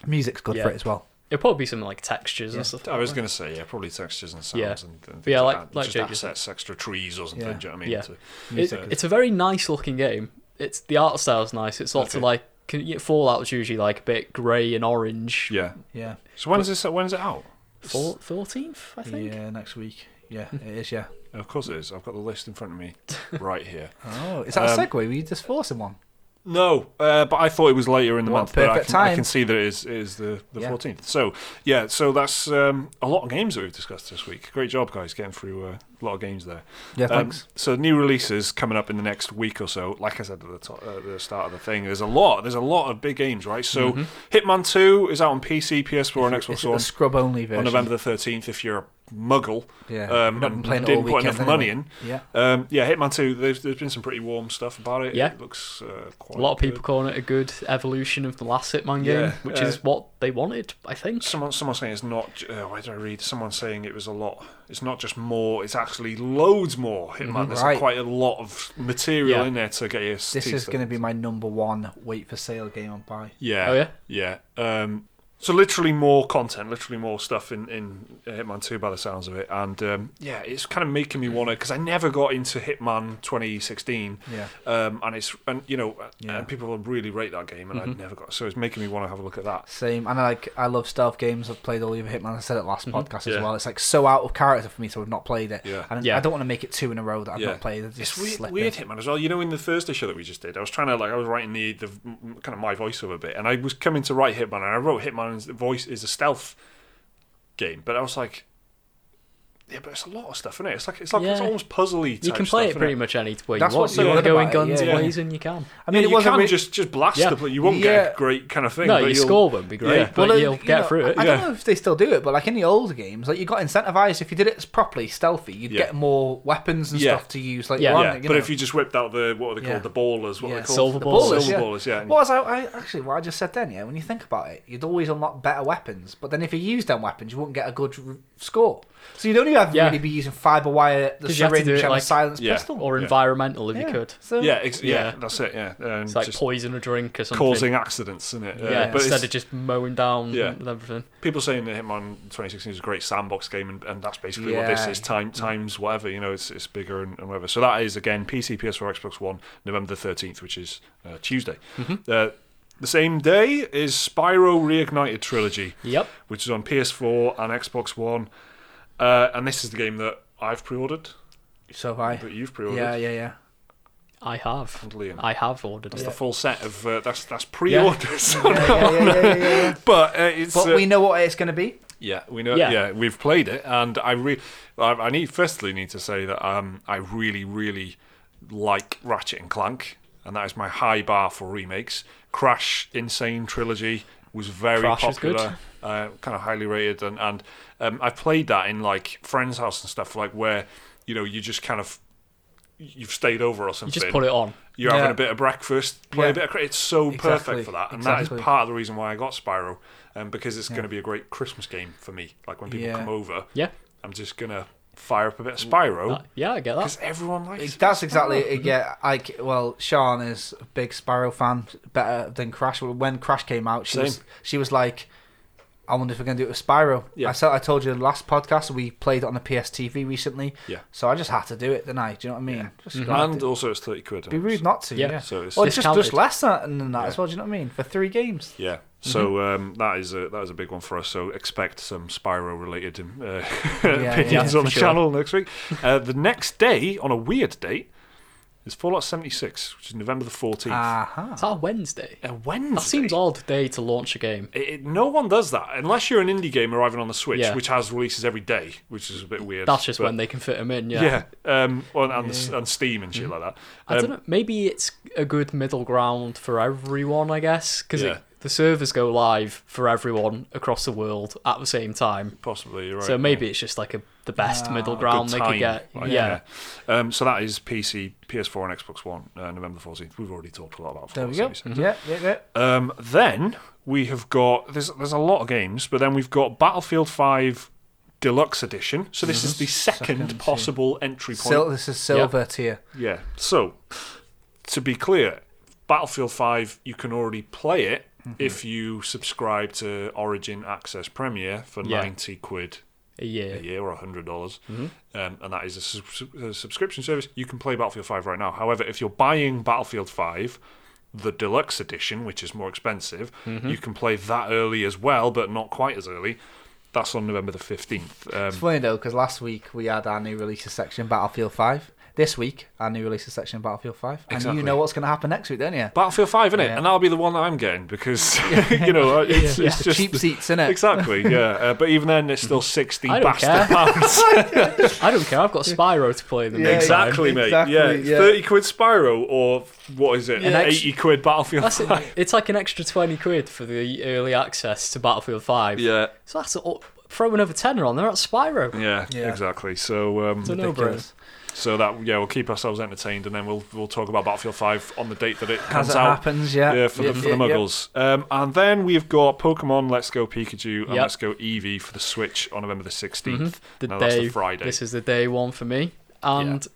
Speaker 2: Music's good for
Speaker 3: Yeah.
Speaker 2: it as well.
Speaker 3: It'll probably be something like textures and stuff.
Speaker 1: I was going to say, yeah, probably textures and sounds
Speaker 3: Yeah.
Speaker 1: and, and
Speaker 3: Yeah,
Speaker 1: things
Speaker 3: like-
Speaker 1: that.
Speaker 3: like
Speaker 1: just
Speaker 3: Jake just
Speaker 1: assets, extra trees or something.
Speaker 2: Yeah.
Speaker 1: Do you know what I mean?
Speaker 3: Yeah.
Speaker 1: So-
Speaker 3: It,
Speaker 2: Music is-
Speaker 3: it's a very nice looking game. It's the art style's nice. It's lots of
Speaker 1: Okay.
Speaker 3: like can, yeah, Fallout's usually like a bit grey and orange.
Speaker 1: yeah.
Speaker 2: Yeah.
Speaker 1: So when's this? When's it out?
Speaker 3: fourteenth, I think.
Speaker 2: Yeah, next week.
Speaker 1: Hmm.
Speaker 2: Yeah, it is, yeah.
Speaker 1: Of course it is. I've got the list in front of me, right here.
Speaker 2: Oh, is that
Speaker 1: Um,
Speaker 2: a segue? Were you just forcing one?
Speaker 1: No, uh, but I thought it was later in the
Speaker 2: What
Speaker 1: month. But I
Speaker 2: perfect
Speaker 1: can, I
Speaker 2: time.
Speaker 1: can see that it is, it is the the
Speaker 2: Yeah.
Speaker 1: fourteenth. So yeah, so that's um, a lot of games that we've discussed this week. Great job, guys, getting through uh, lot of games there.
Speaker 2: Yeah,
Speaker 1: Um,
Speaker 2: thanks.
Speaker 1: so new releases coming up in the next week or so. Like I said at the, top, at the start of the thing, there's a lot. There's a lot of big games, right? So
Speaker 2: Mm-hmm.
Speaker 1: Hitman Two is out on PC, PS4, and
Speaker 2: It's
Speaker 1: Xbox
Speaker 2: the
Speaker 1: One
Speaker 2: scrub only version.
Speaker 1: on November the 13th. If you're a muggle,
Speaker 2: Yeah,
Speaker 1: um,
Speaker 2: I've been
Speaker 1: and
Speaker 2: playing it all
Speaker 1: didn't put
Speaker 2: weekend
Speaker 1: enough money
Speaker 2: anyway.
Speaker 1: in.
Speaker 2: Yeah.
Speaker 1: Um, yeah, Hitman Two. There's, there's been some pretty warm stuff about it.
Speaker 3: Yeah.
Speaker 1: it looks uh, quite
Speaker 3: A lot of people
Speaker 1: good.
Speaker 3: calling it a good evolution of the last Hitman game,
Speaker 1: Yeah,
Speaker 3: which
Speaker 1: uh,
Speaker 3: is what they wanted, I think.
Speaker 1: Someone, someone saying it's not. j- Uh, where did I read? Someone saying it was a lot. It's not just more. It's actually loads more. Hitman. There's
Speaker 2: Mm-hmm. Right.
Speaker 1: quite a lot of material
Speaker 3: Yeah.
Speaker 1: in there to get your.
Speaker 2: This is going to be my number one wait for sale game on buy.
Speaker 1: Yeah.
Speaker 3: Oh, yeah?
Speaker 1: Yeah. Um, so literally more content, literally more stuff in in uh, Hitman Two by the sounds of it, and um, yeah, it's kind of making me want to because I never got into Hitman 2016,
Speaker 2: Yeah.
Speaker 1: um, and it's and you know
Speaker 2: Mm. Yeah. Mm-hmm.
Speaker 1: and people really rate that game, and I've never got so it's making me want to have a look at that.
Speaker 2: Same, and I like I love stealth games. I've played all the other Hitman. I said it last podcast
Speaker 1: Mm-hmm. Yeah.
Speaker 2: as well. It's like so out of character for me to have not played it.
Speaker 1: Yeah.
Speaker 2: And
Speaker 3: Yeah.
Speaker 2: I don't want to make it two in a row that I've
Speaker 1: Yeah.
Speaker 2: not played. I Just
Speaker 1: It's weird,
Speaker 2: slip
Speaker 1: weird
Speaker 2: in.
Speaker 1: Hitman as well. You know, in the Thursday show that we just did, I was trying to like I was writing the the m- kind of my voiceover bit, and I was coming to write Hitman, and I wrote Hitman's voice is a stealth game, but I was like, yeah, but it's a lot of stuff, isn't it? It's like it's like it's
Speaker 3: Yeah.
Speaker 1: almost puzzly.
Speaker 3: You
Speaker 1: type
Speaker 3: can play
Speaker 1: stuff,
Speaker 3: it pretty
Speaker 1: innit?
Speaker 3: much any way
Speaker 2: That's
Speaker 3: you want.
Speaker 2: what's so
Speaker 3: You want to
Speaker 2: good
Speaker 3: go in
Speaker 2: about it,
Speaker 3: guns
Speaker 2: yeah.
Speaker 3: blazing, you can.
Speaker 2: I mean,
Speaker 1: Yeah,
Speaker 2: it
Speaker 1: you
Speaker 2: wasn't
Speaker 1: can
Speaker 2: really-
Speaker 1: just just blast
Speaker 3: Yeah.
Speaker 1: the play. You won't get
Speaker 2: Yeah.
Speaker 1: a great kind of thing.
Speaker 3: no,
Speaker 1: but
Speaker 3: your
Speaker 1: you'll-
Speaker 3: score won't be great,
Speaker 1: yeah.
Speaker 3: but
Speaker 2: then,
Speaker 3: you'll
Speaker 2: uh, you
Speaker 3: get
Speaker 2: know,
Speaker 3: through
Speaker 2: I,
Speaker 3: it.
Speaker 2: I
Speaker 1: Yeah.
Speaker 2: don't know if they still do it, but like in the older games, like you got incentivized if you did it properly, stealthy, you'd
Speaker 1: Yeah.
Speaker 2: get more weapons and
Speaker 1: Yeah.
Speaker 2: stuff to use later
Speaker 3: Yeah.
Speaker 2: on.
Speaker 1: Yeah,
Speaker 2: you
Speaker 1: but
Speaker 2: know.
Speaker 1: if you just whipped out the what are they
Speaker 2: Yeah.
Speaker 1: called the ballers, what are
Speaker 2: Yeah.
Speaker 1: they called
Speaker 3: Silver
Speaker 1: The
Speaker 3: ballers,
Speaker 1: silver
Speaker 2: yeah.
Speaker 1: ballers, yeah.
Speaker 2: What was I, I actually what I just said then? Yeah, when you think about it, you'd always unlock better weapons, but then if you use them weapons, you wouldn't get a good r- score. So you'd only have
Speaker 3: Yeah.
Speaker 2: really be using fiber wire, the
Speaker 3: 'Cause you have to
Speaker 2: syringe,
Speaker 3: do it
Speaker 2: and
Speaker 3: like-
Speaker 2: the silenced
Speaker 1: Yeah.
Speaker 2: pistol.
Speaker 3: Or
Speaker 1: Yeah.
Speaker 3: environmental if
Speaker 2: Yeah.
Speaker 3: you could.
Speaker 2: So,
Speaker 1: Yeah, ex- yeah,
Speaker 3: Yeah.
Speaker 1: that's it. Yeah, um,
Speaker 3: It's like
Speaker 1: just
Speaker 3: poison a drink or something.
Speaker 1: causing accidents, isn't it? Uh,
Speaker 3: yeah,
Speaker 1: but it's-
Speaker 3: instead of just mowing down
Speaker 1: Yeah.
Speaker 3: and everything.
Speaker 1: people saying that Hitman 2016 is a great sandbox game, and, and that's basically what this
Speaker 2: Yeah.
Speaker 1: is. Time times whatever you know, it's it's bigger and, and whatever. So that is again PC, PS4, Xbox One, November the 13th, which is uh, Tuesday.
Speaker 2: Mm-hmm.
Speaker 1: Uh, the same day is Spyro Reignited trilogy,
Speaker 3: Yep.
Speaker 1: which is on PS4 and Xbox One, uh, and this is the game that I've pre-ordered,
Speaker 2: so I.
Speaker 1: that you've pre-ordered.
Speaker 2: Yeah, yeah, yeah.
Speaker 3: I have.
Speaker 1: And Liam.
Speaker 3: I have ordered
Speaker 1: That's
Speaker 3: it.
Speaker 1: the full set of uh, that's that's pre-orders,
Speaker 2: Yeah, yeah, yeah, yeah, yeah, yeah.
Speaker 1: but uh, it's
Speaker 2: But
Speaker 1: uh,
Speaker 2: we know what it's going to be.
Speaker 1: Yeah, we know. Yeah,
Speaker 3: Yeah.
Speaker 1: we've played it, and I re- I, I need firstly need to say that um, I really, really like Ratchet and Clank, and that is my high bar for remakes. Crash, Insane trilogy was very
Speaker 3: Crash is
Speaker 1: popular,
Speaker 3: good.
Speaker 1: Uh, kind of highly rated, and and um, I played that in like friends' house and stuff, like where you know you just kind of you've stayed over or
Speaker 3: You
Speaker 1: something
Speaker 3: just put it on.
Speaker 1: you're
Speaker 2: Yeah.
Speaker 1: having a bit of breakfast, play
Speaker 2: Yeah.
Speaker 1: a bit of cricket. It's so
Speaker 2: Exactly,
Speaker 1: perfect for that, and that
Speaker 2: exactly.
Speaker 1: is part of the reason why I got Spyro, um, because it's
Speaker 2: Yeah.
Speaker 1: going to be a great Christmas game for me. Like when people
Speaker 2: Yeah.
Speaker 1: come over,
Speaker 3: Yeah.
Speaker 1: I'm just gonna fire up a bit of Spyro
Speaker 3: That- yeah, I get that.
Speaker 1: because everyone likes. it.
Speaker 2: That's exactly it, yeah. Like, well, Sean is a big Sparrow fan, better than Crash. Well, When Crash came out, she
Speaker 1: Same.
Speaker 2: was she was like, "I wonder if we're gonna do it with Spyro."
Speaker 1: Yeah.
Speaker 2: I said I told you the last podcast we played it on the PSTV recently.
Speaker 1: Yeah.
Speaker 2: So I just had to do it, didn't I? Do you know what I mean? Just gotta
Speaker 1: And
Speaker 2: do-
Speaker 1: also, it's thirty quid.
Speaker 2: be rude not to.
Speaker 3: Yeah.
Speaker 2: Yeah.
Speaker 1: So it's
Speaker 2: Or just
Speaker 3: Discounted.
Speaker 2: just less than than that
Speaker 1: Yeah.
Speaker 2: as well. Do you know what I mean? For three games.
Speaker 1: yeah. So
Speaker 2: Mm-hmm.
Speaker 1: um, that is a, that is a big one for us. So expect some Spyro related uh,
Speaker 2: yeah,
Speaker 1: opinions
Speaker 3: yeah,
Speaker 1: on the
Speaker 3: for sure.
Speaker 1: channel next week. Uh, the next day on a weird date is Fallout 76, which is November the 14th.
Speaker 2: Aha.
Speaker 3: It's our Wednesday.
Speaker 1: a Wednesday.
Speaker 3: That seems odd day to launch a game.
Speaker 1: It, it- no one does that unless you're an indie game arriving on the Switch,
Speaker 3: Yeah.
Speaker 1: which has releases every day, which is a bit weird.
Speaker 3: That's just
Speaker 1: but-
Speaker 3: when they can fit them in. Yeah. Mm-hmm.
Speaker 1: yeah, um, on, and, s and Steam and shit like that.
Speaker 3: I
Speaker 1: Um,
Speaker 3: don't know. Maybe it's a good middle ground for everyone, I guess, because
Speaker 1: Yeah.
Speaker 3: the servers go live for everyone across the world at the same time.
Speaker 1: Possibly, you're right.
Speaker 3: so maybe it's just like a the best middle
Speaker 1: yeah.
Speaker 3: ground they could get.
Speaker 1: like,
Speaker 3: yeah.
Speaker 1: yeah. Um, so that is PC, PS4, and Xbox One, uh, November 14th. We've already talked a lot about
Speaker 2: There
Speaker 1: Fallout
Speaker 2: we go.
Speaker 1: 76.
Speaker 2: Yeah, yeah, yeah.
Speaker 1: Um, then we have got there's there's a lot of games, but then we've got Battlefield 5 Deluxe Edition. So this
Speaker 3: Mm-hmm.
Speaker 1: is the second,
Speaker 2: Second, yeah.
Speaker 1: possible entry point.
Speaker 2: Sil- this is silver tier.
Speaker 1: Yeah. So, to be clear, Battlefield 5, you can already play it
Speaker 2: Mm-hmm.
Speaker 1: if you subscribe to Origin Access Premier for
Speaker 3: Yeah.
Speaker 1: 90 quid
Speaker 3: A year.
Speaker 1: a year or $100. dollars
Speaker 2: Mm-hmm.
Speaker 1: Um, and that is a, sub- a subscription service. You can play Battlefield 5 right now. However, if you're buying Battlefield 5, the deluxe edition, which is more expensive,
Speaker 2: Mm-hmm.
Speaker 1: you can play that early as well, but not quite as early. That's on November the 15th. Um,
Speaker 2: It's funny though because last week we had our new releases section, Battlefield Five. this week, our new releases section of Battlefield 5. And
Speaker 1: Exactly.
Speaker 2: you know what's going to happen next week, don't you?
Speaker 1: Battlefield 5, innit?
Speaker 2: Yeah.
Speaker 1: And that'll be the one that I'm getting because, you know, uh, it's, it's
Speaker 2: the
Speaker 1: just.
Speaker 2: cheap seats, innit?
Speaker 1: Exactly, yeah. Uh, but even then, it's still 60
Speaker 3: I don't
Speaker 1: bastard pounds.
Speaker 3: I don't care. I've got Spyro to play in the
Speaker 2: Yeah,
Speaker 3: meantime.
Speaker 1: exactly, mate.
Speaker 2: Exactly,
Speaker 1: yeah.
Speaker 2: yeah.
Speaker 1: 30 quid Spyro or what is it?
Speaker 3: An ex-
Speaker 1: 80 quid Battlefield
Speaker 3: That's it.
Speaker 1: 5.
Speaker 3: It's like an extra twenty quid for the early access to Battlefield Five.
Speaker 1: Yeah, Mm,
Speaker 3: So that's all, throw another tenner on there at Spyro.
Speaker 1: yeah,
Speaker 2: Yeah.
Speaker 1: exactly. So, um,
Speaker 3: It's a no-brainer.
Speaker 2: Ridiculous.
Speaker 1: so that yeah, we'll keep ourselves entertained, and then we'll we'll talk about Battlefield Five on the date that it
Speaker 2: As
Speaker 1: comes
Speaker 2: it
Speaker 1: out.
Speaker 2: happens, yeah.
Speaker 1: yeah, for,
Speaker 2: Yep,
Speaker 1: the, for
Speaker 2: yep,
Speaker 1: the
Speaker 2: yep.
Speaker 1: Muggles. Um, and then we've got Pokemon Let's Go Pikachu and
Speaker 3: Yep. Mm-hmm.
Speaker 1: Let's Go Eevee for the Switch on November the 16th.
Speaker 3: The
Speaker 1: no,
Speaker 3: day,
Speaker 1: that's the Friday.
Speaker 3: This is the day one for me. And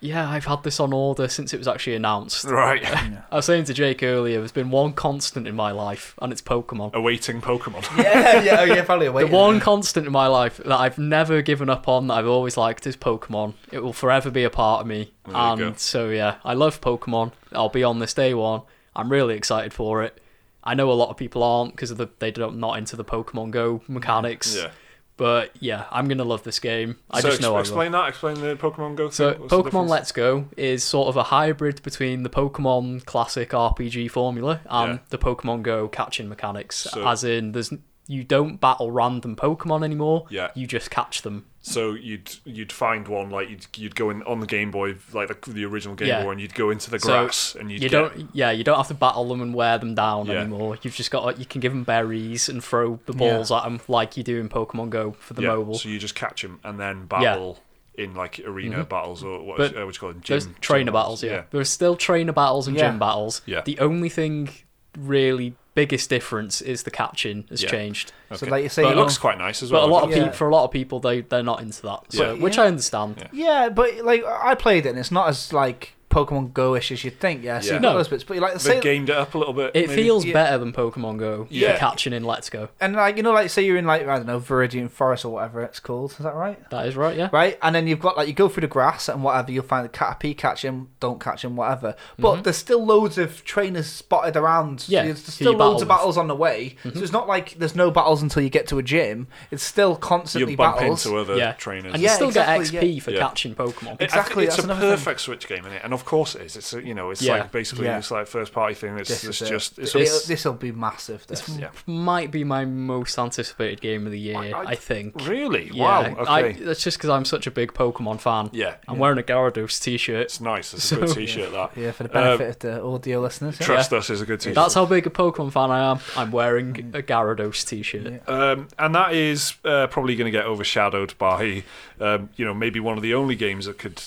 Speaker 3: yeah. I've had this on order since it was actually announced.
Speaker 1: Right.
Speaker 3: I was saying to Jake earlier, there's been one constant in my life, and it's Pokemon.
Speaker 1: Awaiting Pokemon.
Speaker 2: Yeah, yeah, oh, yeah, probably away.
Speaker 3: The
Speaker 1: uh,
Speaker 3: one constant in my life that I've never given up on, that I've always liked, is Pokemon. It will forever be a part of me.
Speaker 1: There you go.
Speaker 3: And so, yeah, I love Pokemon. I'll be on this day one. I'm really excited for it. I know a lot of people aren't because of the, they don't not into the Pokemon Go mechanics.
Speaker 1: yeah.
Speaker 3: But yeah, I'm gonna love this game. I
Speaker 1: so
Speaker 3: just know
Speaker 1: ex-
Speaker 3: I will.
Speaker 1: explain that. Explain the Pokemon Go.
Speaker 3: So
Speaker 1: thing. What's the
Speaker 3: Pokemon
Speaker 1: difference?
Speaker 3: Let's Go is sort of a hybrid between the Pokemon classic RPG formula and
Speaker 1: Yeah.
Speaker 3: the Pokemon Go catching mechanics.
Speaker 1: So-
Speaker 3: As in, there's n- you don't battle random Pokemon anymore.
Speaker 1: Yeah.
Speaker 3: You just catch them.
Speaker 1: So you'd you'd find one like you'd you'd go in on the Game Boy like the, the original Game
Speaker 3: Yeah.
Speaker 1: Boy and you'd go into the
Speaker 3: So
Speaker 1: grass and you'd
Speaker 3: you
Speaker 1: get-
Speaker 3: don't. Yeah. You don't have to battle them and wear them down
Speaker 1: Yeah.
Speaker 3: anymore. You've just got. like, You can give them berries and throw the
Speaker 2: Yeah.
Speaker 3: balls at 'em at them like you do in Pokemon Go for the
Speaker 1: yeah,
Speaker 3: mobile.
Speaker 1: So you just catch them and then battle in like arena battles or what, is,
Speaker 3: Mm-hmm. But
Speaker 1: uh, what you call them? Gym,
Speaker 3: There's trainer
Speaker 1: gym
Speaker 3: battles, yeah. There's still trainer battles and
Speaker 2: Yeah.
Speaker 3: gym battles.
Speaker 1: Yeah.
Speaker 3: The only thing really biggest difference is the catching has
Speaker 1: Yeah.
Speaker 3: changed.
Speaker 2: So,
Speaker 1: Okay.
Speaker 2: like you say,
Speaker 1: But
Speaker 2: you
Speaker 1: it
Speaker 2: know-
Speaker 1: looks quite nice as
Speaker 3: But
Speaker 1: well.
Speaker 3: a lot of
Speaker 2: Yeah.
Speaker 3: people, for a lot of people, they they're not into that. So,
Speaker 1: Yeah.
Speaker 3: which
Speaker 2: Yeah.
Speaker 3: I understand.
Speaker 1: Yeah.
Speaker 2: Yeah, but like I played it, and it's not as like Pokemon Go-ish as you'd think. Yeah, so
Speaker 1: Yeah.
Speaker 2: you've got
Speaker 3: No.
Speaker 2: those bits, but like
Speaker 1: They
Speaker 2: say,
Speaker 1: gamed it up a little bit.
Speaker 3: It
Speaker 1: maybe.
Speaker 3: feels
Speaker 2: Yeah.
Speaker 3: better than Pokemon Go. Yeah,
Speaker 1: Yeah.
Speaker 3: catching in Let's Go.
Speaker 2: and like you know, like say you're in like I don't know Viridian Forest or whatever it's called. Is that right?
Speaker 3: That is right. Yeah.
Speaker 2: Right, and then you've got like you go through the grass and whatever, you'll find the Caterpie, catch him, don't catch him, whatever. But there's still loads of trainers spotted around. so
Speaker 3: Mm-hmm. Yeah,
Speaker 2: there's
Speaker 3: who
Speaker 2: still
Speaker 3: you
Speaker 2: loads of
Speaker 3: battle with. Mm-hmm.
Speaker 2: battles on the way. So it's not like there's no battles until you get to a gym. It's still
Speaker 1: you
Speaker 2: constantly
Speaker 1: bump
Speaker 2: battles.
Speaker 1: into other
Speaker 3: yeah.
Speaker 1: trainers.
Speaker 3: And
Speaker 1: yeah.
Speaker 3: you
Speaker 2: Yeah,
Speaker 3: still
Speaker 2: exactly,
Speaker 3: get XP for
Speaker 1: Yeah.
Speaker 3: catching Pokemon.
Speaker 2: It- Exactly,
Speaker 1: it's
Speaker 2: that's
Speaker 1: a
Speaker 2: another thing.
Speaker 1: perfect Switch game, is it? And of course it is. It's a, you know, it's
Speaker 3: Yeah.
Speaker 1: like basically
Speaker 2: Yeah.
Speaker 1: this like first party thing. It's,
Speaker 2: This
Speaker 1: it's
Speaker 2: is it.
Speaker 1: just it's,
Speaker 3: This-
Speaker 2: This will be massive. This.
Speaker 1: yeah.
Speaker 3: Might be my most anticipated game of the year. I,
Speaker 1: I-
Speaker 3: think.
Speaker 1: really
Speaker 3: Yeah.
Speaker 1: wow.
Speaker 3: I,
Speaker 1: Okay,
Speaker 3: that's just because I'm such a big Pokemon fan.
Speaker 1: yeah,
Speaker 3: I'm wearing a Gyarados t-shirt.
Speaker 1: it's nice. It's a good T-shirt that.
Speaker 2: Yeah, for the
Speaker 1: Uh,
Speaker 2: benefit of the audio listeners. yeah.
Speaker 1: Trust us is a good T-shirt.
Speaker 3: That's how big a Pokemon fan I am. I'm wearing
Speaker 1: Mm.
Speaker 3: a Gyarados t-shirt.
Speaker 2: Yeah.
Speaker 1: Um, and that is uh, probably going to get overshadowed by, um, you know, maybe one of the only games that could,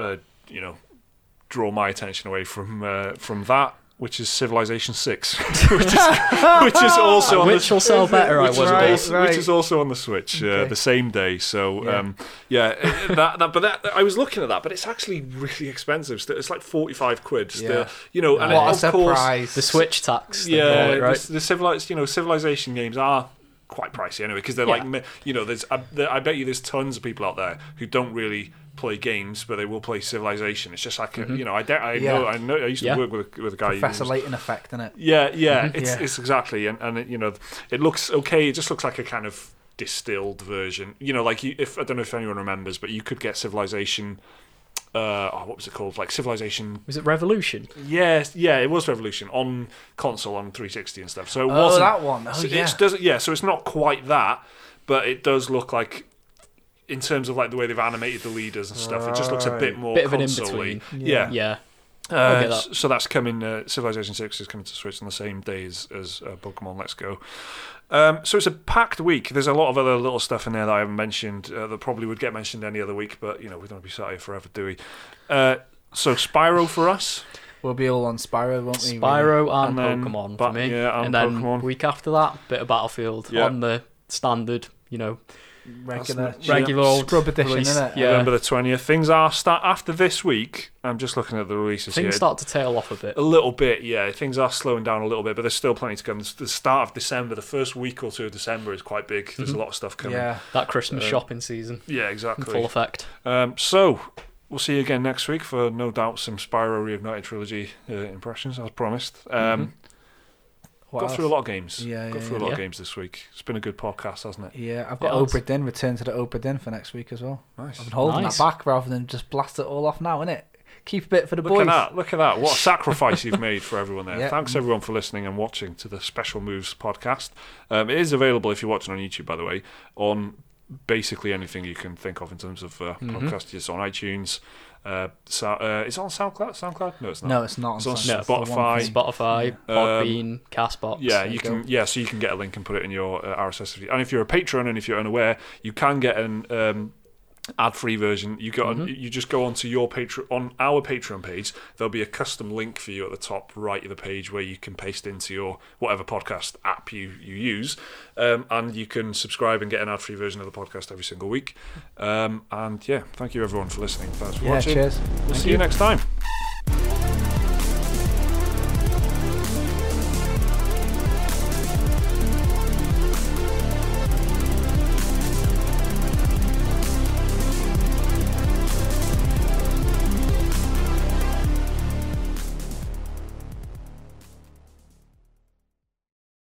Speaker 1: uh, you know, draw my attention away from uh, from that, which is Civilization Six, which, is, which is also on
Speaker 3: Which
Speaker 1: the
Speaker 3: will sell better, I
Speaker 1: which,
Speaker 3: was
Speaker 1: is
Speaker 2: right.
Speaker 1: also, which is also on the Switch uh,
Speaker 2: Okay.
Speaker 1: the same day. So
Speaker 2: Yeah.
Speaker 1: yeah, um, yeah that, that but that I was looking at that, but it's actually really expensive. still. It's like forty five quid. still,
Speaker 2: Yeah.
Speaker 1: You know, and
Speaker 2: What a
Speaker 1: of course,
Speaker 2: surprise!
Speaker 3: The Switch tax. they
Speaker 1: yeah,
Speaker 3: call it, right?
Speaker 1: the, the civilized, you know, civilization games are quite pricey anyway because they're
Speaker 3: Yeah.
Speaker 1: like, mi- you know, there's I, there, I bet you there's tons of people out there who don't really play games, but they will play Civilization. It's just like a, you know, I, de- I
Speaker 2: Yeah.
Speaker 1: know, I know, I used
Speaker 3: Mm-hmm. Yeah. Mm-hmm.
Speaker 1: to work with a, with a guy. who
Speaker 2: Professor
Speaker 1: was-
Speaker 2: Layton effect, innit?
Speaker 1: yeah, yeah, it's
Speaker 2: Yeah.
Speaker 1: it's exactly, and and it, you know, it looks okay. It just looks like a kind of distilled version. You know, like you, if I don't know if anyone remembers, but you could get Civilization. Uh, oh, what was it called? Like Civilization
Speaker 3: Was it Revolution?
Speaker 1: Yes, yeah, it was Revolution on console on 360 and stuff. So it
Speaker 2: Oh,
Speaker 1: wasn't
Speaker 2: that one. Oh,
Speaker 1: so
Speaker 2: yeah.
Speaker 1: It's, doesn't yeah, so it's not quite that, but it does look like in terms of like the way they've animated the leaders and stuff, it just looks a bit
Speaker 2: Right.
Speaker 1: more
Speaker 3: Bit of an
Speaker 1: console-y.
Speaker 3: in-between.
Speaker 1: Yeah.
Speaker 3: Yeah.
Speaker 1: Uh,
Speaker 3: get that.
Speaker 1: s- So that's coming. Uh, Civilization Six is coming to Switch on the same day as, as uh, Pokemon Let's Go. Um, so it's a packed week. There's a lot of other little stuff in there that I haven't mentioned uh, that probably would get mentioned any other week, but you know we don't want to be sat here forever, do we? Uh, so Spyro for us.
Speaker 2: We'll be all on Spyro, won't we? really?
Speaker 3: Spyro
Speaker 1: And
Speaker 3: and,
Speaker 1: then
Speaker 3: Pokemon
Speaker 1: Bat-
Speaker 3: for me.
Speaker 1: yeah, and
Speaker 3: and then
Speaker 1: Pokemon.
Speaker 3: week after that, bit of Battlefield
Speaker 1: Yeah.
Speaker 3: on the standard, you know,
Speaker 2: regular,
Speaker 1: That's not-
Speaker 3: regular old
Speaker 2: scrub edition,
Speaker 3: release.
Speaker 2: innit?
Speaker 3: Yeah.
Speaker 1: November the 20th. Things are start after this week. I'm just looking at the releases
Speaker 3: Things
Speaker 1: here.
Speaker 3: start to tail off a bit.
Speaker 1: a little bit, yeah. Things are slowing down a little bit, but there's still plenty to come. The start of December, the first week or two of December is quite big. There's a lot of stuff coming.
Speaker 2: Mm-hmm. yeah.
Speaker 3: That Christmas
Speaker 1: Uh,
Speaker 3: shopping season
Speaker 1: Yeah,
Speaker 3: in full
Speaker 1: exactly.
Speaker 3: effect.
Speaker 1: Um, so we'll see you again next week for no doubt some Spyro Reignited trilogy uh, impressions, as promised. Um,
Speaker 2: Mm-hmm. What
Speaker 1: Got
Speaker 2: else?
Speaker 1: through a lot of games.
Speaker 2: Yeah,
Speaker 1: Got
Speaker 2: yeah,
Speaker 1: through a lot of
Speaker 3: yeah.
Speaker 1: games this week. It's been a good podcast, hasn't it?
Speaker 2: Yeah, I've got
Speaker 3: Yeah, that's-
Speaker 2: Obra Din. Return to the Obra Din for next week as well.
Speaker 1: Nice.
Speaker 2: I've been holding
Speaker 3: Nice.
Speaker 2: that back rather than just blast it all off now, innit? Keep a bit for the
Speaker 1: Look
Speaker 2: boys.
Speaker 1: at that. Look at that. What a sacrifice you've made for everyone there.
Speaker 2: Yeah.
Speaker 1: Thanks, everyone, for listening and watching to the Special Moves podcast. Um, it is available, if you're watching on YouTube, by the way, on basically anything you can think of in terms of uh,
Speaker 2: Mm-hmm.
Speaker 1: podcast. It's on iTunes. Uh, so, uh, it's on SoundCloud? SoundCloud? No, it's not.
Speaker 2: No, it's not.
Speaker 1: It's on
Speaker 2: Sunday. It's the one
Speaker 1: Spotify.
Speaker 2: thing.
Speaker 3: Spotify, Podbean, Castbox.
Speaker 1: Yeah,
Speaker 2: There
Speaker 1: you
Speaker 2: you
Speaker 1: can. Yeah, so you can get a link and put it in your uh, RSS feed. And if you're a patron and if you're unaware, you can get an um, ad-free version. You go
Speaker 2: Mm-hmm.
Speaker 1: on. You just go onto your Patreon on our Patreon page. There'll be a custom link for you at the top right of the page where you can paste into your whatever podcast app you you use, um, and you can subscribe and get an ad-free version of the podcast every single week. Um, and yeah, thank you everyone for listening. Thanks for
Speaker 2: Yeah,
Speaker 1: watching.
Speaker 2: cheers.
Speaker 1: We'll see you next time.